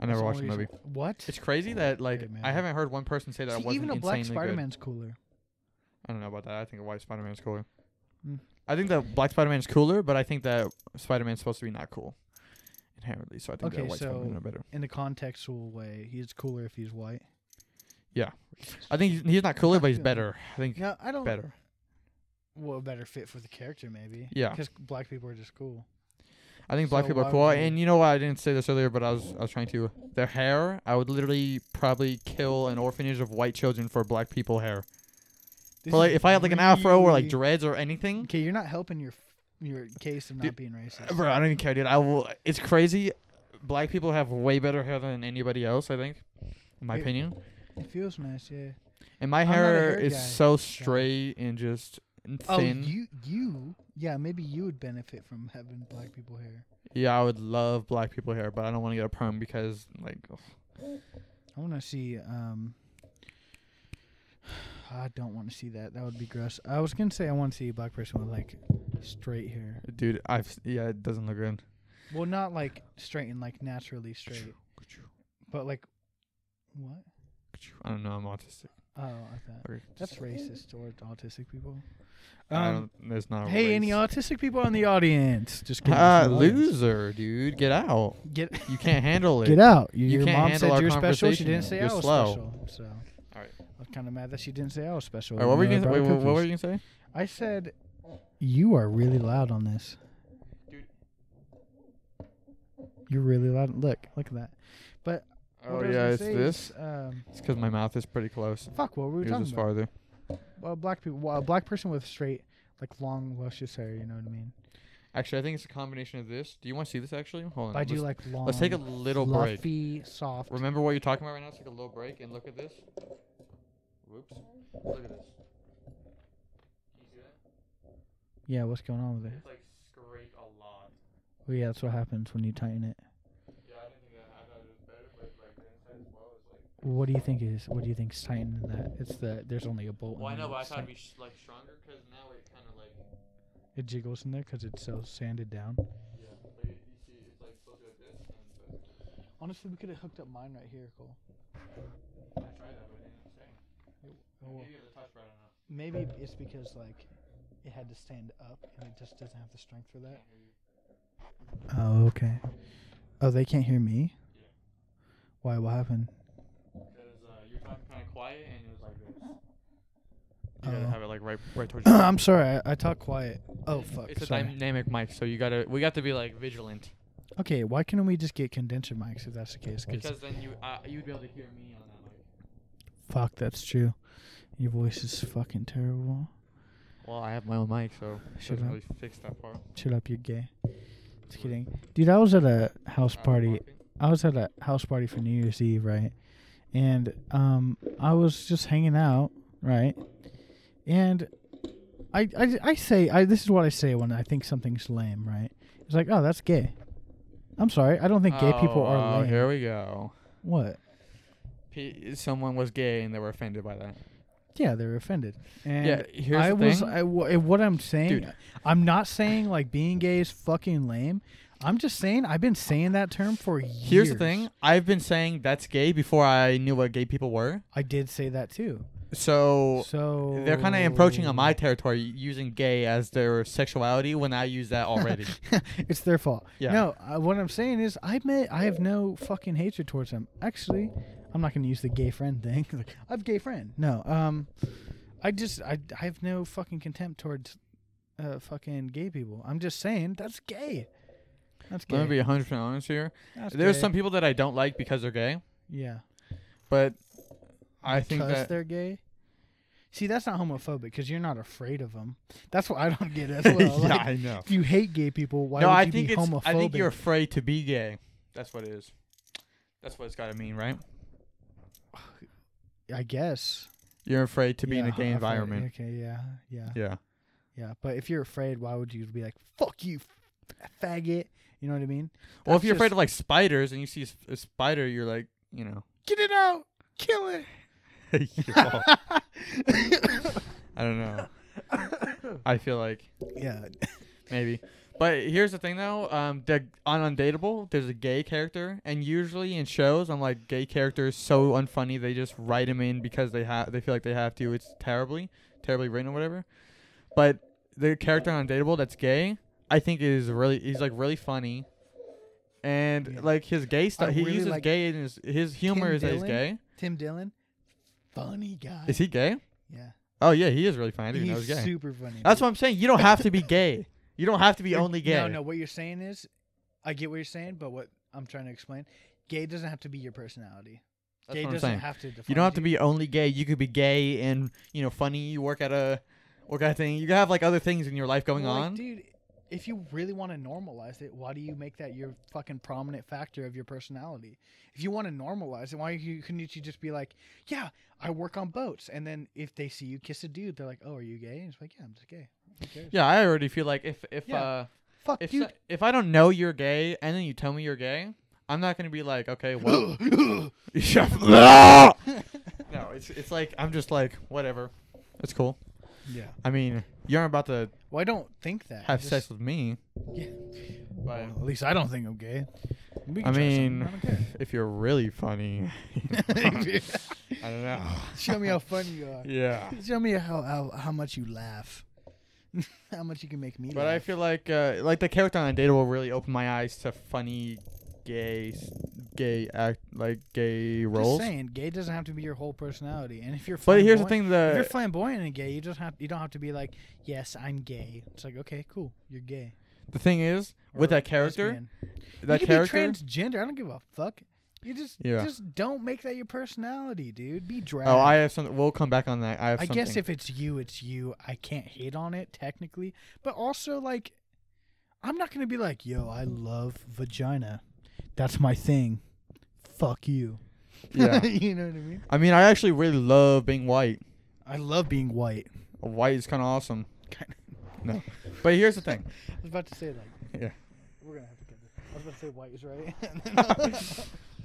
Speaker 2: I
Speaker 1: That's
Speaker 2: never
Speaker 1: the
Speaker 2: watched the
Speaker 1: only
Speaker 2: movie.
Speaker 1: reason- What?
Speaker 2: It's crazy that like
Speaker 1: Hey, man.
Speaker 2: I haven't heard one person say that it
Speaker 1: See,
Speaker 2: wasn't
Speaker 1: even a black
Speaker 2: insanely
Speaker 1: Spider
Speaker 2: good.
Speaker 1: Man's cooler.
Speaker 2: I don't know about that. I think a white Spider Man's cooler.
Speaker 1: Mm.
Speaker 2: I think that black Spider Man's cooler, but I think that Spider Man's supposed to be not cool inherently. So I think that
Speaker 1: Okay,
Speaker 2: white Spider Man
Speaker 1: so-
Speaker 2: are better.
Speaker 1: In the contextual way, he's cooler if he's white.
Speaker 2: I think he's, he's not cooler, but he's
Speaker 1: Yeah.
Speaker 2: better. I think
Speaker 1: No, I don't.
Speaker 2: better.
Speaker 1: Well, a better fit for the character, maybe.
Speaker 2: Yeah.
Speaker 1: Because black people are just cool.
Speaker 2: I think black
Speaker 1: So
Speaker 2: people
Speaker 1: why
Speaker 2: are cool.
Speaker 1: would you-
Speaker 2: And you know what? I didn't say this earlier, but I was I was trying to. Their hair, I would literally probably kill an orphanage of white children for black people hair.
Speaker 1: This
Speaker 2: For like,
Speaker 1: is
Speaker 2: if I had like an afro or like
Speaker 1: really-
Speaker 2: dreads or anything,
Speaker 1: Okay, you're not helping your your case of not
Speaker 2: Dude,
Speaker 1: being racist.
Speaker 2: bro, I don't even care, dude. I will. It's crazy. Black people have way better hair than anybody else. I think, in my
Speaker 1: Wait.
Speaker 2: opinion.
Speaker 1: It feels nice, yeah.
Speaker 2: And my
Speaker 1: I'm not a
Speaker 2: hair
Speaker 1: hair
Speaker 2: is
Speaker 1: guy,
Speaker 2: so straight and just thin.
Speaker 1: Oh, you you yeah, maybe you would benefit from having black people hair.
Speaker 2: yeah, I would love black people hair, but I don't want to get a perm because like, ugh.
Speaker 1: I want to see. um I don't want to see that. That would be gross. I was gonna say I want to see a black person with like straight hair.
Speaker 2: dude, I've yeah, it doesn't look good.
Speaker 1: Well, not like straight and like naturally straight, but like what?
Speaker 2: I don't know. I'm autistic.
Speaker 1: Oh, I thought
Speaker 2: Okay.
Speaker 1: that's racist towards autistic people.
Speaker 2: I
Speaker 1: Um,
Speaker 2: don't, there's not. a
Speaker 1: hey, any
Speaker 2: race.
Speaker 1: autistic people in the audience? Just kidding.
Speaker 2: Uh,
Speaker 1: there's no audience.
Speaker 2: loser, dude, get out.
Speaker 1: Get
Speaker 2: You can't handle it.
Speaker 1: Get out. You,
Speaker 2: You
Speaker 1: your
Speaker 2: can't
Speaker 1: mom
Speaker 2: handle
Speaker 1: said
Speaker 2: our
Speaker 1: you were special. She
Speaker 2: conversation.
Speaker 1: didn't say
Speaker 2: You're
Speaker 1: I was
Speaker 2: slow.
Speaker 1: special. So
Speaker 2: Alright.
Speaker 1: I was kind of mad that she didn't say I was special.
Speaker 2: All right, what were
Speaker 1: even
Speaker 2: you
Speaker 1: though
Speaker 2: gonna?
Speaker 1: I
Speaker 2: Wait,
Speaker 1: brought
Speaker 2: what, what were
Speaker 1: cookies.
Speaker 2: you gonna say?
Speaker 1: I said, you are really loud on this.
Speaker 2: Dude.
Speaker 1: You're really loud. Look, look at that. What I
Speaker 2: Oh
Speaker 1: was
Speaker 2: yeah,
Speaker 1: gonna
Speaker 2: it's
Speaker 1: say
Speaker 2: this.
Speaker 1: is, Um,
Speaker 2: It's because my mouth is pretty close.
Speaker 1: fuck, what were we
Speaker 2: Yours
Speaker 1: talking
Speaker 2: is
Speaker 1: about?
Speaker 2: farther.
Speaker 1: Well, black people, well, a black person with straight, like long, luscious hair. You know what I mean?
Speaker 2: Actually, I think it's a combination of this. Do you want to see this? Actually, hold on.
Speaker 1: I do
Speaker 2: let's,
Speaker 1: like long.
Speaker 2: let's take a little break.
Speaker 1: fluffy, soft.
Speaker 2: Remember what you're talking about right now? Let's take a little break and look at this. Whoops. Look at this. Can you see that?
Speaker 1: yeah, what's going on with it?
Speaker 2: It's like scraped a lot.
Speaker 1: Well, yeah, that's what happens when you tighten it.
Speaker 2: Yeah, I didn't think that. I thought it was better, but like the inside as well is like.
Speaker 1: What do you think is? What do you think's tightening that? It's the there's only a bolt. in
Speaker 2: Well, I
Speaker 1: there
Speaker 2: know, but I
Speaker 1: that's
Speaker 2: thought
Speaker 1: tight.
Speaker 2: it'd be sh- like stronger because now it kind of like.
Speaker 1: it jiggles in there because it's so sanded down.
Speaker 2: Yeah, but it- you see, it's like supposed to go like this. And
Speaker 1: Honestly, we could have hooked up mine right here, Cole.
Speaker 2: but I tried that, but it didn't stay. Maybe it was a touch, but I don't know.
Speaker 1: Maybe it's because like it had to stand up and it just doesn't have the strength for that. Oh okay. Oh, they can't hear me.
Speaker 2: Yeah.
Speaker 1: Why? What happened?
Speaker 2: Because uh, you're talking kind of quiet and it was like this. You
Speaker 1: You gotta
Speaker 2: gotta
Speaker 1: Oh.
Speaker 2: have
Speaker 1: have
Speaker 2: it like right, right towards.
Speaker 1: I'm sorry. I, I talk quiet. Oh fuck.
Speaker 2: It's a
Speaker 1: sorry.
Speaker 2: dynamic mic, so you gotta. We got to be like vigilant
Speaker 1: okay. Why couldn't we just get condenser mics if that's the case? 'Cause
Speaker 2: because then you uh, you'd be able to hear me on that mic.
Speaker 1: fuck, that's true. Your voice is fucking terrible.
Speaker 2: Well, I have my own mic, so it
Speaker 1: Shut
Speaker 2: doesn't
Speaker 1: up.
Speaker 2: really fix that part.
Speaker 1: Shut up, you're gay. Just kidding, dude. I was at a house
Speaker 2: Uh,
Speaker 1: party
Speaker 2: walking.
Speaker 1: I was at a house party for New Year's Eve, right? And um, I was just hanging out, right? And I, I, I say, I, this is what I say when I think something's lame, right? It's like, oh, that's gay. I'm sorry. I don't think gay people
Speaker 2: Oh,
Speaker 1: are
Speaker 2: oh,
Speaker 1: lame.
Speaker 2: Here we go.
Speaker 1: What?
Speaker 2: P- someone was gay and they were offended by that.
Speaker 1: Yeah, they're offended. And
Speaker 2: yeah, here's
Speaker 1: I
Speaker 2: the
Speaker 1: was
Speaker 2: thing.
Speaker 1: I, wha- what I'm saying.
Speaker 2: Dude.
Speaker 1: I'm not saying like being gay is fucking lame. I'm just saying I've been saying that term for years.
Speaker 2: Here's the thing. I've been saying that's gay before I knew what gay people were.
Speaker 1: I did say that too.
Speaker 2: So
Speaker 1: So
Speaker 2: they're kind of approaching on my territory using gay as their sexuality when I use that already.
Speaker 1: it's their fault.
Speaker 2: Yeah.
Speaker 1: No, uh, what I'm saying is I admit I have no fucking hatred towards them. Actually, I'm not going to use the gay friend thing. like, I have gay friend. No. Um, I just I I have no fucking contempt towards uh fucking gay people. I'm just saying that's gay. That's gay.
Speaker 2: Let me be 100% honest here.
Speaker 1: That's
Speaker 2: There's
Speaker 1: gay.
Speaker 2: some people that I don't like because they're gay,
Speaker 1: yeah.
Speaker 2: but I think
Speaker 1: because
Speaker 2: that
Speaker 1: they're gay. See, that's not homophobic because you're not afraid of them. That's what I don't get as well.
Speaker 2: yeah,
Speaker 1: Like,
Speaker 2: I know.
Speaker 1: if you hate gay people, why
Speaker 2: no,
Speaker 1: would you
Speaker 2: I think
Speaker 1: be
Speaker 2: it's
Speaker 1: homophobic?
Speaker 2: I think you're afraid to be gay. That's what it is. That's what it's got to mean, right?
Speaker 1: I guess.
Speaker 2: You're afraid to be in
Speaker 1: Yeah,
Speaker 2: a gay
Speaker 1: I've heard-
Speaker 2: environment.
Speaker 1: Okay, yeah, yeah,
Speaker 2: Yeah.
Speaker 1: yeah. But if you're afraid, why would you be like, "Fuck you, f- faggot"? You know what I mean?
Speaker 2: Well, if
Speaker 1: That's
Speaker 2: you're afraid
Speaker 1: just-
Speaker 2: of like spiders and you see a s- a spider, you're like, you know,
Speaker 1: get it out, kill it.
Speaker 2: I don't know. I feel like
Speaker 1: yeah,
Speaker 2: maybe. But here's the thing though, um the on Undateable, there's a gay character and usually in shows I'm like gay characters so unfunny they just write him in because they have they feel like they have to. It's terribly terribly written or whatever. But the character on Undateable that's gay, I think is really he's like really funny. And
Speaker 1: Yeah.
Speaker 2: like his gay stuff,
Speaker 1: I
Speaker 2: he
Speaker 1: really
Speaker 2: uses
Speaker 1: like
Speaker 2: gay in his his humor
Speaker 1: Tim
Speaker 2: is that he's
Speaker 1: Dillon.
Speaker 2: gay.
Speaker 1: Tim Dillon, funny guy.
Speaker 2: Is he gay?
Speaker 1: yeah,
Speaker 2: Oh yeah, he is really funny. I didn't even know
Speaker 1: he's
Speaker 2: he was gay.
Speaker 1: super funny.
Speaker 2: That's
Speaker 1: dude.
Speaker 2: what I'm saying. You don't have to be gay. You don't have to be
Speaker 1: You're-
Speaker 2: only gay.
Speaker 1: No, no. What you're saying is, I get what you're saying, but what I'm trying to explain, gay doesn't have to be your personality.
Speaker 2: That's
Speaker 1: gay
Speaker 2: what I'm
Speaker 1: doesn't
Speaker 2: saying.
Speaker 1: have to. Define
Speaker 2: You don't have to be only gay. You could be gay and you know funny. You work at a work at a thing. You can have like other things in your life going
Speaker 1: Well, like,
Speaker 2: on.
Speaker 1: dude. If you really want to normalize it, why do you make that your fucking prominent factor of your personality? If you want to normalize it, why you, couldn't you just be like, "Yeah, I work on boats," and then if they see you kiss a dude, they're like, "Oh, are you gay?" And it's like, "Yeah, I'm just gay." Who cares?
Speaker 2: Yeah, I already feel like if if
Speaker 1: Yeah.
Speaker 2: uh
Speaker 1: Fuck,
Speaker 2: if
Speaker 1: dude.
Speaker 2: so- if I don't know you're gay and then you tell me you're gay, I'm not gonna be like okay well. no, it's it's like I'm just like whatever. That's cool.
Speaker 1: yeah.
Speaker 2: I mean, you aren't about to
Speaker 1: Well, I don't think that. I
Speaker 2: have
Speaker 1: just-
Speaker 2: sex with me.
Speaker 1: Yeah.
Speaker 2: But
Speaker 1: Well, at least I don't think I'm gay. We can
Speaker 2: I
Speaker 1: try something.
Speaker 2: mean,
Speaker 1: I don't care.
Speaker 2: if you're really funny, I don't know.
Speaker 1: Show me how funny you are.
Speaker 2: Yeah.
Speaker 1: Show me how, how, how much you laugh. how much you can make me
Speaker 2: But I
Speaker 1: laugh.
Speaker 2: feel like uh, like the character on Data will really open my eyes to funny, gay, s- gay act like gay roles.
Speaker 1: Just saying, gay doesn't have to be your whole personality. And if you're
Speaker 2: But here's the
Speaker 1: flamboyant-
Speaker 2: thing: uh,
Speaker 1: if you're
Speaker 2: the
Speaker 1: flamboyant and gay, you just have you don't have to be like, yes, I'm gay. It's like, okay, cool, you're gay.
Speaker 2: the thing is with
Speaker 1: or
Speaker 2: that character,
Speaker 1: lesbian.
Speaker 2: that
Speaker 1: you can
Speaker 2: character.
Speaker 1: be transgender. I don't give a fuck. You just
Speaker 2: Yeah.
Speaker 1: just don't make that your personality, dude. Be drag.
Speaker 2: Oh, I have something. We'll come back on that. I have
Speaker 1: I
Speaker 2: something.
Speaker 1: guess if it's you, it's you. I can't hate on it technically, but also like, I'm not gonna be like, yo, I love vagina. That's my thing. Fuck you.
Speaker 2: yeah.
Speaker 1: you know what I mean.
Speaker 2: I mean, I actually really love being white.
Speaker 1: I love being white.
Speaker 2: White is kind of awesome.
Speaker 1: Kinda.
Speaker 2: No, but here's the thing.
Speaker 1: I was about to say like,
Speaker 2: Yeah.
Speaker 1: we're gonna have to get this. I was about to say white is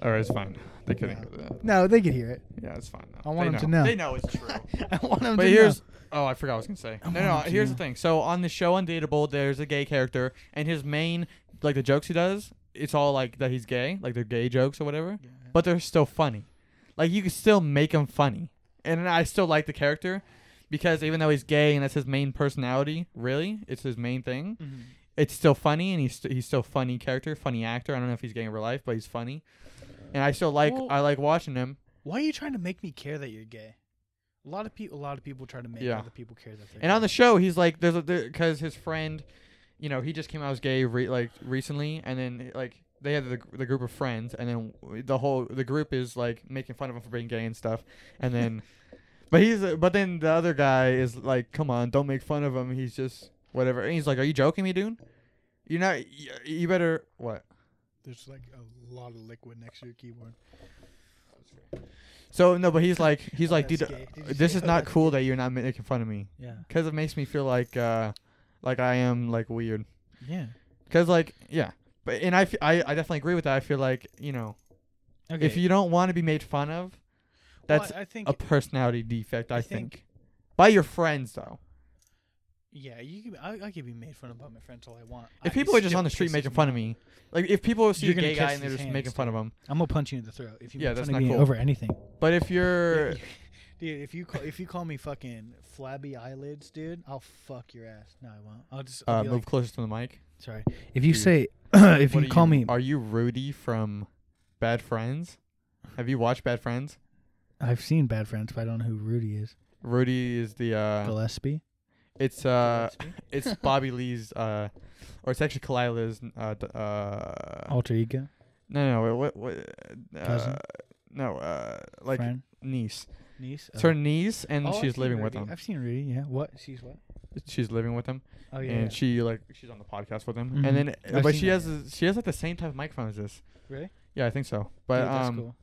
Speaker 2: All right, it's fine. They couldn't
Speaker 1: Yeah.
Speaker 2: hear that.
Speaker 1: no, they could hear it.
Speaker 2: Yeah, it's fine.
Speaker 1: I want
Speaker 2: They
Speaker 1: 'em to know.
Speaker 2: They know it's true.
Speaker 1: I want them
Speaker 2: but
Speaker 1: to
Speaker 2: here's
Speaker 1: know.
Speaker 2: oh, I forgot what I was gonna say.
Speaker 1: I
Speaker 2: no, no.
Speaker 1: want 'em to
Speaker 2: Here's
Speaker 1: know.
Speaker 2: the thing. So on the show Undateable, there's a gay character, and his main like the jokes he does, it's all like that he's gay, like they're gay jokes or whatever. But they're still funny. Like you can still make him funny, and I still like the character because even though he's gay and that's his main personality, really, it's his main thing. It's still funny, and he's st- he's still funny character, funny actor. I don't know if he's gay in real life, but he's funny, and I still like
Speaker 1: Well-
Speaker 2: I like watching him.
Speaker 1: Why are you trying to make me care that you're gay? A lot of people, a lot of people try to make
Speaker 2: Yeah.
Speaker 1: other people care that they're.
Speaker 2: And on
Speaker 1: gay.
Speaker 2: the show, he's like, there's because his friend, you know, he just came out as gay re- like recently, and then like they had the, the group of friends, and then w- the whole the group is like making fun of him for being gay and stuff, and then, but he's uh, but then the other guy is like, come on, don't make fun of him. He's just whatever. And he's like, are you joking me, dude? You're not. You, you better what?
Speaker 1: there's like a lot of liquid next to your keyboard.
Speaker 2: So no, but he's like, he's
Speaker 1: Oh,
Speaker 2: like,
Speaker 1: that's
Speaker 2: dude,
Speaker 1: gay. Did you
Speaker 2: this
Speaker 1: say-
Speaker 2: is
Speaker 1: oh,
Speaker 2: not
Speaker 1: that's
Speaker 2: cool that you're not making fun of me,
Speaker 1: Yeah.
Speaker 2: because it makes me feel like, uh, like I am like weird.
Speaker 1: Yeah.
Speaker 2: Cause like yeah, But and I, f- I, I definitely agree with that. I feel like you know
Speaker 1: Okay.
Speaker 2: if you don't want to be made fun of,
Speaker 1: Well,
Speaker 2: that's
Speaker 1: I, I think
Speaker 2: a personality defect. I,
Speaker 1: I
Speaker 2: think.
Speaker 1: think-
Speaker 2: by your friends though.
Speaker 1: yeah, you could, I, I could be made fun of by my friends all I want.
Speaker 2: If
Speaker 1: I-
Speaker 2: people
Speaker 1: it
Speaker 2: are just
Speaker 1: still
Speaker 2: on the street
Speaker 1: pisses
Speaker 2: making
Speaker 1: me
Speaker 2: fun
Speaker 1: off.
Speaker 2: of me, like if people see
Speaker 1: You're
Speaker 2: a
Speaker 1: gonna
Speaker 2: gay
Speaker 1: catch
Speaker 2: guy and they're
Speaker 1: his
Speaker 2: just
Speaker 1: hand
Speaker 2: making fun of him,
Speaker 1: I'm gonna punch you in the throat if you
Speaker 2: Yeah,
Speaker 1: make
Speaker 2: that's
Speaker 1: fun
Speaker 2: not
Speaker 1: of me
Speaker 2: cool.
Speaker 1: over anything.
Speaker 2: but if
Speaker 1: Yeah,
Speaker 2: you're
Speaker 1: you- Dude, if you call, if you call me fucking flabby eyelids, dude, I'll fuck your ass. No, I won't. I'll just I'll
Speaker 2: uh,
Speaker 1: be
Speaker 2: move
Speaker 1: like-
Speaker 2: closer to the mic.
Speaker 1: sorry. If you
Speaker 2: dude,
Speaker 1: say if
Speaker 2: What
Speaker 1: you
Speaker 2: are
Speaker 1: call me,
Speaker 2: Are you Rudy from Bad Friends? Have you watched Bad Friends?
Speaker 1: I've seen Bad Friends, but I don't know who Rudy is.
Speaker 2: Rudy is the uh,
Speaker 1: Gillespie.
Speaker 2: it's uh, it's Bobby Lee's uh, or it's actually Kalila's uh, d- uh,
Speaker 1: Alter ego.
Speaker 2: no no what what uh,
Speaker 1: Cousin?
Speaker 2: no uh, like
Speaker 1: friend.
Speaker 2: niece.
Speaker 1: Niece.
Speaker 2: It's
Speaker 1: oh.
Speaker 2: her niece, and
Speaker 1: Oh, I've
Speaker 2: she's
Speaker 1: seen
Speaker 2: living with
Speaker 1: Rudy.
Speaker 2: him.
Speaker 1: I've seen Rudy. Yeah. What? She's what?
Speaker 2: She's living with him,
Speaker 1: Oh yeah.
Speaker 2: and
Speaker 1: yeah.
Speaker 2: she like she's on the podcast with him.
Speaker 1: Mhm.
Speaker 2: And then,
Speaker 1: I've
Speaker 2: but
Speaker 1: seen
Speaker 2: she
Speaker 1: that,
Speaker 2: has a- she has like the same type of microphone as this.
Speaker 1: really?
Speaker 2: Yeah, I think so. But
Speaker 1: Dude, that's
Speaker 2: um,
Speaker 1: cool.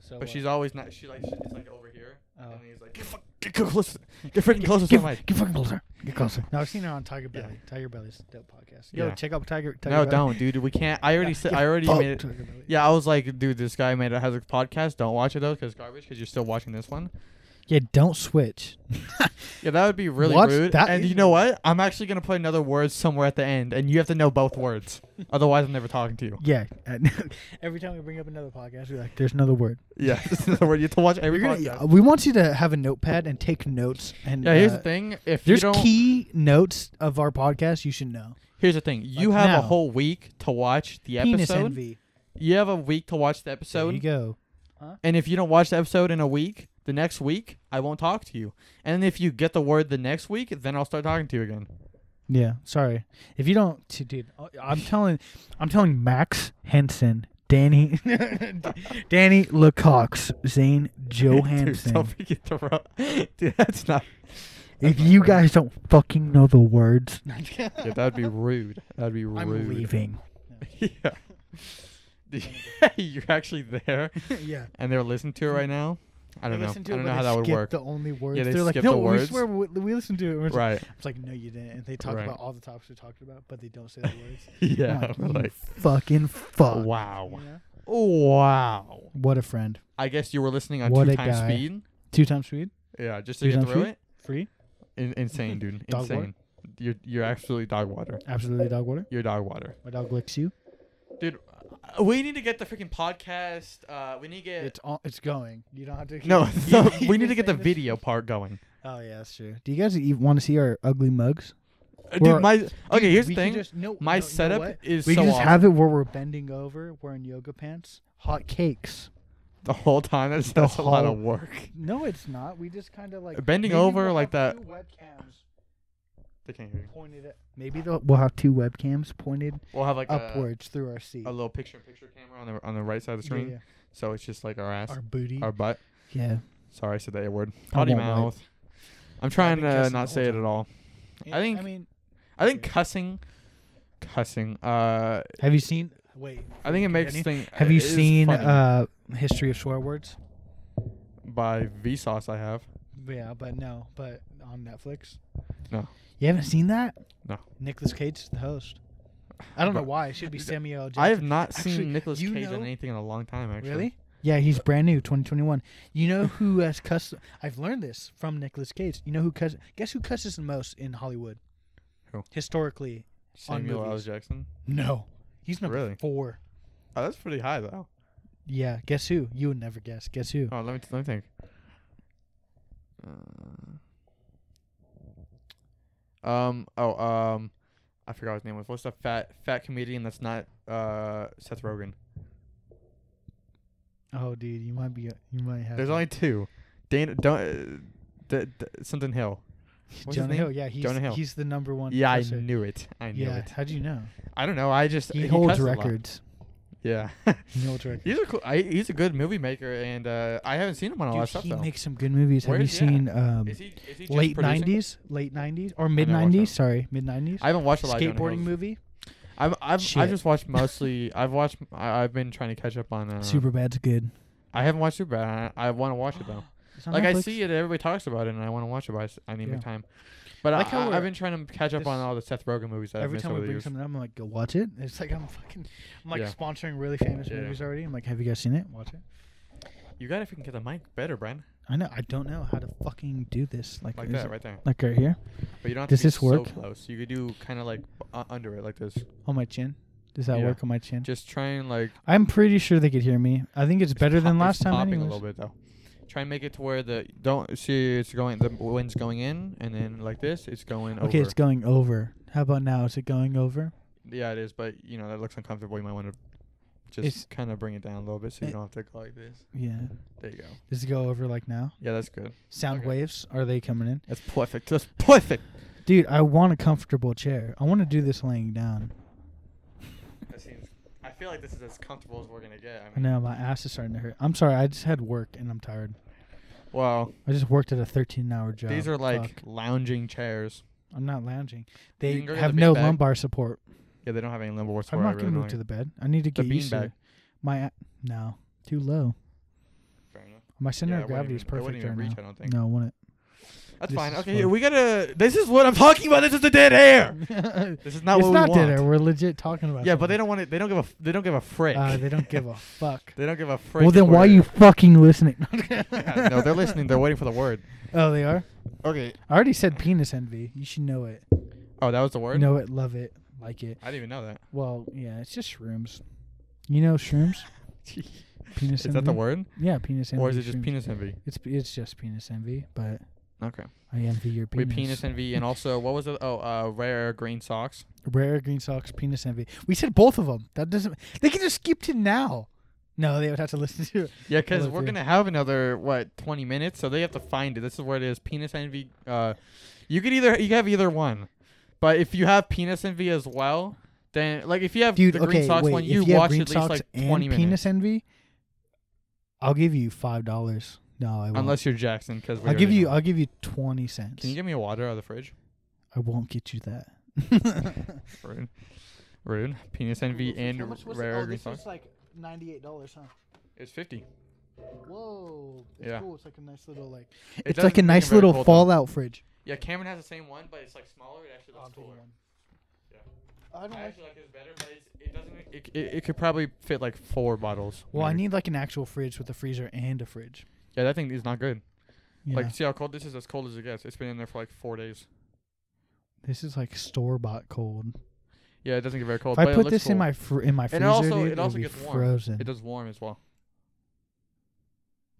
Speaker 1: So
Speaker 2: but
Speaker 1: what?
Speaker 2: she's always not. She like she- it's like over here,
Speaker 1: Oh.
Speaker 2: and he's like get, fuck, get closer, get freaking closer to
Speaker 1: Get,
Speaker 2: the mic.
Speaker 1: get fucking closer. Get closer. No, I've seen her on Tiger
Speaker 2: Yeah.
Speaker 1: Belly. Tiger Belly's dope podcast. Yo,
Speaker 2: Yeah.
Speaker 1: check out Tiger. Tiger
Speaker 2: No,
Speaker 1: Belly.
Speaker 2: don't, dude. We can't. I already
Speaker 1: Yeah,
Speaker 2: said.
Speaker 1: yeah,
Speaker 2: I already
Speaker 1: fuck
Speaker 2: made. It.
Speaker 1: Tiger Belly.
Speaker 2: Yeah, I was like, dude, this guy made a has a podcast. Don't watch it though, because garbage. Because you're still watching this one.
Speaker 1: Yeah, don't switch.
Speaker 2: Yeah, that would be really
Speaker 1: Watch
Speaker 2: rude.
Speaker 1: that-
Speaker 2: and you know what? I'm actually gonna put another word somewhere at the end, and you have to know both words. Otherwise, I'm never talking to you.
Speaker 1: Yeah. and Every time we bring up another podcast, we're like, "There's another word."
Speaker 2: Yeah, this is the word you have to watch every
Speaker 1: We're gonna-
Speaker 2: podcast.
Speaker 1: we want you to have a notepad and take notes. And
Speaker 2: Yeah, here's
Speaker 1: uh,
Speaker 2: the thing. If you
Speaker 1: There's
Speaker 2: don't,
Speaker 1: key notes of our podcast you should know.
Speaker 2: here's the thing. You
Speaker 1: Like
Speaker 2: have
Speaker 1: now.
Speaker 2: a whole week to watch the
Speaker 1: Penis
Speaker 2: episode.
Speaker 1: envy.
Speaker 2: You have a week to watch the
Speaker 1: So there
Speaker 2: episode.
Speaker 1: you go.
Speaker 2: And if you don't watch the episode in a week, the next week I won't talk to you. And if you get the word the next week, then I'll start talking to you again.
Speaker 1: Yeah, sorry. If you don't, t- dude, I- I'm telling, I'm telling Max Henson, Danny, Danny LeCox, Zane
Speaker 2: Dude,
Speaker 1: Johansson.
Speaker 2: don't forget to ru- Dude, that's not.
Speaker 1: if you guys don't fucking know the words,
Speaker 2: Yeah, that'd be rude. That'd be rude.
Speaker 1: I'm leaving.
Speaker 2: Yeah. Dude, You're actually there,
Speaker 1: yeah.
Speaker 2: and they're listening to it right now. I don't know. I don't know how that would work.
Speaker 1: The only words.
Speaker 2: they
Speaker 1: are like,
Speaker 2: skip
Speaker 1: no,
Speaker 2: the words."
Speaker 1: we swear we, we listened to it. We're just-
Speaker 2: right.
Speaker 1: It's like, no, you didn't. And they talk
Speaker 2: Right.
Speaker 1: about all the topics we talked about, but they don't say the words. I'm
Speaker 2: Yeah.
Speaker 1: like,
Speaker 2: we're
Speaker 1: "You
Speaker 2: Like,
Speaker 1: fucking fuck.
Speaker 2: wow.
Speaker 1: You know?
Speaker 2: Wow.
Speaker 1: What a friend.
Speaker 2: I guess you were listening on
Speaker 1: What
Speaker 2: two
Speaker 1: a
Speaker 2: times
Speaker 1: guy.
Speaker 2: speed.
Speaker 1: Two times speed,
Speaker 2: Yeah, just to
Speaker 1: Two
Speaker 2: get
Speaker 1: times
Speaker 2: through
Speaker 1: speed?
Speaker 2: it.
Speaker 1: free,
Speaker 2: In- insane, dude.
Speaker 1: Dog water?
Speaker 2: insane. You're you're absolutely dog water.
Speaker 1: absolutely dog water.
Speaker 2: You're dog water,
Speaker 1: My dog licks you.
Speaker 2: dude. uh, We need to get the freaking podcast. Uh, we need to get
Speaker 1: It's on, it's going. You don't have to.
Speaker 2: no.
Speaker 1: keep-
Speaker 2: no,
Speaker 1: you
Speaker 2: we
Speaker 1: can
Speaker 2: need to get
Speaker 1: say
Speaker 2: the
Speaker 1: this.
Speaker 2: video part going.
Speaker 1: Oh yeah, that's true. Do you guys even want to see our ugly mugs?
Speaker 2: Uh,
Speaker 1: We're-
Speaker 2: dude, my okay. Here's the
Speaker 1: We could
Speaker 2: thing.
Speaker 1: Just, no,
Speaker 2: My
Speaker 1: no, you know
Speaker 2: setup
Speaker 1: what?
Speaker 2: is
Speaker 1: We
Speaker 2: so
Speaker 1: can just
Speaker 2: off
Speaker 1: have it where we're bending over, wearing yoga pants, hot cakes.
Speaker 2: the whole time. That's, that's a lot of
Speaker 1: whole-
Speaker 2: work.
Speaker 1: No, it's not. We just kind of like
Speaker 2: Bending
Speaker 1: maybe
Speaker 2: over
Speaker 1: we'll
Speaker 2: like
Speaker 1: have
Speaker 2: that.
Speaker 1: two webcams
Speaker 2: They can't hear you.
Speaker 1: pointed at. Maybe they'll- we'll have two webcams pointed
Speaker 2: We'll have like a,
Speaker 1: upwards through our seat.
Speaker 2: Uh, a little picture-in-picture camera on the on the right side of the
Speaker 1: Yeah,
Speaker 2: screen,
Speaker 1: yeah.
Speaker 2: so it's just like our ass,
Speaker 1: Our booty.
Speaker 2: our butt.
Speaker 1: yeah.
Speaker 2: Sorry, I said the A word. Potty
Speaker 1: won't, right?
Speaker 2: mouth. I'm trying
Speaker 1: been
Speaker 2: to
Speaker 1: cussing
Speaker 2: not
Speaker 1: the
Speaker 2: say
Speaker 1: whole
Speaker 2: it at all. I think-
Speaker 1: I mean,
Speaker 2: I think
Speaker 1: Yeah.
Speaker 2: cussing, cussing. Uh,
Speaker 1: have you seen? Wait.
Speaker 2: I think it makes
Speaker 1: continue.
Speaker 2: things.
Speaker 1: Have you
Speaker 2: it is
Speaker 1: seen
Speaker 2: funny.
Speaker 1: uh history of swear words?
Speaker 2: by Vsauce? I have.
Speaker 1: Yeah, but no, but on Netflix.
Speaker 2: No.
Speaker 1: You haven't seen that?
Speaker 2: No.
Speaker 1: Nicholas Cage is the host. I don't know
Speaker 2: But-
Speaker 1: why. It should be Samuel L. Jackson.
Speaker 2: I have not
Speaker 1: Actually,
Speaker 2: seen Nicolas
Speaker 1: you
Speaker 2: Cage on
Speaker 1: know-
Speaker 2: anything in a long time. Actually,
Speaker 1: Really? Yeah, he's brand new, 2021. You know who has cussed? I've learned this from Nicolas Cage. You know who cuss? Guess who cusses the most in Hollywood?
Speaker 2: Who?
Speaker 1: Historically,
Speaker 2: Samuel L.
Speaker 1: movies.
Speaker 2: Jackson.
Speaker 1: no. He's number
Speaker 2: Really?
Speaker 1: four.
Speaker 2: Oh, that's pretty high though.
Speaker 1: Yeah, guess who? You would never guess. Guess who?
Speaker 2: Oh, let me let me think. Uh, um. Oh. Um. I forgot what his name was. What's the fat fat comedian that's not uh Seth Rogen?
Speaker 1: Oh, dude, you might be. You might have.
Speaker 2: There's
Speaker 1: me.
Speaker 2: only two. Dana. Don't. Uh, d- d- something Hill. What's his
Speaker 1: Jonah
Speaker 2: name?
Speaker 1: Hill. Yeah, he's
Speaker 2: Jonah Hill.
Speaker 1: he's the number one.
Speaker 2: Yeah, I
Speaker 1: cusser.
Speaker 2: knew it. I knew
Speaker 1: yeah,
Speaker 2: it.
Speaker 1: how do you know?
Speaker 2: I don't know. I just
Speaker 1: He, holds
Speaker 2: cusses a lot.
Speaker 1: records.
Speaker 2: Yeah,
Speaker 1: He holds records.
Speaker 2: he's a cool. I, he's a good movie maker, and uh, I haven't seen him on a lot
Speaker 1: Dude,
Speaker 2: of stuff
Speaker 1: he
Speaker 2: though.
Speaker 1: makes some good movies.
Speaker 2: Where
Speaker 1: have you
Speaker 2: is he at?
Speaker 1: seen um,
Speaker 2: is he, is he just
Speaker 1: late
Speaker 2: producing?
Speaker 1: '90s, late '90s, or
Speaker 2: never
Speaker 1: mid
Speaker 2: watched that.
Speaker 1: '90s? Sorry, mid '90s.
Speaker 2: I haven't watched a lot. of Jonah
Speaker 1: Skateboarding
Speaker 2: Hill's.
Speaker 1: movie.
Speaker 2: I've I've, I've
Speaker 1: Shit.
Speaker 2: just watched mostly. I've watched. I, I've been trying to catch up on. Uh,
Speaker 1: Superbad's good.
Speaker 2: I haven't watched Superbad. I, I want to watch it though.
Speaker 1: It's on
Speaker 2: like I
Speaker 1: Netflix.
Speaker 2: see it, everybody talks about it, and I want to watch it, but I, s- I need my
Speaker 1: Yeah.
Speaker 2: time. But
Speaker 1: Like
Speaker 2: I,
Speaker 1: how
Speaker 2: I,
Speaker 1: we're-
Speaker 2: have been trying to catch up on
Speaker 1: this-
Speaker 2: all the Seth Rogen movies that I've
Speaker 1: Every
Speaker 2: missed
Speaker 1: time we
Speaker 2: over the
Speaker 1: bring
Speaker 2: years.
Speaker 1: something up, I'm like, go watch it. It's like I'm fucking, I'm like
Speaker 2: Yeah.
Speaker 1: sponsoring really famous
Speaker 2: Yeah.
Speaker 1: movies already. I'm like, have you guys seen it? Watch it.
Speaker 2: You got to freaking get the mic better, Brian.
Speaker 1: I know. I don't know how to fucking do this. Like,
Speaker 2: Like
Speaker 1: is
Speaker 2: that
Speaker 1: it-
Speaker 2: right there.
Speaker 1: Like right here
Speaker 2: But you don't have
Speaker 1: Does
Speaker 2: to be
Speaker 1: this work?
Speaker 2: so close. You could do kind of like uh, under it like this.
Speaker 1: on my chin. Does that
Speaker 2: Yeah.
Speaker 1: work on my chin?
Speaker 2: Just try and like
Speaker 1: I'm pretty sure they could hear me. I think it's, better
Speaker 2: pop-
Speaker 1: than last time.
Speaker 2: Popping
Speaker 1: anyways.
Speaker 2: a little bit though. Try and make it to where the don't see it's going the wind's going in and then like this it's going
Speaker 1: Okay,
Speaker 2: over.
Speaker 1: it's going over. How about now? Is it going over?
Speaker 2: yeah, it is. But you know that looks uncomfortable. You might want to
Speaker 1: It's-
Speaker 2: just kind of bring it down a little bit so
Speaker 1: it-
Speaker 2: you don't have to go like this.
Speaker 1: Yeah.
Speaker 2: There you go.
Speaker 1: Does it go over like now?
Speaker 2: Yeah, that's good.
Speaker 1: Sound
Speaker 2: Okay.
Speaker 1: waves are they coming in?
Speaker 2: That's perfect. That's perfect.
Speaker 1: Dude, I want a comfortable chair. I want to do this laying down.
Speaker 2: That seems. I feel like this is as comfortable as we're gonna get. I
Speaker 1: I know my ass is starting to hurt. I'm sorry. I just had work and I'm tired.
Speaker 2: Wow.
Speaker 1: I just worked at a 13-hour job.
Speaker 2: These are like
Speaker 1: Fuck.
Speaker 2: lounging chairs.
Speaker 1: I'm not lounging.
Speaker 2: can
Speaker 1: They
Speaker 2: go to the
Speaker 1: have no
Speaker 2: beanbag.
Speaker 1: lumbar support.
Speaker 2: Yeah, they don't have any limbo
Speaker 1: I'm not gonna move to the bed. I need to
Speaker 2: The
Speaker 1: get used to
Speaker 2: beanbag.
Speaker 1: it. my a- no too low. My center of gravity is perfect right
Speaker 2: reach,
Speaker 1: now.
Speaker 2: I don't think.
Speaker 1: No, wouldn't.
Speaker 2: That's
Speaker 1: This
Speaker 2: fine.
Speaker 1: is
Speaker 2: Okay,
Speaker 1: fun.
Speaker 2: we gotta. This is what I'm talking about. This is the dead air.
Speaker 1: it?
Speaker 2: This is not
Speaker 1: it's
Speaker 2: what
Speaker 1: not
Speaker 2: we want.
Speaker 1: dinner. We're legit talking about.
Speaker 2: Yeah, but they
Speaker 1: something.
Speaker 2: don't want it. They don't give a. f- They don't give a frick.
Speaker 1: Uh, they don't give a fuck.
Speaker 2: They don't give a frick.
Speaker 1: well,
Speaker 2: if
Speaker 1: then why are
Speaker 2: we're-
Speaker 1: you fucking listening?
Speaker 2: Yeah, no, they're listening. They're waiting for the word.
Speaker 1: Oh, they are.
Speaker 2: Okay.
Speaker 1: I already said penis envy. You should know it.
Speaker 2: Oh, that was the word.
Speaker 1: Know it, love it, like it.
Speaker 2: I didn't even know that.
Speaker 1: Well, yeah, it's just shrooms. You know shrooms? Penis
Speaker 2: Is
Speaker 1: envy.
Speaker 2: that the word,
Speaker 1: Yeah, penis envy.
Speaker 2: or is it just
Speaker 1: shrooms.
Speaker 2: penis envy?
Speaker 1: It's it's just penis envy, but
Speaker 2: Okay.
Speaker 1: I envy your
Speaker 2: We
Speaker 1: penis.
Speaker 2: penis envy, and also what was it? Oh, uh, rare green socks.
Speaker 1: Rare green socks, penis envy. We said both of them. That doesn't. They can just skip to now. No, they would have to listen to it.
Speaker 2: Yeah, because
Speaker 1: Hello,
Speaker 2: we're
Speaker 1: dear.
Speaker 2: gonna have another what twenty minutes, so they have to find it. This is where it is. Penis envy. Uh, you could either you could have either one, but if you have penis envy as well, then like if you have
Speaker 1: Dude,
Speaker 2: the
Speaker 1: okay,
Speaker 2: green socks
Speaker 1: wait.
Speaker 2: one,
Speaker 1: if
Speaker 2: you,
Speaker 1: have
Speaker 2: watch
Speaker 1: green
Speaker 2: at least
Speaker 1: socks
Speaker 2: like
Speaker 1: and
Speaker 2: twenty minutes,
Speaker 1: penis envy, I'll give you five dollars. No, I won't.
Speaker 2: unless you're Jackson. Because
Speaker 1: I'll give you. uh, I'll give you twenty cents.
Speaker 2: Can you give me a water out of the fridge?
Speaker 1: I won't get you that.
Speaker 2: Rude. Rude. Penis envy and rare green socks.
Speaker 1: oh, like ninety-eight dollars, huh?
Speaker 2: Oh, It's fifty.
Speaker 1: Whoa,
Speaker 2: it's Yeah.
Speaker 1: cool. It's like a nice little like.
Speaker 2: It
Speaker 1: It's
Speaker 2: doesn't
Speaker 1: like a
Speaker 2: make it
Speaker 1: nice
Speaker 2: very
Speaker 1: little
Speaker 2: cold, though.
Speaker 1: fallout fridge.
Speaker 2: Yeah, Cameron has the same one, but it's like smaller. It actually looks cooler. Yeah.
Speaker 1: I don't
Speaker 2: I actually like this better, but it's, it doesn't. It, it, it could probably fit like four bottles.
Speaker 1: Well, I
Speaker 2: maybe.
Speaker 1: need like an actual fridge with a freezer and a fridge.
Speaker 2: Yeah, that thing is not good.
Speaker 1: Yeah.
Speaker 2: Like, see how cold this is? As cold as it gets. It's been in there for like four days.
Speaker 1: this is like store bought cold.
Speaker 2: Yeah, it doesn't get very cold.
Speaker 1: If I
Speaker 2: but it
Speaker 1: put
Speaker 2: looks
Speaker 1: this in
Speaker 2: cool.
Speaker 1: my fr- in my
Speaker 2: it
Speaker 1: freezer,
Speaker 2: also-
Speaker 1: dude,
Speaker 2: it
Speaker 1: it'll
Speaker 2: also
Speaker 1: be
Speaker 2: gets warm.
Speaker 1: frozen.
Speaker 2: it does warm as well.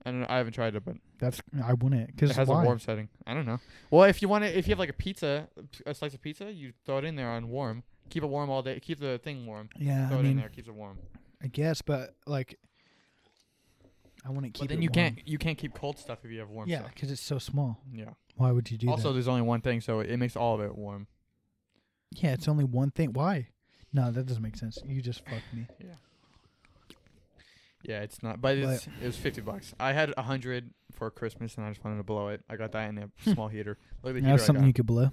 Speaker 2: I don't know. I haven't tried it, but
Speaker 1: That's I wouldn't
Speaker 2: it
Speaker 1: because
Speaker 2: has
Speaker 1: why?
Speaker 2: a warm setting. I don't know. Well, if you want to, if you have like a pizza, a slice of pizza, you throw it in there on warm. Keep it warm all day. Keep the thing warm.
Speaker 1: Yeah, I
Speaker 2: Throw it in
Speaker 1: mean,
Speaker 2: there. Keeps it warm.
Speaker 1: I guess, but like, I wouldn't keep.
Speaker 2: But then
Speaker 1: it
Speaker 2: you
Speaker 1: warm.
Speaker 2: can't you can't keep cold stuff if you have warm
Speaker 1: Yeah,
Speaker 2: stuff.
Speaker 1: because it's so small.
Speaker 2: Yeah.
Speaker 1: Why would you do
Speaker 2: Also,
Speaker 1: that?
Speaker 2: there's only one thing, so it makes all of it warm.
Speaker 1: Yeah, it's only one thing. Why? No, that doesn't make sense. You just fucked me.
Speaker 2: Yeah, it's not. But it's,
Speaker 1: But-
Speaker 2: it was fifty bucks. I had a hundred for Christmas, and I just wanted to blow it. I got that in a small heater. Look at the
Speaker 1: Now
Speaker 2: heater
Speaker 1: something
Speaker 2: I
Speaker 1: you
Speaker 2: got.
Speaker 1: could blow.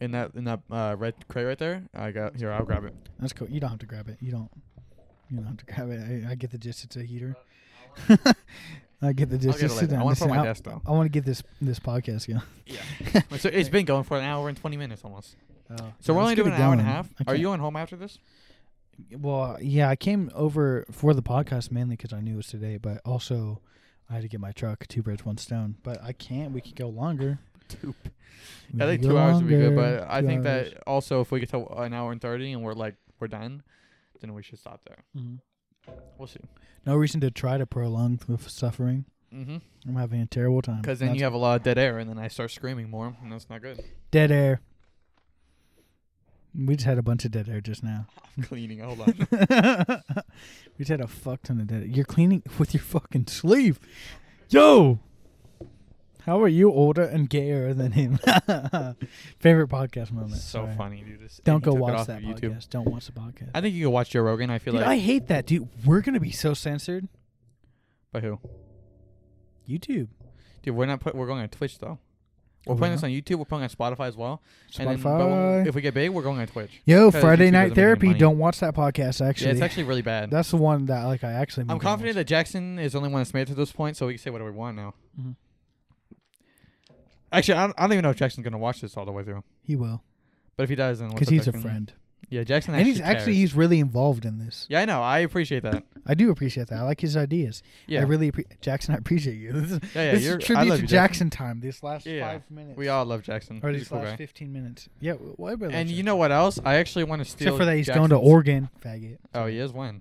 Speaker 2: in that in that uh, red crate right there. I got here. I'll grab it.
Speaker 1: That's cool. You don't have to grab it. You don't. You don't have to grab it. I, I get the gist. It's a heater. I get the
Speaker 2: I'll
Speaker 1: gist.
Speaker 2: get it
Speaker 1: Just sit
Speaker 2: later.
Speaker 1: down.
Speaker 2: I want to put
Speaker 1: Listen,
Speaker 2: my
Speaker 1: I,
Speaker 2: desk though.
Speaker 1: I want to get this this podcast going.
Speaker 2: Yeah. so it's been going for an hour and twenty minutes almost.
Speaker 1: Oh,
Speaker 2: So we're
Speaker 1: let's
Speaker 2: only
Speaker 1: get
Speaker 2: doing
Speaker 1: it
Speaker 2: an hour and a
Speaker 1: going.
Speaker 2: half.
Speaker 1: I
Speaker 2: Are
Speaker 1: can't-
Speaker 2: you on home after this?
Speaker 1: Well, yeah, I came over for the podcast mainly because I knew it was today, but also I had to get my truck, two birds, one stone. But I can't. We could go longer.
Speaker 2: Two.
Speaker 1: We
Speaker 2: I
Speaker 1: could
Speaker 2: think
Speaker 1: go
Speaker 2: two hours would be good,
Speaker 1: longer,
Speaker 2: but I
Speaker 1: two
Speaker 2: think
Speaker 1: hours.
Speaker 2: that also if we get to an hour and thirty and we're like we're done, then we should stop there.
Speaker 1: Mhm.
Speaker 2: We'll see.
Speaker 1: no reason to try to prolong the f- suffering.
Speaker 2: Mm-hmm.
Speaker 1: I'm having a terrible time.
Speaker 2: Because then
Speaker 1: That's
Speaker 2: you have a lot of dead air, and then I start screaming more, and that's not good.
Speaker 1: dead air. We just had a bunch of dead air just now.
Speaker 2: I'm cleaning. Hold on.
Speaker 1: we just had a fuck ton of dead air. You're cleaning with your fucking sleeve, yo. How are you older and gayer than him? Favorite podcast moment.
Speaker 2: so
Speaker 1: Sorry.
Speaker 2: funny, dude. This,
Speaker 1: Don't
Speaker 2: he
Speaker 1: go
Speaker 2: took it
Speaker 1: watch
Speaker 2: off
Speaker 1: that
Speaker 2: of YouTube.
Speaker 1: podcast. Don't watch the podcast.
Speaker 2: I think you can watch Joe Rogan. I feel
Speaker 1: Dude, I
Speaker 2: like.
Speaker 1: hate that, dude. We're gonna be so censored.
Speaker 2: By who?
Speaker 1: YouTube,
Speaker 2: Dude, we're not. Put, we're going on Twitch though.
Speaker 1: Oh,
Speaker 2: We're
Speaker 1: we're
Speaker 2: putting this
Speaker 1: not?
Speaker 2: on YouTube. We're putting on Spotify as well. And then, but when-
Speaker 1: Spotify.
Speaker 2: if we get big, we're going on Twitch.
Speaker 1: Yo,
Speaker 2: 'cause
Speaker 1: Friday Night
Speaker 2: YouTube doesn't make any
Speaker 1: Therapy.
Speaker 2: money.
Speaker 1: Don't watch that podcast. Actually,
Speaker 2: yeah, it's actually really bad.
Speaker 1: that's the one that like I actually.
Speaker 2: I'm
Speaker 1: made them Mm-hmm.
Speaker 2: confident that Jackson is the only one that's made it to this point, so we can say whatever we want now.
Speaker 1: Mhm.
Speaker 2: Actually, I don't, I don't even know if Jackson's gonna watch this all the way through.
Speaker 1: He will,
Speaker 2: But if he does, then what's
Speaker 1: because
Speaker 2: up,
Speaker 1: he's a
Speaker 2: Jackson?
Speaker 1: friend,
Speaker 2: Yeah, Jackson.
Speaker 1: and
Speaker 2: Actually
Speaker 1: he's actually
Speaker 2: cares.
Speaker 1: he's really involved in this.
Speaker 2: Yeah, I know. I appreciate that.
Speaker 1: I do appreciate that. I like his ideas.
Speaker 2: Yeah,
Speaker 1: I really appre- Jackson. I appreciate you. This is,
Speaker 2: yeah, yeah.
Speaker 1: this
Speaker 2: you're,
Speaker 1: is
Speaker 2: I
Speaker 1: tribute
Speaker 2: love
Speaker 1: to
Speaker 2: you,
Speaker 1: Jackson time. These last
Speaker 2: Yeah,
Speaker 1: five minutes,
Speaker 2: We all love Jackson.
Speaker 1: or
Speaker 2: He's a
Speaker 1: these
Speaker 2: cool
Speaker 1: last
Speaker 2: guy.
Speaker 1: fifteen minutes. Yeah, w- well, everybody
Speaker 2: And
Speaker 1: loves
Speaker 2: you
Speaker 1: Jackson.
Speaker 2: know what else? I actually want to steal.
Speaker 1: except for that, he's
Speaker 2: Jackson's,
Speaker 1: going to Oregon, faggot.
Speaker 2: Oh, he is one.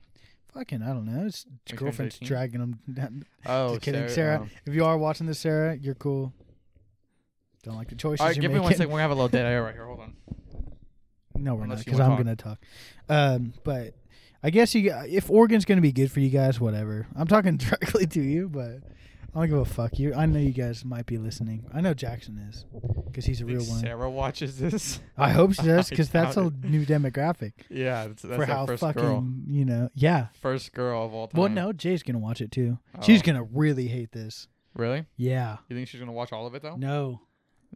Speaker 1: Fucking, I don't know. His
Speaker 2: turns
Speaker 1: girlfriend's
Speaker 2: 18.
Speaker 1: dragging him. Down.
Speaker 2: Oh,
Speaker 1: Just kidding,
Speaker 2: Sarah.
Speaker 1: Sarah.
Speaker 2: um,
Speaker 1: If you are watching this, Sarah, you're cool. Don't like the choices
Speaker 2: all right,
Speaker 1: you're
Speaker 2: give
Speaker 1: making.
Speaker 2: me one second. We're gonna have a little dead air right here. Hold on.
Speaker 1: No, we're
Speaker 2: Unless
Speaker 1: not,
Speaker 2: you
Speaker 1: because
Speaker 2: wanna
Speaker 1: I'm gonna talk. Um, but I guess you, if Oregon's gonna be good for you guys, whatever. I'm talking directly to you, but I don't give a fuck. You, I know you guys might be listening. I know Jackson is, because he's a
Speaker 2: Think
Speaker 1: real one.
Speaker 2: Sarah watches this.
Speaker 1: I hope she does,
Speaker 2: I
Speaker 1: because that's a
Speaker 2: doubt
Speaker 1: new demographic
Speaker 2: Yeah, that's, that's
Speaker 1: for
Speaker 2: our
Speaker 1: how
Speaker 2: first
Speaker 1: fucking
Speaker 2: girl.
Speaker 1: you know. Yeah.
Speaker 2: First girl of all time.
Speaker 1: Well, no, Jay's gonna watch it too. She's
Speaker 2: Oh.
Speaker 1: gonna really hate this.
Speaker 2: Really?
Speaker 1: Yeah.
Speaker 2: You think she's gonna watch all of it though?
Speaker 1: No.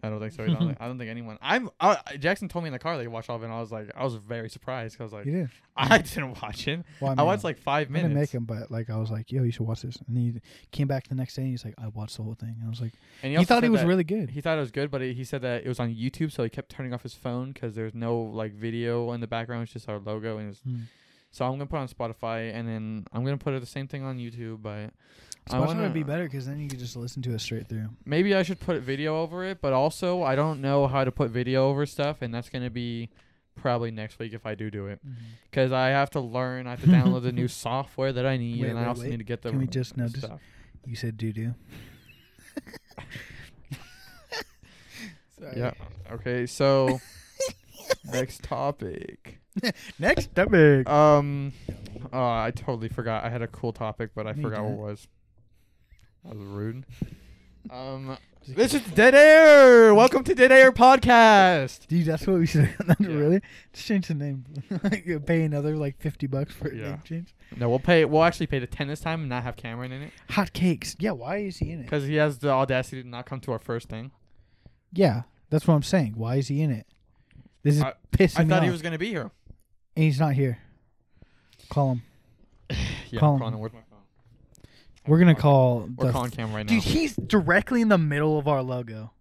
Speaker 2: I don't think so. I don't, think- I don't think anyone. I'm. I, Jackson told me in the car that he watched all of it. and I was like, I was very surprised because I was
Speaker 1: You
Speaker 2: like,
Speaker 1: did.
Speaker 2: I didn't watch it.
Speaker 1: Well,
Speaker 2: I
Speaker 1: mean,
Speaker 2: watched like five
Speaker 1: I didn't make
Speaker 2: minutes.
Speaker 1: him, but like I was like, "Yo, you should watch this." And he came back the next day, and he's like, "I watched the whole thing." And I was like,
Speaker 2: And
Speaker 1: "He,
Speaker 2: also
Speaker 1: thought
Speaker 2: said
Speaker 1: it was
Speaker 2: that-
Speaker 1: really good."
Speaker 2: He thought it was good, but he he said that it was on YouTube, so he kept turning off his phone because there's no like video in the background. It's just our logo, and it's,
Speaker 1: Hmm.
Speaker 2: so I'm gonna put it on Spotify, and then I'm gonna put it the same thing on YouTube. But I
Speaker 1: Spotify
Speaker 2: wanna,
Speaker 1: would be better because then you could just listen to it straight through.
Speaker 2: Maybe I should put video over it, but also I don't know how to put video over stuff, and that's gonna be probably next week if I do do it, because I have to learn. I have to download the new software that I need,
Speaker 1: Wait,
Speaker 2: and I
Speaker 1: wait,
Speaker 2: also
Speaker 1: wait.
Speaker 2: need to get the
Speaker 1: Can we just notice-
Speaker 2: stuff.
Speaker 1: You said doo doo. Sorry.
Speaker 2: Yeah. Okay. So next topic.
Speaker 1: Next topic.
Speaker 2: Um, oh, I totally forgot. I had a cool topic, but I
Speaker 1: No, you
Speaker 2: forgot what it
Speaker 1: didn't.
Speaker 2: was. That was rude. Um,
Speaker 1: Just
Speaker 2: this is Dead Air. Welcome to Dead Air Podcast.
Speaker 1: Dude, that's what we should really
Speaker 2: really?
Speaker 1: just change the name. You Pay another like fifty bucks for a
Speaker 2: Yeah.
Speaker 1: name change.
Speaker 2: No, we'll pay. We'll actually pay the ten this time and not have Cameron in it
Speaker 1: Hot cakes. Yeah, why is he in it?
Speaker 2: because he has the audacity to not come to our first thing.
Speaker 1: Yeah, that's what I'm saying. Why is he in it? This is
Speaker 2: I-
Speaker 1: pissing
Speaker 2: I
Speaker 1: me
Speaker 2: thought
Speaker 1: off.
Speaker 2: he was gonna be here.
Speaker 1: and he's not here. Call him.
Speaker 2: Yeah,
Speaker 1: Call him.
Speaker 2: I'm calling him with my phone.
Speaker 1: We're gonna call.
Speaker 2: We're
Speaker 1: the-
Speaker 2: calling Cam right now.
Speaker 1: Dude, he's directly in the middle of our logo.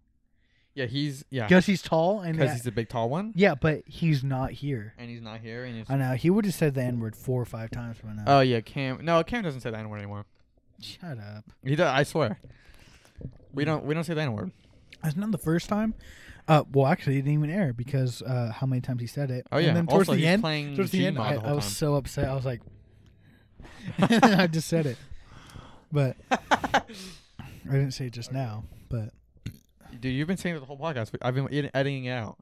Speaker 2: yeah, he's yeah
Speaker 1: Guess he's tall and
Speaker 2: because
Speaker 1: that-
Speaker 2: he's a big tall one
Speaker 1: Yeah, but he's not here.
Speaker 2: and he's not here and he's.
Speaker 1: I know. He would have said the N word four or five times by now.
Speaker 2: Oh yeah, Cam. No, Cam doesn't say that word anymore.
Speaker 1: Shut up.
Speaker 2: He does. I swear. We don't. We don't say that word.
Speaker 1: That's not the first time. Uh, well, actually, it didn't even air because uh, how many times he said it.
Speaker 2: Oh yeah.
Speaker 1: And then towards
Speaker 2: also,
Speaker 1: the
Speaker 2: he's
Speaker 1: end,
Speaker 2: playing
Speaker 1: towards the end,
Speaker 2: Gmod
Speaker 1: I,
Speaker 2: the
Speaker 1: I
Speaker 2: whole
Speaker 1: was
Speaker 2: time.
Speaker 1: so upset. I was like, I just said it. But I didn't say it just now. But
Speaker 2: Dude, you've been saying it the whole podcast. I've been ed- editing it out.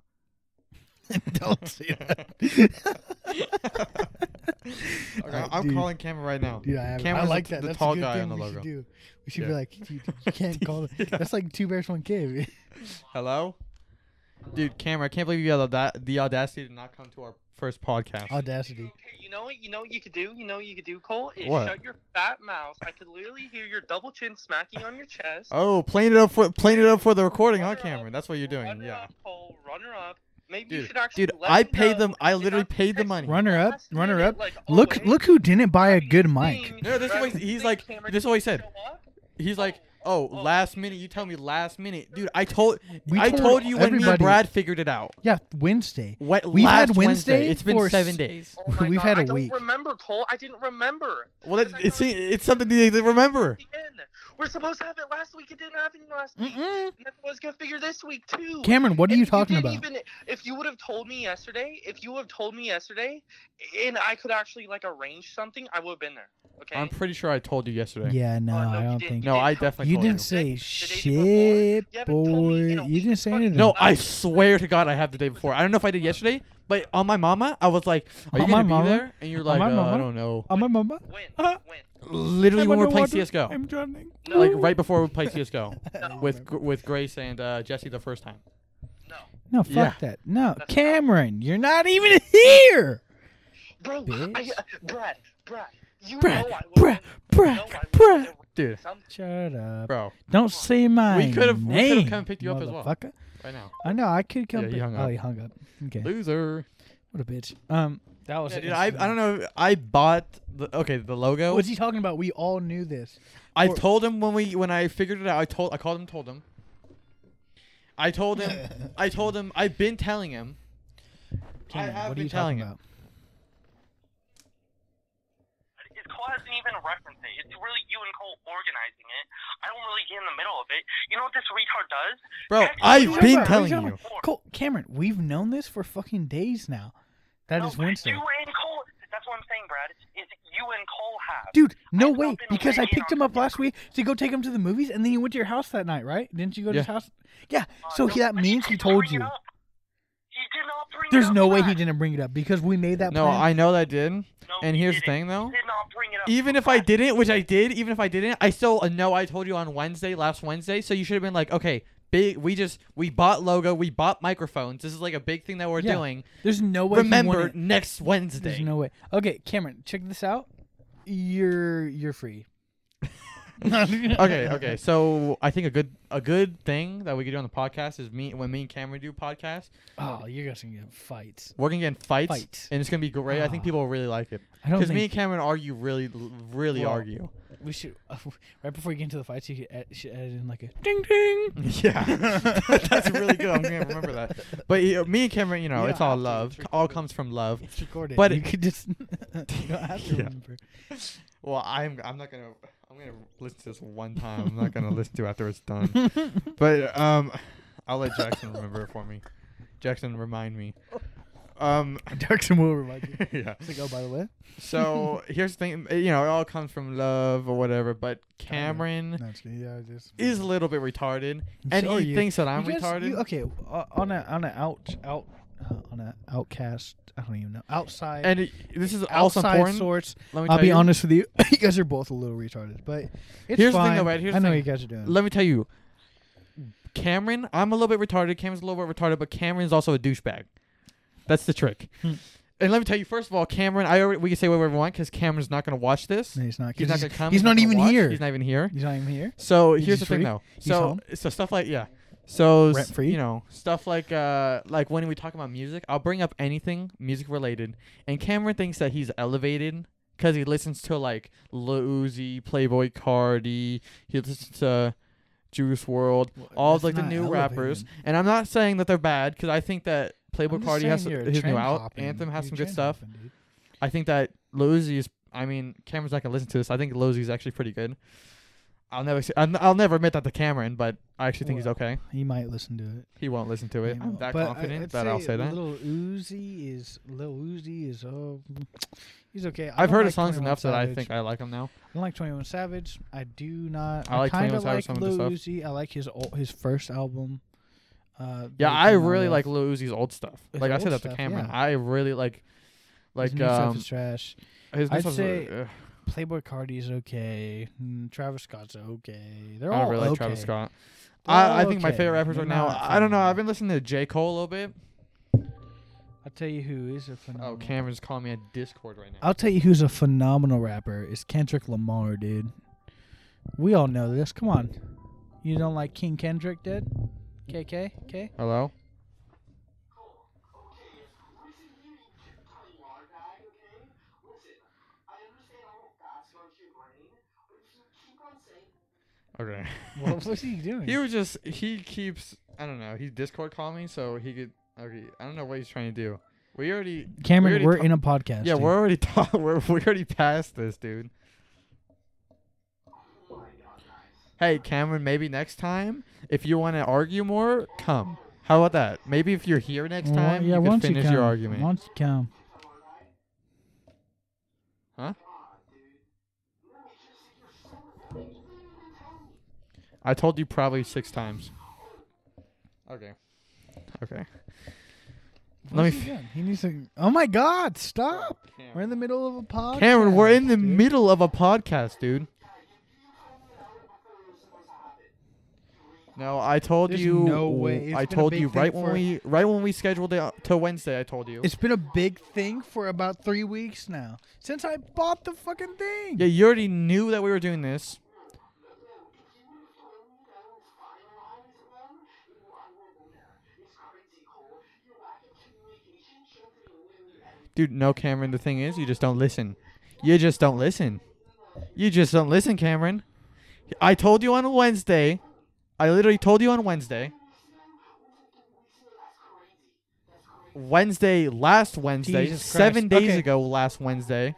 Speaker 1: don't say that.
Speaker 2: Okay, I'm- I'm
Speaker 1: Uh, dude.
Speaker 2: calling Cameron right now.
Speaker 1: Dude, I, have, I
Speaker 2: Cameron's the
Speaker 1: like
Speaker 2: t-
Speaker 1: that.
Speaker 2: the
Speaker 1: That's
Speaker 2: tall
Speaker 1: a good
Speaker 2: guy
Speaker 1: thing
Speaker 2: on the
Speaker 1: we
Speaker 2: logo.
Speaker 1: should do. We should be
Speaker 2: Yeah.
Speaker 1: like, dude, you can't call it. That's like two bears, one cave.
Speaker 2: Hello, dude, Cameron. I can't believe you had the, the audacity to not come to our first podcast.
Speaker 1: Audacity.
Speaker 4: Okay, you know what? You know what you could do. You know what you could do, Cole. Is
Speaker 2: What?
Speaker 4: shut your fat mouth. I could literally hear your double chin smacking on your chest.
Speaker 2: oh, playing it up for playing it up for the recording, huh, Cameron? That's what you're doing.
Speaker 4: Runner
Speaker 2: Yeah,
Speaker 4: Up, Cole, runner up. Maybe you
Speaker 2: dude.
Speaker 4: should actually.
Speaker 2: Dude,
Speaker 4: let
Speaker 2: I
Speaker 4: me
Speaker 2: paid
Speaker 4: know
Speaker 2: them. I
Speaker 4: you're
Speaker 2: literally
Speaker 4: not
Speaker 2: paid the
Speaker 4: texting
Speaker 2: money.
Speaker 1: Runner up,
Speaker 4: last
Speaker 1: runner
Speaker 4: minute,
Speaker 1: up.
Speaker 4: like oh
Speaker 1: Look,
Speaker 4: always.
Speaker 1: look who didn't buy a good mic.
Speaker 4: Thing,
Speaker 2: No, this is
Speaker 4: right?
Speaker 2: what he's- he's
Speaker 4: Thing,
Speaker 2: like-
Speaker 4: Cameron,
Speaker 2: this is what he
Speaker 4: you
Speaker 2: said.
Speaker 4: show up?
Speaker 2: He's like, oh,
Speaker 4: oh.
Speaker 2: last minute. You tell me last minute, dude. I told,
Speaker 1: We
Speaker 2: I
Speaker 1: told
Speaker 2: told you when me and
Speaker 1: everybody-
Speaker 2: Brad figured it out.
Speaker 1: Yeah, Wednesday.
Speaker 2: What
Speaker 1: We've had
Speaker 2: last Wednesday?
Speaker 1: Wednesday
Speaker 2: It's been
Speaker 1: for
Speaker 2: seven
Speaker 1: s-
Speaker 2: days.
Speaker 4: Oh my
Speaker 1: We've
Speaker 4: God,
Speaker 1: had a
Speaker 4: I don't
Speaker 1: week.
Speaker 4: remember, Cole. I didn't remember.
Speaker 2: Well, it,
Speaker 4: Because I
Speaker 2: it's
Speaker 4: thought
Speaker 2: it's something they they remember.
Speaker 4: Again, we're supposed to have it last week. It didn't happen last week.
Speaker 1: Mm-mm.
Speaker 4: And I was gonna figure this week too.
Speaker 1: Cameron, what are
Speaker 4: If
Speaker 1: you talking
Speaker 4: didn't
Speaker 1: about?
Speaker 4: Even, if you would have told me yesterday, if you would have told me yesterday, and I could actually like arrange something, I would have been there. Okay.
Speaker 2: I'm pretty sure I told you yesterday.
Speaker 1: Yeah, no,
Speaker 4: Oh,
Speaker 1: I
Speaker 4: you
Speaker 1: don't
Speaker 4: didn't.
Speaker 1: think.
Speaker 2: No, I
Speaker 4: You didn't tell
Speaker 2: definitely
Speaker 1: you
Speaker 2: told
Speaker 1: didn't
Speaker 4: you.
Speaker 1: say
Speaker 4: The day before?
Speaker 1: shit,
Speaker 4: You haven't told
Speaker 1: boy.
Speaker 4: me in a
Speaker 1: You
Speaker 4: week.
Speaker 1: didn't say
Speaker 4: Fucking
Speaker 1: anything. Uh,
Speaker 2: No, I swear to God, I have the day before. I don't know if I did yesterday, but on my mama, I was like, "Are you
Speaker 1: On my
Speaker 2: gonna be
Speaker 1: mama?
Speaker 2: there?" And you're
Speaker 1: On
Speaker 2: like,
Speaker 1: my
Speaker 2: uh, "I
Speaker 1: mama?
Speaker 2: don't know."
Speaker 1: I'm a mama.
Speaker 4: When?
Speaker 2: Uh-huh.
Speaker 1: Uh,
Speaker 4: when?
Speaker 2: Literally,
Speaker 1: I'm
Speaker 2: when we were playing
Speaker 1: underwater.
Speaker 2: CS:GO,
Speaker 1: I'm drowning.
Speaker 4: No.
Speaker 2: like right before we played CS:GO
Speaker 4: No.
Speaker 2: with Gr- with Grace and uh, Jesse the first time.
Speaker 4: No.
Speaker 1: No, fuck
Speaker 2: Yeah.
Speaker 1: that. No,
Speaker 4: That's-
Speaker 1: Cameron, you're not even here.
Speaker 4: Bro, I,
Speaker 1: Bitch.
Speaker 4: uh, Brad, Brad, you
Speaker 2: Brad,
Speaker 4: know I would.
Speaker 2: Brad, Brad, Brad. Dude.
Speaker 1: Shut up.
Speaker 2: Bro,
Speaker 1: Don't say my
Speaker 2: We could've- we could've
Speaker 1: name,
Speaker 2: come picked you up as well.
Speaker 1: motherfucker.
Speaker 2: right now,
Speaker 1: I know. I could come.
Speaker 2: Yeah, he
Speaker 1: pick-
Speaker 2: hung
Speaker 1: Oh,
Speaker 2: up.
Speaker 1: he hung up. Okay.
Speaker 2: loser.
Speaker 1: What a bitch. Um, that was.
Speaker 2: Yeah,
Speaker 1: an
Speaker 2: dude, I, I
Speaker 1: incident.
Speaker 2: don't know. I bought the okay the logo.
Speaker 1: What's he talking about? We all knew this.
Speaker 2: I
Speaker 1: Or-
Speaker 2: told him when we when I figured it out. I told I called him, told him, I told him. I told him. I've been telling him. I
Speaker 1: Cameron,
Speaker 2: have
Speaker 1: what are
Speaker 2: been
Speaker 1: you talking
Speaker 2: telling him.
Speaker 1: about?
Speaker 4: It's Cole hasn't even referenced it. It's really you and Cole organizing it. I don't really get in the middle of it. You know what this retard does?
Speaker 2: Bro,
Speaker 4: Next
Speaker 2: I've
Speaker 4: week-
Speaker 2: been
Speaker 4: What are
Speaker 2: telling
Speaker 4: you talking
Speaker 2: you.
Speaker 4: about? Before.
Speaker 1: Cole, Cameron, we've known this for fucking days now. That
Speaker 4: No,
Speaker 1: is Wednesday.
Speaker 4: You and Cole. That's what I'm saying, Brad. Is you and Cole have?
Speaker 1: Dude, no
Speaker 4: I've
Speaker 1: way.
Speaker 4: not been
Speaker 1: Because I
Speaker 4: weighed in
Speaker 1: picked
Speaker 4: on
Speaker 1: him up
Speaker 4: this.
Speaker 1: last week to go take him to the movies, and then you went to your house that night, right? Didn't you go to his
Speaker 2: Yeah.
Speaker 1: house? Yeah.
Speaker 4: Uh,
Speaker 1: So
Speaker 4: no,
Speaker 1: he, that
Speaker 4: but
Speaker 1: means he
Speaker 4: didn't
Speaker 1: told
Speaker 4: bring it
Speaker 1: you.
Speaker 4: up. He did not bring it
Speaker 1: There's
Speaker 4: up,
Speaker 1: no way
Speaker 4: Brad.
Speaker 1: he didn't bring it up because we made that
Speaker 2: No,
Speaker 1: plan.
Speaker 2: I know that I did.
Speaker 4: No,
Speaker 2: And
Speaker 4: he
Speaker 2: here's the
Speaker 4: didn't.
Speaker 2: thing, though.
Speaker 4: He did not bring it up.
Speaker 2: Even if I didn't, which I did, even if I didn't, I still uh, know I told you on Wednesday, last Wednesday. So you should have been like, okay, big. We just we bought logo, we bought microphones. This is like a big thing that we're
Speaker 1: Yeah.
Speaker 2: doing.
Speaker 1: There's no way. he won
Speaker 2: Remember
Speaker 1: it.
Speaker 2: next Wednesday.
Speaker 1: There's no way. Okay, Cameron, check this out. You're you're free.
Speaker 2: okay, okay. So I think a good a good thing that we could do on the podcast is me when me and Cameron do podcasts,
Speaker 1: Oh, you guys can get fights.
Speaker 2: we're gonna get in fights,
Speaker 1: Fights.
Speaker 2: and it's gonna be great. I think
Speaker 1: Ah.
Speaker 2: people will really like it
Speaker 1: I don't
Speaker 2: because
Speaker 1: think
Speaker 2: me and Cameron argue really, really
Speaker 1: Well,
Speaker 2: argue.
Speaker 1: we should. right before you get into the fights, you could ed- should edit in like a ding ding.
Speaker 2: Yeah, that's really good. I'm gonna remember that. But you know, me and Cameron, you know,
Speaker 1: You
Speaker 2: it's
Speaker 1: don't
Speaker 2: all
Speaker 1: have to,
Speaker 2: love.
Speaker 1: it's
Speaker 2: All
Speaker 1: recorded.
Speaker 2: comes from love.
Speaker 1: It's recorded.
Speaker 2: But-
Speaker 1: But you could just you don't have to
Speaker 2: Yeah.
Speaker 1: remember.
Speaker 2: Well, I'm I'm not gonna I'm gonna listen to this one time. I'm not gonna listen to it after it's done. But um, I'll let Jackson remember it for me. Jackson, remind me. Um,
Speaker 1: Jackson will remind you.
Speaker 2: yeah.
Speaker 1: It's like, oh, by the way,
Speaker 2: So here's the thing, you know, it all comes from love or whatever. But Cameron
Speaker 1: no, it's good. Yeah, just
Speaker 2: is a little bit retarded, and
Speaker 1: So are
Speaker 2: he
Speaker 1: you.
Speaker 2: thinks that I'm
Speaker 1: You guys-
Speaker 2: retarded.
Speaker 1: you- okay, uh, on a on a out out uh, on a outcast. I don't even know outside.
Speaker 2: and it- this is also
Speaker 1: outside
Speaker 2: important.
Speaker 1: source.
Speaker 2: Let me
Speaker 1: I'll
Speaker 2: tell
Speaker 1: be
Speaker 2: you.
Speaker 1: honest with you. you guys are both a little retarded, but it's
Speaker 2: Here's the thing,
Speaker 1: fine.
Speaker 2: though, Brad, here's
Speaker 1: I
Speaker 2: the
Speaker 1: know
Speaker 2: thing.
Speaker 1: you guys are doing.
Speaker 2: Let me tell you, Cameron. I'm a little bit retarded. Cameron's a little bit retarded, but Cameron's also a douchebag. That's the trick.
Speaker 1: Hmm.
Speaker 2: and let me tell you, first of all, Cameron. I already, we can say whatever we want because Cameron's not gonna watch this.
Speaker 1: no, he's not. 'cause
Speaker 2: He's not gonna come.
Speaker 1: He's not
Speaker 2: gonna
Speaker 1: even
Speaker 2: watch,
Speaker 1: here.
Speaker 2: He's not even here.
Speaker 1: He's not even here.
Speaker 2: So
Speaker 1: He's
Speaker 2: here's the
Speaker 1: just
Speaker 2: thing,
Speaker 1: free?
Speaker 2: though.
Speaker 1: He's
Speaker 2: So
Speaker 1: home?
Speaker 2: so stuff like yeah. So s-
Speaker 1: Rent free?
Speaker 2: you know stuff like uh like when we talk about music, I'll bring up anything music related, and Cameron thinks that he's elevated because he listens to like Lil Uzi, Playboy Cardi, he listens to Juice World, all of,
Speaker 1: that's
Speaker 2: like the
Speaker 1: not
Speaker 2: new
Speaker 1: elevated.
Speaker 2: rappers. And I'm not saying that they're bad because I think that Playboy
Speaker 1: I'm just
Speaker 2: Cardi has
Speaker 1: saying
Speaker 2: some-
Speaker 1: you're
Speaker 2: his new
Speaker 1: trend
Speaker 2: out,
Speaker 1: hopping.
Speaker 2: Anthem has
Speaker 1: You're
Speaker 2: some good
Speaker 1: trend
Speaker 2: stuff.
Speaker 1: hopping, dude.
Speaker 2: I think that Lil Uzi is. I mean, Cameron's not gonna listen to this. I think Lil Uzi is actually pretty good. I'll never. Say, I'm- I'll never admit that to Cameron, but I actually think he's
Speaker 1: Well,
Speaker 2: okay.
Speaker 1: He might listen to it.
Speaker 2: He won't listen to it.
Speaker 1: He
Speaker 2: I'm
Speaker 1: won't.
Speaker 2: that
Speaker 1: But uh, I-
Speaker 2: confident
Speaker 1: I'd
Speaker 2: that I'll say that.
Speaker 1: Little Uzi is Lil Uzi is oh, he's okay. I
Speaker 2: I've
Speaker 1: don't
Speaker 2: heard
Speaker 1: like
Speaker 2: his songs
Speaker 1: 21
Speaker 2: enough that I
Speaker 1: Savage.
Speaker 2: think I like him now.
Speaker 1: I don't like Twenty One Savage. I do not.
Speaker 2: I
Speaker 1: I,
Speaker 2: like 21
Speaker 1: kind of
Speaker 2: Savage,
Speaker 1: like
Speaker 2: some of the
Speaker 1: Lil
Speaker 2: stuff.
Speaker 1: Uzi. I like his ol- his first album. Uh,
Speaker 2: Yeah,
Speaker 1: that
Speaker 2: I
Speaker 1: came out
Speaker 2: really
Speaker 1: with.
Speaker 2: like Lil Uzi's old stuff.
Speaker 1: His
Speaker 2: like I
Speaker 1: old
Speaker 2: said that to
Speaker 1: stuff,
Speaker 2: Cameron.
Speaker 1: yeah.
Speaker 2: I really like, like
Speaker 1: his new stuff
Speaker 2: um,
Speaker 1: is trash.
Speaker 2: his new uh,
Speaker 1: I'd
Speaker 2: stuff's
Speaker 1: say-
Speaker 2: really- ugh,
Speaker 1: Playboy Cardi's okay. Mm, Travis Scott's okay. They're
Speaker 2: I
Speaker 1: all
Speaker 2: don't really like
Speaker 1: okay.
Speaker 2: Travis Scott.
Speaker 1: They're all
Speaker 2: I, I think my
Speaker 1: okay.
Speaker 2: favorite rappers
Speaker 1: They're
Speaker 2: right now.
Speaker 1: not
Speaker 2: I don't know.
Speaker 1: phenomenal.
Speaker 2: I've been listening to J Cole a little bit.
Speaker 1: I'll tell you who is a
Speaker 2: Oh,
Speaker 1: phenomenal.
Speaker 2: Cameron's calling me on Discord right now.
Speaker 1: I'll tell you who's a phenomenal rapper is Kendrick Lamar, dude. We all know this. Come on. You don't like King Kendrick, dude? KK? K?
Speaker 2: Hello. Okay.
Speaker 1: What was he doing?
Speaker 2: He was just he keeps I don't know, he Discord called me so he could okay, I don't know what he's trying to do. We already
Speaker 1: Cameron,
Speaker 2: already
Speaker 1: we're
Speaker 2: ta-
Speaker 1: in a podcast.
Speaker 2: Yeah,
Speaker 1: dude.
Speaker 2: we're already ta- we're we already past this, dude. Hey Cameron, maybe next time if you want to argue more, come. How about that? Maybe if you're here next
Speaker 1: Well,
Speaker 2: time,
Speaker 1: yeah,
Speaker 2: you can
Speaker 1: once
Speaker 2: finish
Speaker 1: you come,
Speaker 2: your argument.
Speaker 1: Once you come.
Speaker 2: I told you probably six times. Okay. Okay. Let me
Speaker 1: What's he, doing? he needs to. Oh my God! Stop! We're in the middle of a podcast.
Speaker 2: Cameron, we're in the
Speaker 1: dude.
Speaker 2: middle of a podcast, dude. No, I told
Speaker 1: There's
Speaker 2: you.
Speaker 1: no way. It's
Speaker 2: I
Speaker 1: been a
Speaker 2: told
Speaker 1: big
Speaker 2: you
Speaker 1: thing
Speaker 2: right when
Speaker 1: for-
Speaker 2: we right when we scheduled it to Wednesday. I told you.
Speaker 1: It's been a big thing for about three weeks now since I bought the fucking thing.
Speaker 2: yeah, you already knew that we were doing this. Dude, no, Cameron. The thing is, you just don't listen. You just don't listen. You just don't listen, Cameron. I told you on Wednesday. I literally told you on Wednesday. Wednesday, last Wednesday,
Speaker 5: Jesus Christ.
Speaker 2: seven days
Speaker 5: Okay.
Speaker 2: ago, last Wednesday.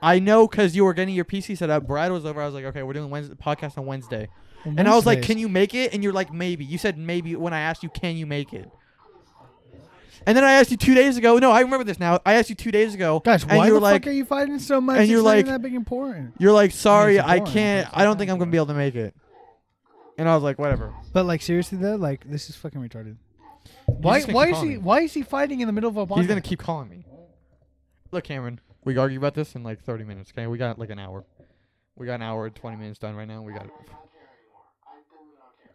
Speaker 2: I know because you were getting your PC set up. Brad was over. I was like, okay, we're doing Wednesday podcast on Wednesday. And I was like, can you make it? And you're like, maybe. You said maybe when I asked you, can you make it? And then I asked you two days ago. No, I remember this now. I asked you two days ago.
Speaker 1: Guys,
Speaker 2: and
Speaker 1: why
Speaker 2: you
Speaker 1: the
Speaker 2: were like,
Speaker 1: fuck are you fighting so much?
Speaker 2: and
Speaker 1: It's
Speaker 2: you're
Speaker 1: not even
Speaker 2: like-
Speaker 1: that big important.
Speaker 2: You're like, sorry,
Speaker 1: it's
Speaker 2: I
Speaker 1: boring.
Speaker 2: can't. I don't think I'm gonna be able to make it. And I was like, whatever.
Speaker 1: But like seriously though, like this is fucking retarded. Why?
Speaker 2: just gonna
Speaker 1: Why
Speaker 2: keep
Speaker 1: is he?
Speaker 2: calling.
Speaker 1: Why is he fighting in the middle of a podcast?
Speaker 2: He's gonna keep calling me. Look, Cameron, we could argue about this in like 30 minutes. Okay, we got like an hour. We got an hour and 20 minutes done right now. We got it.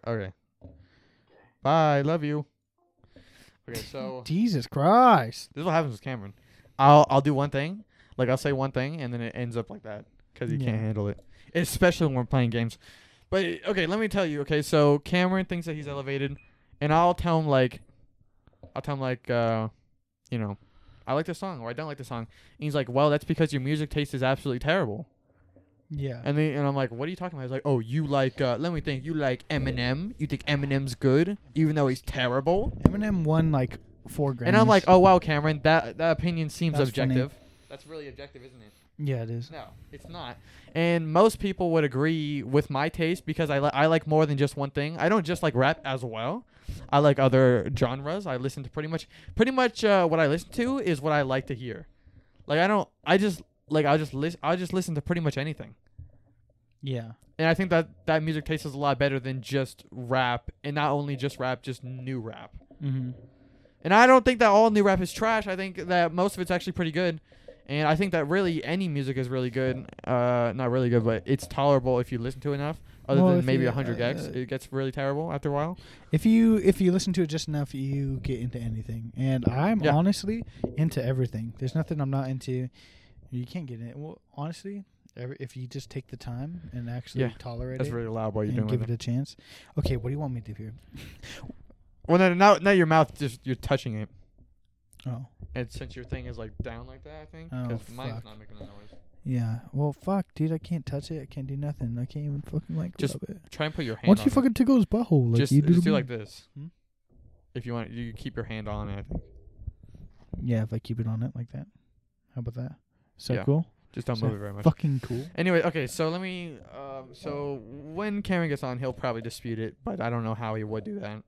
Speaker 2: Okay. Bye. Love you. Okay, so
Speaker 1: Jesus Christ!
Speaker 2: this is what happens with Cameron. I'll I'll do one thing, like I'll say one thing, and then it ends up like that because he
Speaker 1: Yeah.
Speaker 2: can't handle it, especially when we're playing games. But okay, let me tell you. Okay, so Cameron thinks that he's elevated, and I'll tell him like, I'll tell him like, uh, you know, I like this song or I don't like this song, and he's like, well, that's because your music taste is absolutely terrible.
Speaker 1: Yeah.
Speaker 2: And then and I'm like, what are you talking about? He's like, oh, you like, uh, let me think, you like Eminem. You think Eminem's good, even though he's terrible.
Speaker 1: Eminem won like four Grammys.
Speaker 2: And I'm like, oh wow, Cameron, that that opinion seems
Speaker 1: That's funny.
Speaker 2: objective. That's really objective, isn't it?
Speaker 1: Yeah, it is.
Speaker 2: No, it's not. And most people would agree with my taste because I li- I like more than just one thing. I don't just like rap as well. I like other genres. I listen to pretty much pretty much uh, what I listen to is what I like to hear. Like I don't I just like I'll just listen I'll just listen to pretty much anything.
Speaker 1: Yeah.
Speaker 2: And I think that that music taste is a lot better than just rap and not only just rap, just new rap.
Speaker 1: Mm-hmm.
Speaker 2: And I don't think that all new rap is trash. I think that most of it's actually pretty good. And I think that really any music is really good. Uh, not really good, but it's tolerable if you listen to it enough. Other
Speaker 1: Well,
Speaker 2: than
Speaker 1: if
Speaker 2: maybe
Speaker 1: you-
Speaker 2: a 100 gigs,
Speaker 1: uh,
Speaker 2: it gets really terrible after a while.
Speaker 1: If you if you listen to it just enough, you get into anything. And I'm
Speaker 2: Yeah.
Speaker 1: honestly into everything. There's nothing I'm not into. You can't get in. Well, honestly, every, if you just take the time and actually
Speaker 2: Yeah,
Speaker 1: tolerate
Speaker 2: That's
Speaker 1: it
Speaker 2: really loud. What you're
Speaker 1: and
Speaker 2: doing
Speaker 1: give
Speaker 2: with
Speaker 1: it
Speaker 2: it.
Speaker 1: a chance. Okay, what do you want me to do here?
Speaker 2: Well, no, now, now your mouth just you're touching it,
Speaker 1: Oh,
Speaker 2: and since your thing is like down like that, I think.
Speaker 1: Oh,
Speaker 2: 'cause mine's
Speaker 1: fuck.
Speaker 2: not making that noise.
Speaker 1: yeah. Well, fuck, dude, I can't touch it. I can't do nothing. I can't even fucking like
Speaker 2: Just
Speaker 1: rub it.
Speaker 2: Try and put your hand.
Speaker 1: Why don't
Speaker 2: on
Speaker 1: you
Speaker 2: it.
Speaker 1: fucking tickle his butthole like
Speaker 2: just,
Speaker 1: you do?
Speaker 2: just
Speaker 1: to
Speaker 2: do
Speaker 1: me?
Speaker 2: like this.
Speaker 1: Hmm?
Speaker 2: If you want, you keep your hand on it. I think.
Speaker 1: Yeah, if I keep it on it like that. How about that? So
Speaker 2: Yeah.
Speaker 1: cool.
Speaker 2: Just don't
Speaker 1: So
Speaker 2: move it very much.
Speaker 1: Fucking cool.
Speaker 2: Anyway, okay, so let me. Um, so when Cameron gets on, he'll probably dispute it, but I don't know how he would do that.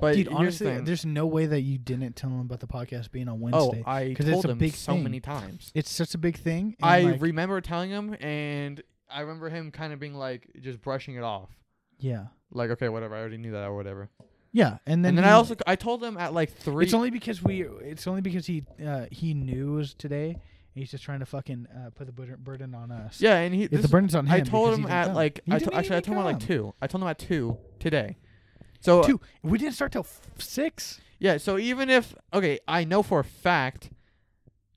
Speaker 2: But
Speaker 1: Dude,
Speaker 2: here's
Speaker 1: honestly,
Speaker 2: the thing.
Speaker 1: there's no way that you didn't tell him about the podcast being on
Speaker 2: oh,
Speaker 1: Wednesday.
Speaker 2: I
Speaker 1: 'cause
Speaker 2: told
Speaker 1: it's a
Speaker 2: him
Speaker 1: big
Speaker 2: so
Speaker 1: thing.
Speaker 2: many times.
Speaker 1: it's such a big thing. and,
Speaker 2: I
Speaker 1: like,
Speaker 2: remember telling him, and I remember him kind of being like just brushing it off,
Speaker 1: yeah,
Speaker 2: like okay, whatever, I already knew that or whatever.
Speaker 1: yeah, and then
Speaker 2: and then I
Speaker 1: he-
Speaker 2: also I told him at like three.
Speaker 1: It's only because we. It's only because he uh, he knew it was today. And he's just trying to fucking uh, put the bur- burden on us.
Speaker 2: yeah, and he.
Speaker 1: If
Speaker 2: This,
Speaker 1: the burden's on him.
Speaker 2: I told
Speaker 1: because he
Speaker 2: him
Speaker 1: didn't
Speaker 2: at
Speaker 1: come.
Speaker 2: like
Speaker 1: He
Speaker 2: I
Speaker 1: didn't
Speaker 2: to- actually I
Speaker 1: even
Speaker 2: told him at like
Speaker 1: come.
Speaker 2: two. I told him at two today. So
Speaker 1: Two. We didn't start till f- six.
Speaker 2: Yeah, so even if okay, I know for a fact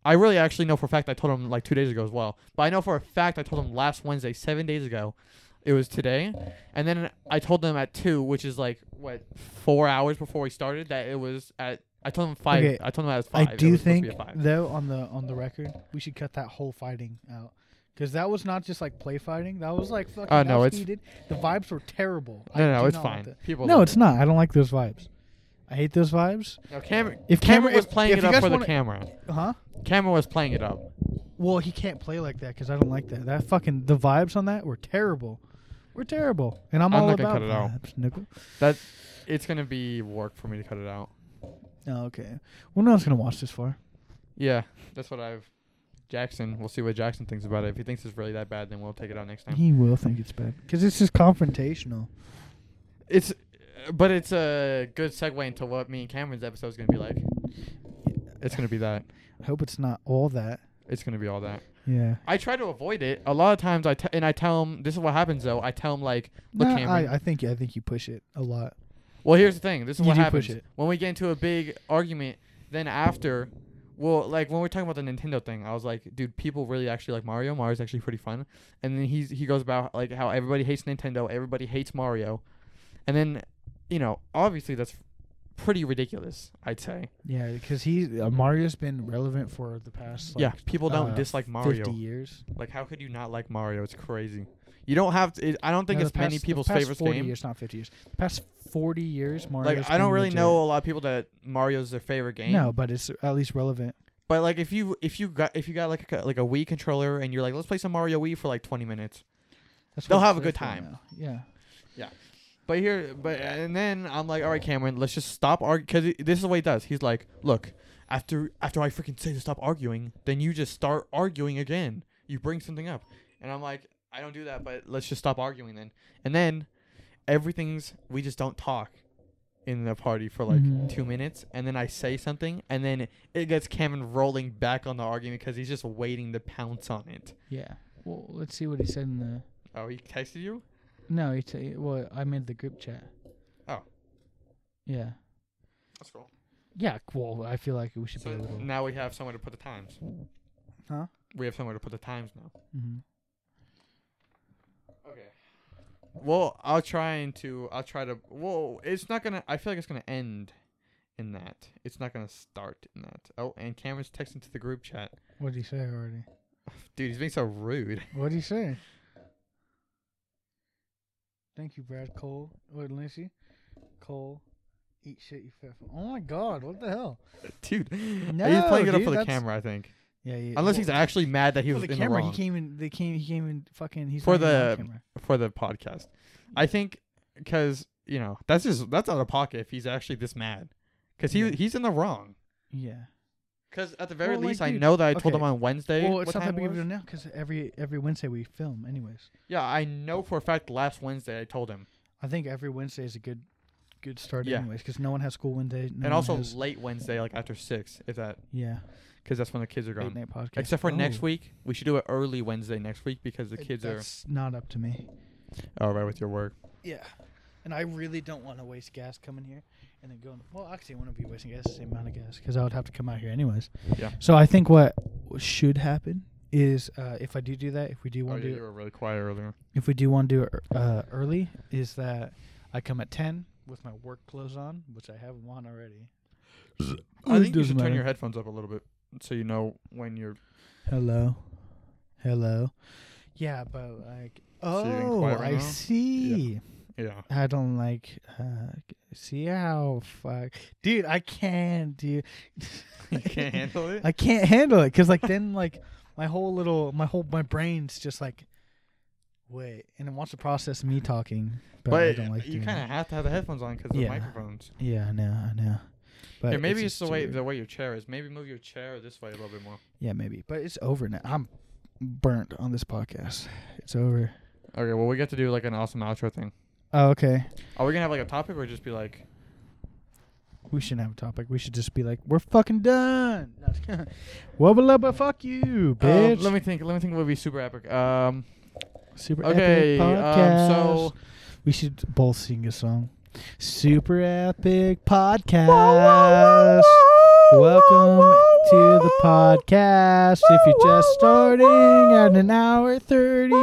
Speaker 2: I really actually know for a fact I told him like 2 days ago as well. But I know for a fact I told him last Wednesday, 7 days ago. It was today. And then I told him at 2, which is like what 4 hours before we started that it was at I told him 5.
Speaker 1: Okay,
Speaker 2: I told him I was 5.
Speaker 1: I
Speaker 2: It
Speaker 1: do
Speaker 2: was supposed to
Speaker 1: think
Speaker 2: be at five.
Speaker 1: though on the on the record we should cut that whole fighting out because that was not just like play fighting. That was like fucking.
Speaker 2: Oh, no,
Speaker 1: that was
Speaker 2: it's-
Speaker 1: heated. the vibes were terrible. I
Speaker 2: No, no,
Speaker 1: do
Speaker 2: it's
Speaker 1: not like
Speaker 2: fine.
Speaker 1: that.
Speaker 2: People
Speaker 1: No,
Speaker 2: love
Speaker 1: it's
Speaker 2: it.
Speaker 1: not. I don't like those vibes. I hate those vibes.
Speaker 2: No, Cameron,
Speaker 1: If
Speaker 2: Cameron
Speaker 1: Cameron-
Speaker 2: was
Speaker 1: if-
Speaker 2: playing
Speaker 1: if
Speaker 2: it
Speaker 1: you
Speaker 2: up
Speaker 1: guys
Speaker 2: for the
Speaker 1: wanna-
Speaker 2: camera.
Speaker 1: Huh?
Speaker 2: Cameron was playing it up.
Speaker 1: Well, he can't play like that because I don't like that. That fucking the vibes on that were terrible. We're terrible, and I'm,
Speaker 2: I'm
Speaker 1: all
Speaker 2: not gonna
Speaker 1: about
Speaker 2: cut it out.
Speaker 1: vibes, nigga.
Speaker 2: That it's going to be work for me to cut it out.
Speaker 1: Oh, okay. Well, no one's gonna watch this far.
Speaker 2: Yeah, that's what I've. Jackson, we'll see what Jackson thinks about it. If he thinks it's really that bad, then we'll take it out next time.
Speaker 1: He will think it's bad because it's just confrontational.
Speaker 2: It's, but it's a good segue into what me and Cameron's episode is gonna be like. It's gonna be that.
Speaker 1: I hope it's not all that.
Speaker 2: It's gonna be all that.
Speaker 1: Yeah.
Speaker 2: I try to avoid it a lot of times. I t- and I tell him this is what happens though. I tell him like, look,
Speaker 1: Nah,
Speaker 2: Cameron.
Speaker 1: I, I think I think you push it a lot.
Speaker 2: well, here's the thing. This is
Speaker 1: You
Speaker 2: what
Speaker 1: do
Speaker 2: happens
Speaker 1: push it.
Speaker 2: when we get into a big argument. Then after, well, like when we're talking about the Nintendo thing, I was like, dude, people really actually like Mario. Mario's actually pretty fun. And then he's he goes about like how everybody hates Nintendo, everybody hates Mario, and then, you know, obviously that's pretty ridiculous. I'd say.
Speaker 1: Yeah, because he uh, Mario's been relevant for the past like
Speaker 2: yeah, people don't
Speaker 1: uh,
Speaker 2: dislike Mario.
Speaker 1: fifty years.
Speaker 2: Like, how could you not like Mario? It's crazy. You don't have to. It, I don't think
Speaker 1: No,
Speaker 2: it's
Speaker 1: the
Speaker 2: many
Speaker 1: past- the
Speaker 2: people's
Speaker 1: past
Speaker 2: favorite
Speaker 1: 40
Speaker 2: game.
Speaker 1: years, not 50 years. The past 40 years, Mario.
Speaker 2: Like I don't really know a lot of people that Mario's their favorite game.
Speaker 1: No, but it's at least relevant.
Speaker 2: But like if you if you got if you got like a, like a Wii controller and you're like let's play some Mario Wii for like 20 minutes.
Speaker 1: That's what
Speaker 2: They'll
Speaker 1: it's
Speaker 2: have a
Speaker 1: there
Speaker 2: good
Speaker 1: for
Speaker 2: time.
Speaker 1: now. Yeah.
Speaker 2: But here, but and then I'm like, all right, Cameron, let's just stop arguing because this is what he does. He's like, look, after after I freaking say to stop arguing, then you just start arguing again. You bring something up, and I'm like, I don't do that, but let's just stop arguing then. And then everything's we just don't talk in the party for like
Speaker 1: Mhm.
Speaker 2: two minutes, and then I say something, and then it gets Cameron rolling back on the argument because he's just waiting to pounce on it.
Speaker 1: Yeah. Well, let's see what he said in the.
Speaker 2: Oh, he texted you.
Speaker 1: No, he t- well, I made the group chat.
Speaker 2: Oh.
Speaker 1: Yeah.
Speaker 2: That's cool.
Speaker 1: Yeah, well, I feel like we should
Speaker 2: So
Speaker 1: be a little.
Speaker 2: now we have somewhere to put the times.
Speaker 1: Huh?
Speaker 2: We have somewhere to put the times now.
Speaker 1: Mhm.
Speaker 2: Okay. Well, I'll try and to I'll try to Whoa, it's not gonna I feel like it's gonna end in that. It's not gonna start in that. Oh, and Cameron's texting to the group chat.
Speaker 1: What did he say already?
Speaker 2: Dude, he's being so rude.
Speaker 1: What did he say? Thank you, Brad Cole. Wait, Lindsay. Cole, eat shit, you fat. Oh my God! What the hell?
Speaker 2: Dude. he's
Speaker 1: No,
Speaker 2: playing it up
Speaker 1: dude,
Speaker 2: for the
Speaker 1: that's-
Speaker 2: camera, I think.
Speaker 1: Yeah, yeah.
Speaker 2: Unless
Speaker 1: well,
Speaker 2: he's actually mad that he
Speaker 1: for
Speaker 2: was
Speaker 1: the
Speaker 2: in
Speaker 1: camera.
Speaker 2: the wrong
Speaker 1: He came in. They came. He came in. Fucking. He's
Speaker 2: For
Speaker 1: not even on
Speaker 2: the-
Speaker 1: camera.
Speaker 2: for the podcast. I think because, you know, that's just that's out of pocket if he's actually this mad. Cuz he
Speaker 1: Yeah.
Speaker 2: he's in the wrong.
Speaker 1: Yeah.
Speaker 2: Cuz at the very
Speaker 1: Well, like,
Speaker 2: least I
Speaker 1: dude,
Speaker 2: know that I told
Speaker 1: okay.
Speaker 2: him on Wednesday
Speaker 1: Well, it's
Speaker 2: what
Speaker 1: not that
Speaker 2: time it
Speaker 1: big of a
Speaker 2: was.
Speaker 1: deal now because every every Wednesday we film, anyways.
Speaker 2: Yeah, I know for a fact last Wednesday I told him.
Speaker 1: I think every Wednesday is a good good start,
Speaker 2: Yeah.
Speaker 1: anyways, because no one has school Wednesday. No one
Speaker 2: and also
Speaker 1: has-
Speaker 2: late Wednesday, like after six, if that,
Speaker 1: yeah,
Speaker 2: because that's when the kids are
Speaker 1: late
Speaker 2: gone.
Speaker 1: night podcast.
Speaker 2: Except for next
Speaker 1: Oh.
Speaker 2: week, we should do it early Wednesday next week because the
Speaker 1: It-
Speaker 2: kids are
Speaker 1: That's not up to me.
Speaker 2: all right with your work.
Speaker 1: Yeah, and I really don't want to waste gas coming here and then going. Well, actually, I wouldn't be wasting gas the same amount of gas because I would have to come out here anyways.
Speaker 2: Yeah. Oh,
Speaker 1: So I think what should happen is uh, if I do do that, if we do
Speaker 2: Oh,
Speaker 1: want
Speaker 2: yeah,
Speaker 1: to do
Speaker 2: you were really quiet earlier.
Speaker 1: if we do want to do it uh, early, is that I come at 10 with my work clothes on, which I have them on already.
Speaker 2: I
Speaker 1: It
Speaker 2: think you should
Speaker 1: doesn't
Speaker 2: turn
Speaker 1: matter.
Speaker 2: your headphones up a little bit so you know when you're.
Speaker 1: Hello. Hello. Yeah, but like,
Speaker 2: So you're getting
Speaker 1: oh,
Speaker 2: quiet right
Speaker 1: I
Speaker 2: now?
Speaker 1: see.
Speaker 2: Yeah.
Speaker 1: I don't like, uh, see how fuck. Dude, I can't, dude.
Speaker 2: you can't handle it.
Speaker 1: I can't handle it because like then like my whole little my whole my brain's just like wait and it wants to process me talking, but, I
Speaker 2: but
Speaker 1: don't like
Speaker 2: you
Speaker 1: doing
Speaker 2: kind
Speaker 1: it.
Speaker 2: of have to have the headphones on because the
Speaker 1: Yeah.
Speaker 2: microphones.
Speaker 1: Yeah, I know, I know. But
Speaker 2: yeah, maybe it's,
Speaker 1: just
Speaker 2: the way
Speaker 1: weird.
Speaker 2: the way your chair is. Maybe move your chair this way a little bit more.
Speaker 1: Yeah, maybe. But it's over now. I'm burnt on this podcast. It's over.
Speaker 2: Okay. Well, we got to do like an awesome outro thing.
Speaker 1: Oh, okay.
Speaker 2: Are we gonna have like a topic or just be like?
Speaker 1: We shouldn't have a topic. We should just be like, we're fucking done. No, just kidding. Wubba lubba, fuck you,
Speaker 2: Um,
Speaker 1: bitch.
Speaker 2: let me think. Let me think. What would be super epic? Um.
Speaker 1: Super
Speaker 2: Okay.
Speaker 1: epic
Speaker 2: Um,
Speaker 1: podcast.
Speaker 2: so
Speaker 1: we should both sing a song. Super epic podcast. Welcome to the podcast. if you're just starting at an hour 30,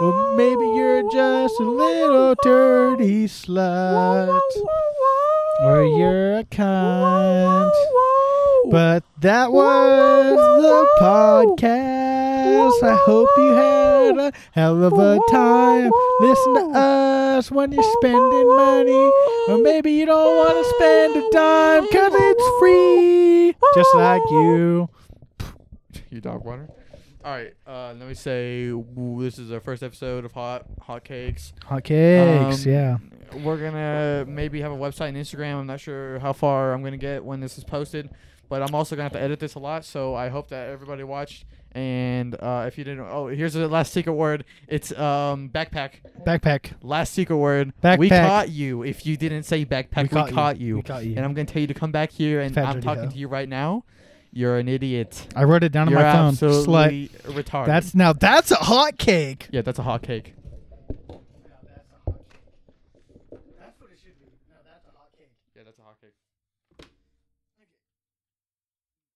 Speaker 1: well, maybe you're just a little dirty slut. Or you're a cunt. But that was the podcast. I hope you had a hell of a time. Listen to us when you're spending money. Or maybe you don't want to spend a dime because it's free. Just like you.
Speaker 2: you dog water. All right. Uh, let me say w this is our first episode of Hot Hot Cakes.
Speaker 1: Hotcakes,
Speaker 2: Um,
Speaker 1: yeah.
Speaker 2: We're gonna maybe have a website and Instagram. I'm not sure how far I'm gonna get when this is posted, but I'm also gonna have to edit this a lot. So I hope that everybody watched. And uh, if you didn't, oh, here's the last secret word. It's um backpack.
Speaker 1: Backpack.
Speaker 2: Last secret word. We
Speaker 1: Backpack.
Speaker 2: caught you. If you didn't say backpack, we, caught, you.
Speaker 1: We caught you.
Speaker 2: And I'm gonna tell you to come back here, and
Speaker 1: Fat
Speaker 2: I'm
Speaker 1: dirty
Speaker 2: talking
Speaker 1: hoe.
Speaker 2: to you right now. You're an idiot.
Speaker 1: I wrote it down on
Speaker 2: You're
Speaker 1: my phone. Slut.
Speaker 2: absolutely retarded.
Speaker 1: That's now that's a hot cake.
Speaker 2: yeah, that's a hot cake. Yeah, that's a hot cake.